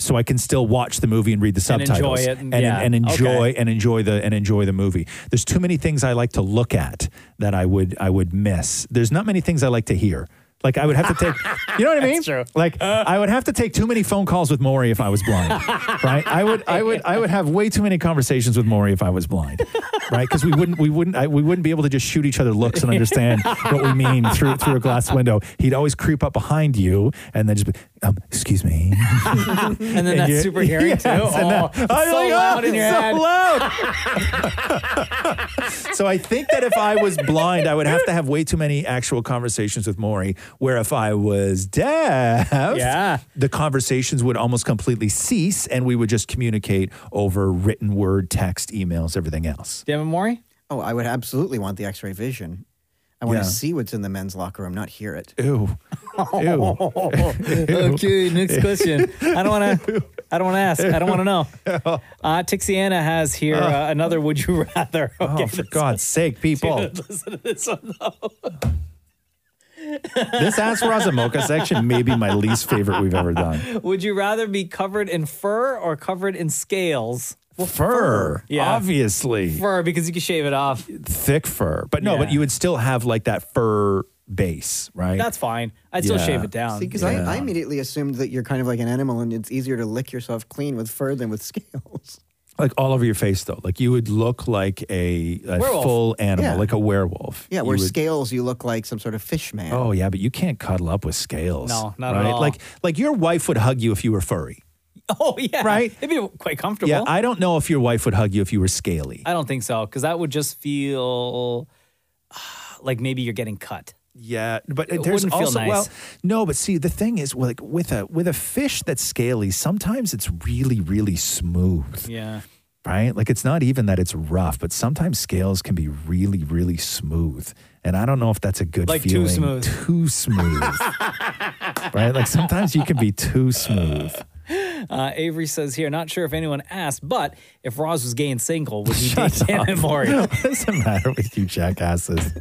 So I can still watch the movie and read the
And enjoy
subtitles
it,
and,
yeah.
and enjoy
Okay.
and enjoy the and enjoy the movie. There's too many things I like to look at that I would I would miss. There's not many things I like to hear. Like I would have
*laughs*
to take, you know what I mean? true. Like
Uh.
I would have to take too many phone calls with Maury if I was
*laughs*
blind, right? I would, I would, I would have way too many conversations with Maury if I was blind, right? Because we wouldn't, we wouldn't, I, we wouldn't be able to just shoot each other looks and understand what we mean through through a glass window. He'd always creep up behind you and then just, be, um, excuse me,
and
*laughs*
then that's
you-
super hearing
Yes,
too.
and
Oh,
that-
it's
I'm
so
like, oh,
loud in your
it's so
head.
loud. so I think that if I was blind, I would have to have way too many actual conversations with Maury. Where if I was deaf,
Yeah.
the conversations would almost completely cease, and we would just communicate over written word, text, emails, everything else.
Damn Maury?
Oh, I would absolutely want the x ray vision. I want
Yeah.
to see what's in the men's locker room, not hear *laughs* it.
Ew. *laughs*
okay, next question. I don't
*laughs*
want to. I don't want to ask. I don't want to
Oh.
know. Uh, Tixiana has here uh, another "Would you rather." Okay,
*laughs* oh, for
this-
God's sake, people.
Dude, *laughs* listen to this one though. *laughs*
this Ask Razamoka section may be my least favorite we've ever done.
Would you rather be covered in fur or covered in scales?
fur, Oh.
Yeah.
obviously.
Fur, because you can shave it off.
thick fur. But no, but
Yeah.
you would still have like that fur base, right?
That's fine. I'd still
Yeah.
shave it down. *laughs*
See, because
Yeah.
I, I immediately assumed that you're kind of like an animal and it's easier to lick yourself clean with fur than with scales.
like all over your face though. Like you would look like a, a
Werewolf.
full animal,
Yeah.
like a werewolf.
*laughs* Yeah,
You
where
would-
scales, you look like some sort of fish man.
Oh yeah, but you can't cuddle up with scales.
No, not at
right?
all.
Like like your wife would hug you if you were furry.
Oh yeah, right. It'd be quite comfortable.
Yeah, I don't know if your wife would hug you if you were scaly.
I don't think so because that would just feel *sighs* like maybe you're getting cut.
Yeah, Uh, but
It
there's
wouldn't feel
also
nice.
well, no, but see the thing is like with a with a fish that's scaly, sometimes it's really really smooth.
yeah.
right? Like it's not even that it's rough, but sometimes scales can be really, really smooth. And I don't know if that's a good
Like
feeling.
too smooth.
Too smooth.
*laughs*
right? Like sometimes you can be
*laughs*
too smooth.
Uh, Avery says here, not sure if anyone asked, but if Roz was gay and single, would
*laughs*
you date Dan and Maury?
What does the matter with you jackasses?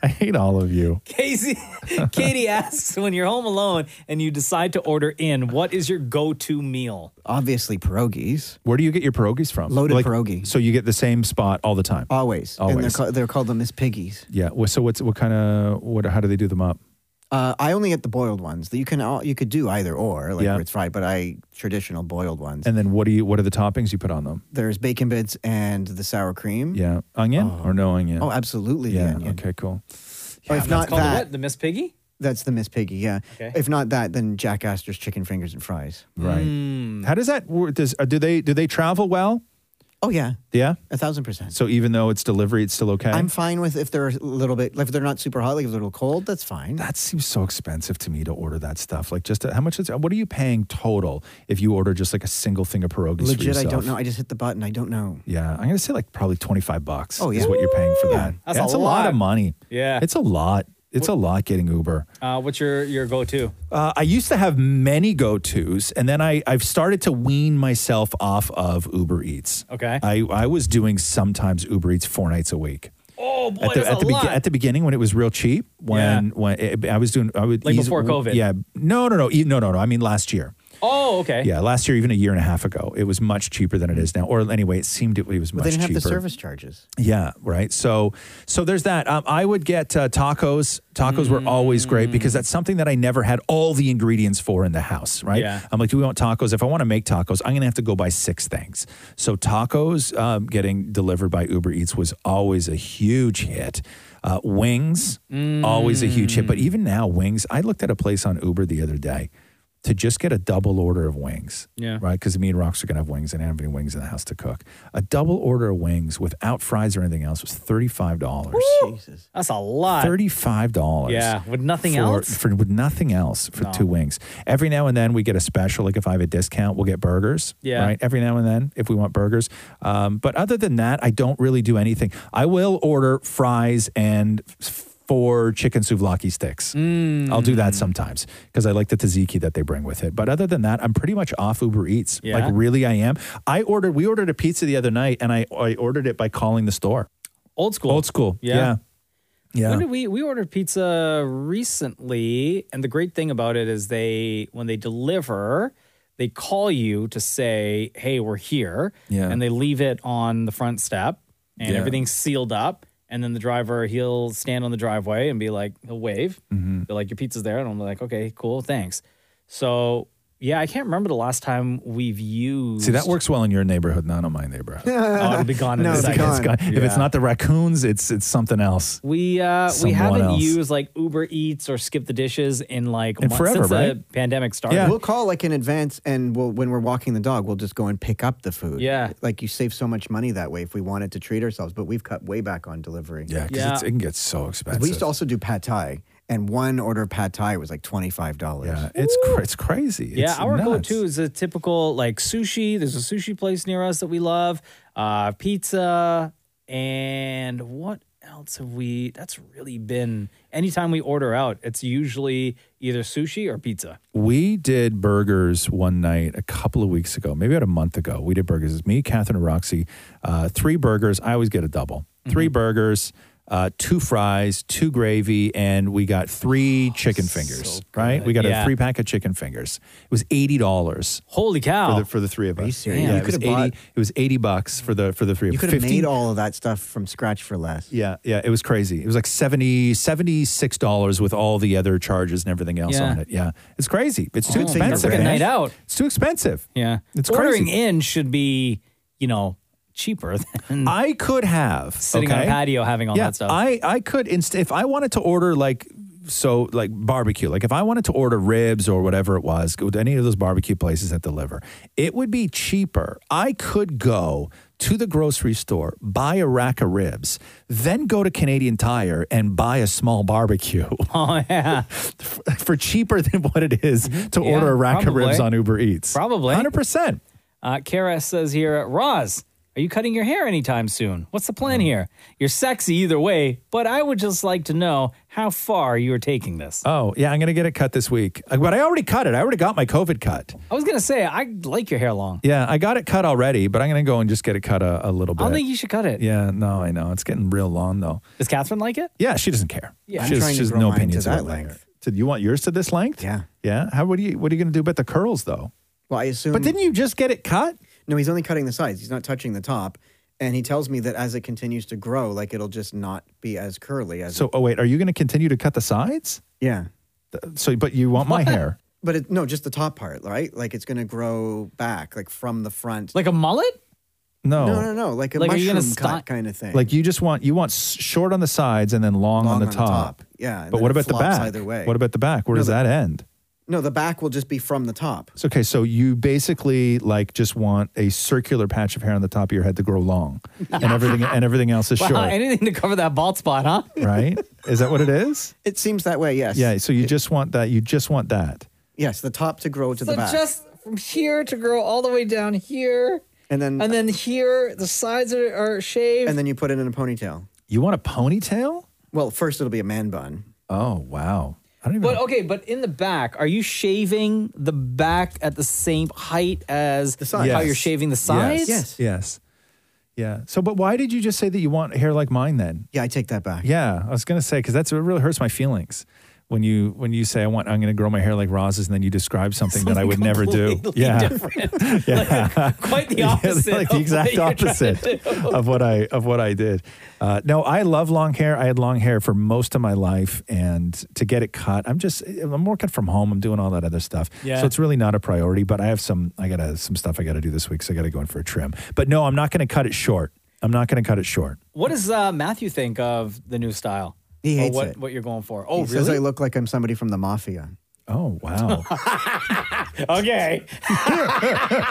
I hate all of you.
Casey, *laughs* Katie asks, when you're home alone and you decide to order in, what is your go-to meal?
Obviously, pierogies.
Where do you get your pierogies from?
Loaded
Like,
pierogi.
So you get the same spot all the time.
Always. And they're,
Always.
ca- they're called the Miss Piggies.
yeah. Well, So what's what kind of what? How do they do them up?
Uh, I only get the boiled ones. You can all, you could do either or, like where it's fried, but I traditional boiled ones.
And then what do you? What are the toppings you put on them?
There's bacon bits and the sour cream.
Yeah, onion or no onion?
Oh, absolutely. the
Yeah.
onion.
Okay. Cool.
Or if not
called the
that,
what? The Miss Piggy?
that's the Miss Piggy. Yeah.
Okay.
If not that, then Jack Astor's chicken fingers and fries.
Right.
Mm.
How does that work? Does uh, do they do they travel well?
Oh yeah,
Yeah.
a thousand percent.
So even though it's delivery, it's still okay.
I'm fine with if they're a little bit, like if they're not super hot, like if they're a little cold, that's fine.
that seems so expensive to me to order that stuff. Like, just how much is what are you paying total if you order just like a single thing of pierogies? for
Legit, I
yourself?
don't know. I just hit the button. I don't know.
Yeah, I'm gonna say like probably 25 bucks.
Oh,
is
yeah.
what you're paying for that.
That's
Yeah,
a
it's a lot.
lot.
of money.
Yeah.
it's a lot. It's a lot getting Uber.
Uh, what's your, your go-to?
Uh, I used to have many go tos, and then I, I've started to wean myself off of Uber Eats.
Okay.
I, I was doing sometimes Uber Eats four nights a week.
*laughs* Oh boy,
at the,
that's
at
a
the,
lot.
begi- at the beginning when it was real cheap when when it, I was doing I would
Like before COVID.
yeah no no no e- no no no I mean last year
Oh, okay.
Yeah, last year, even a year and a half ago, it was much cheaper than it is now. Or anyway, it seemed it, was
But
much
they didn't have
cheaper.
the service charges.
Yeah, right. So, so there's that. Um, I would get uh, tacos. Tacos were always great because that's something that I never had all the ingredients for in the house. Right.
Yeah.
I'm like, do we want tacos? If I want to make tacos, I'm gonna have to go buy six things. So tacos um, getting delivered by Uber Eats was always a huge hit. Uh, wings always a huge hit. But even now, wings. I looked at a place on Uber the other day to just get a double order of wings.
Yeah.
Right? Because me and Rox are going to have wings and I don't have any wings in the house to cook. A double order of wings without fries or anything else was $35.
Jesus. That's a lot.
$35.
Yeah, with nothing
for-
else?
For, with nothing else for
No.
two wings. Every now and then we get a special. Like if I have a discount, we'll get burgers.
Yeah.
Right? Every now and then if we want burgers. Um, but other than that, I don't really do anything. I will order fries and f- four chicken souvlaki sticks.
Mm.
I'll do that sometimes because I like the tzatziki that they bring with it. But other than that, I'm pretty much off Uber Eats.
Yeah.
Like really, I am. I ordered. We ordered a pizza the other night, and I I ordered it by calling the store.
Old school.
Old school.
Yeah.
Yeah. Yeah.
When did we we ordered pizza recently, and the great thing about it is they when they deliver, they call you to say, "Hey, we're here,"
Yeah.
and they leave it on the front step, and
Yeah.
everything's sealed up. And then the driver, he'll stand on the driveway and be like, he'll wave.
Mm-hmm.
They're like, "Your pizza's there," and I'm like, "Okay, cool, thanks." So yeah, I can't remember the last time we've used.
See, that works well in your neighborhood, not in my
Uh,
neighborhood.
*laughs* Oh, it'll be gone in a
It's
second.
gone. It's gone. If it's
Yeah.
not the raccoons, it's it's something else.
We uh, we
Someone
haven't
else.
used like Uber Eats or Skip the Dishes in like
In
months
forever,
since the
right?
pandemic started.
We'll call like in advance and we'll when we're walking the dog, we'll just go and pick up the food.
Yeah.
Like you save so much money that way if we wanted to treat ourselves, but we've cut way back on delivery.
Yeah, 'cause it's- it can get so expensive.
We used to also do pad thai and one order of pad thai was like $25. Yeah,
it's cra- it's crazy.
yeah, our go-to is a typical like sushi. There's a sushi place near us that we love. Uh, pizza and what else have we? That's really been anytime we order out, it's usually either sushi or pizza.
We did burgers one night a couple of weeks ago, maybe about a month ago. We did burgers. It's me, Catherine, and Roxy. Uh, three burgers. I always get a double.
Mm-hmm.
Three burgers, uh, two fries, two gravy, and we got
Oh,
three chicken fingers. right? We got
Yeah.
a three pack of chicken fingers. It was eighty dollars.
Holy cow!
For the, for the three of us.
serious?
Yeah, it
You
was
could've
eighty.
bought-
it was eighty bucks for the for the three.
You
of
could
us.
have
15
made all of that stuff from scratch for less.
yeah, yeah, it was crazy. It was like 70 $76 with all the other charges and everything else
Yeah.
on it. Yeah. It's crazy. It's too
Oh,
expensive.
It's like a
man.
night out.
It's too expensive.
Yeah,
It's
ordering
crazy.
in should be you know cheaper *laughs* than
I could have
sitting on a
okay?
patio having all
yeah,
that stuff.
I I could inst- if I wanted to order like so like barbecue, like if I wanted to order ribs or whatever it was, go to any of those barbecue places that deliver, it would be cheaper. I could go to the grocery store, buy a rack of ribs, then go to Canadian Tire and buy a small barbecue.
*laughs*
*laughs*
Oh yeah, Mm-hmm.
for cheaper than *laughs* what it is to
Yeah,
order a rack
probably.
of ribs on Uber Eats.
Probably.
100%.
Uh, Kara says here, Roz, are you cutting your hair anytime soon? What's the
Mm.
plan here? You're sexy either way, but I would just like to know how far you are taking this.
Oh, yeah, I'm going to get it cut this week. Uh, But I already cut it. I already got my COVID cut.
I was going to say, I like your hair long.
Yeah, I got it cut already, but I'm going to go and just get it cut a, a little
I
bit.
don't think you should cut it.
Yeah, no, I know. It's getting real long, though.
Does Catherine like it?
Yeah, she doesn't care.
Yeah. I'm
she has,
trying
she
to
has
grow
no
mine to
opinions
that
about length. Did you want yours to this length? Yeah. Yeah. How? What do you? What are you going to do about the curls, though?
Well, I assume.
But didn't you just get it cut?
No, he's only cutting the sides. He's not touching the top. And he tells me that as it continues to grow, like it'll just not be as curly as.
So, oh wait, are you going to continue to cut the sides?
Yeah.
Th- So, but you want my hair?
But it, no, just the top part, right? Like it's going to grow back, like from the front.
Like a mullet?
No.
No, no, no. Like a
Like, are you
mushroom
gonna
cut
stop-
kind of thing.
Like you just want you want s- short on the sides and then long, on, the,
on the
top.
top. Yeah, and
But
then
what
it
about the
flops
back?
either way.
What about the back? Where does that end?
no, the back will just be from the top.
It's okay. So you basically like just want a circular patch of hair on the top of your head to grow long, and everything and everything else is
Wow,
short.
anything to cover that bald spot, huh?
right? Is that what it is?
It seems that way. *laughs* Yes.
Yeah. So you just want that. You just want that.
Yes, the top to grow to the back.
from here to grow all the way down here,
and then and
then here the sides are, are shaved.
and then you put it in a ponytail.
You want a ponytail?
Well, first it'll be a man bun.
Oh wow! I don't even.
But okay, but in the back, are you shaving the back at the same height as the
sides.
How
Yes.
Oh, you're shaving the sides?
Yes. Yes. Yeah. So, but why did you just say that you want hair like mine then?
Yeah, I take that back.
Yeah, I was gonna say because that's what really hurts my feelings when you when you say I want I'm going to grow my hair like Roz's, and then you describe something, that I would never do.
Completely
Yeah,
different. *laughs*
*laughs* yeah.
Quite the
*laughs* Yeah,
opposite.
like the
of what
exact
you're trying to
opposite
do.
of what I of what I did. Uh, no, I love long hair. I had long hair for most of my life, and to get it cut, I'm just I'm working from home. I'm doing all that other stuff,
Yeah.
so it's really not a priority. But I have some I gotta some stuff I gotta do this week, so I gotta go in for a trim. But no, I'm not going to cut it short. I'm not going to cut it short.
What does uh, Matthew think of the new style?
He
Or
hates
what,
it.
What you're going for? Oh,
he says
*laughs*
I
really?
look like I'm somebody from the mafia.
Oh wow!
okay.
*laughs*
At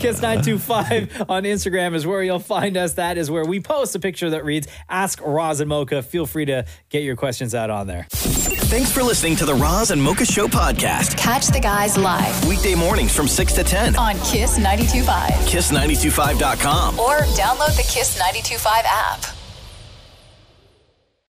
Kiss925 on Instagram is where you'll find us. That is where we post a picture that reads Ask Roz and Mocha. Feel free to get your questions out on there.
Thanks for listening to the Roz and Mocha Show podcast.
Catch the guys live
Weekday mornings from 6 to 10.
on Kiss 92.5
Kiss925.com.
or download the Kiss 92.5 app.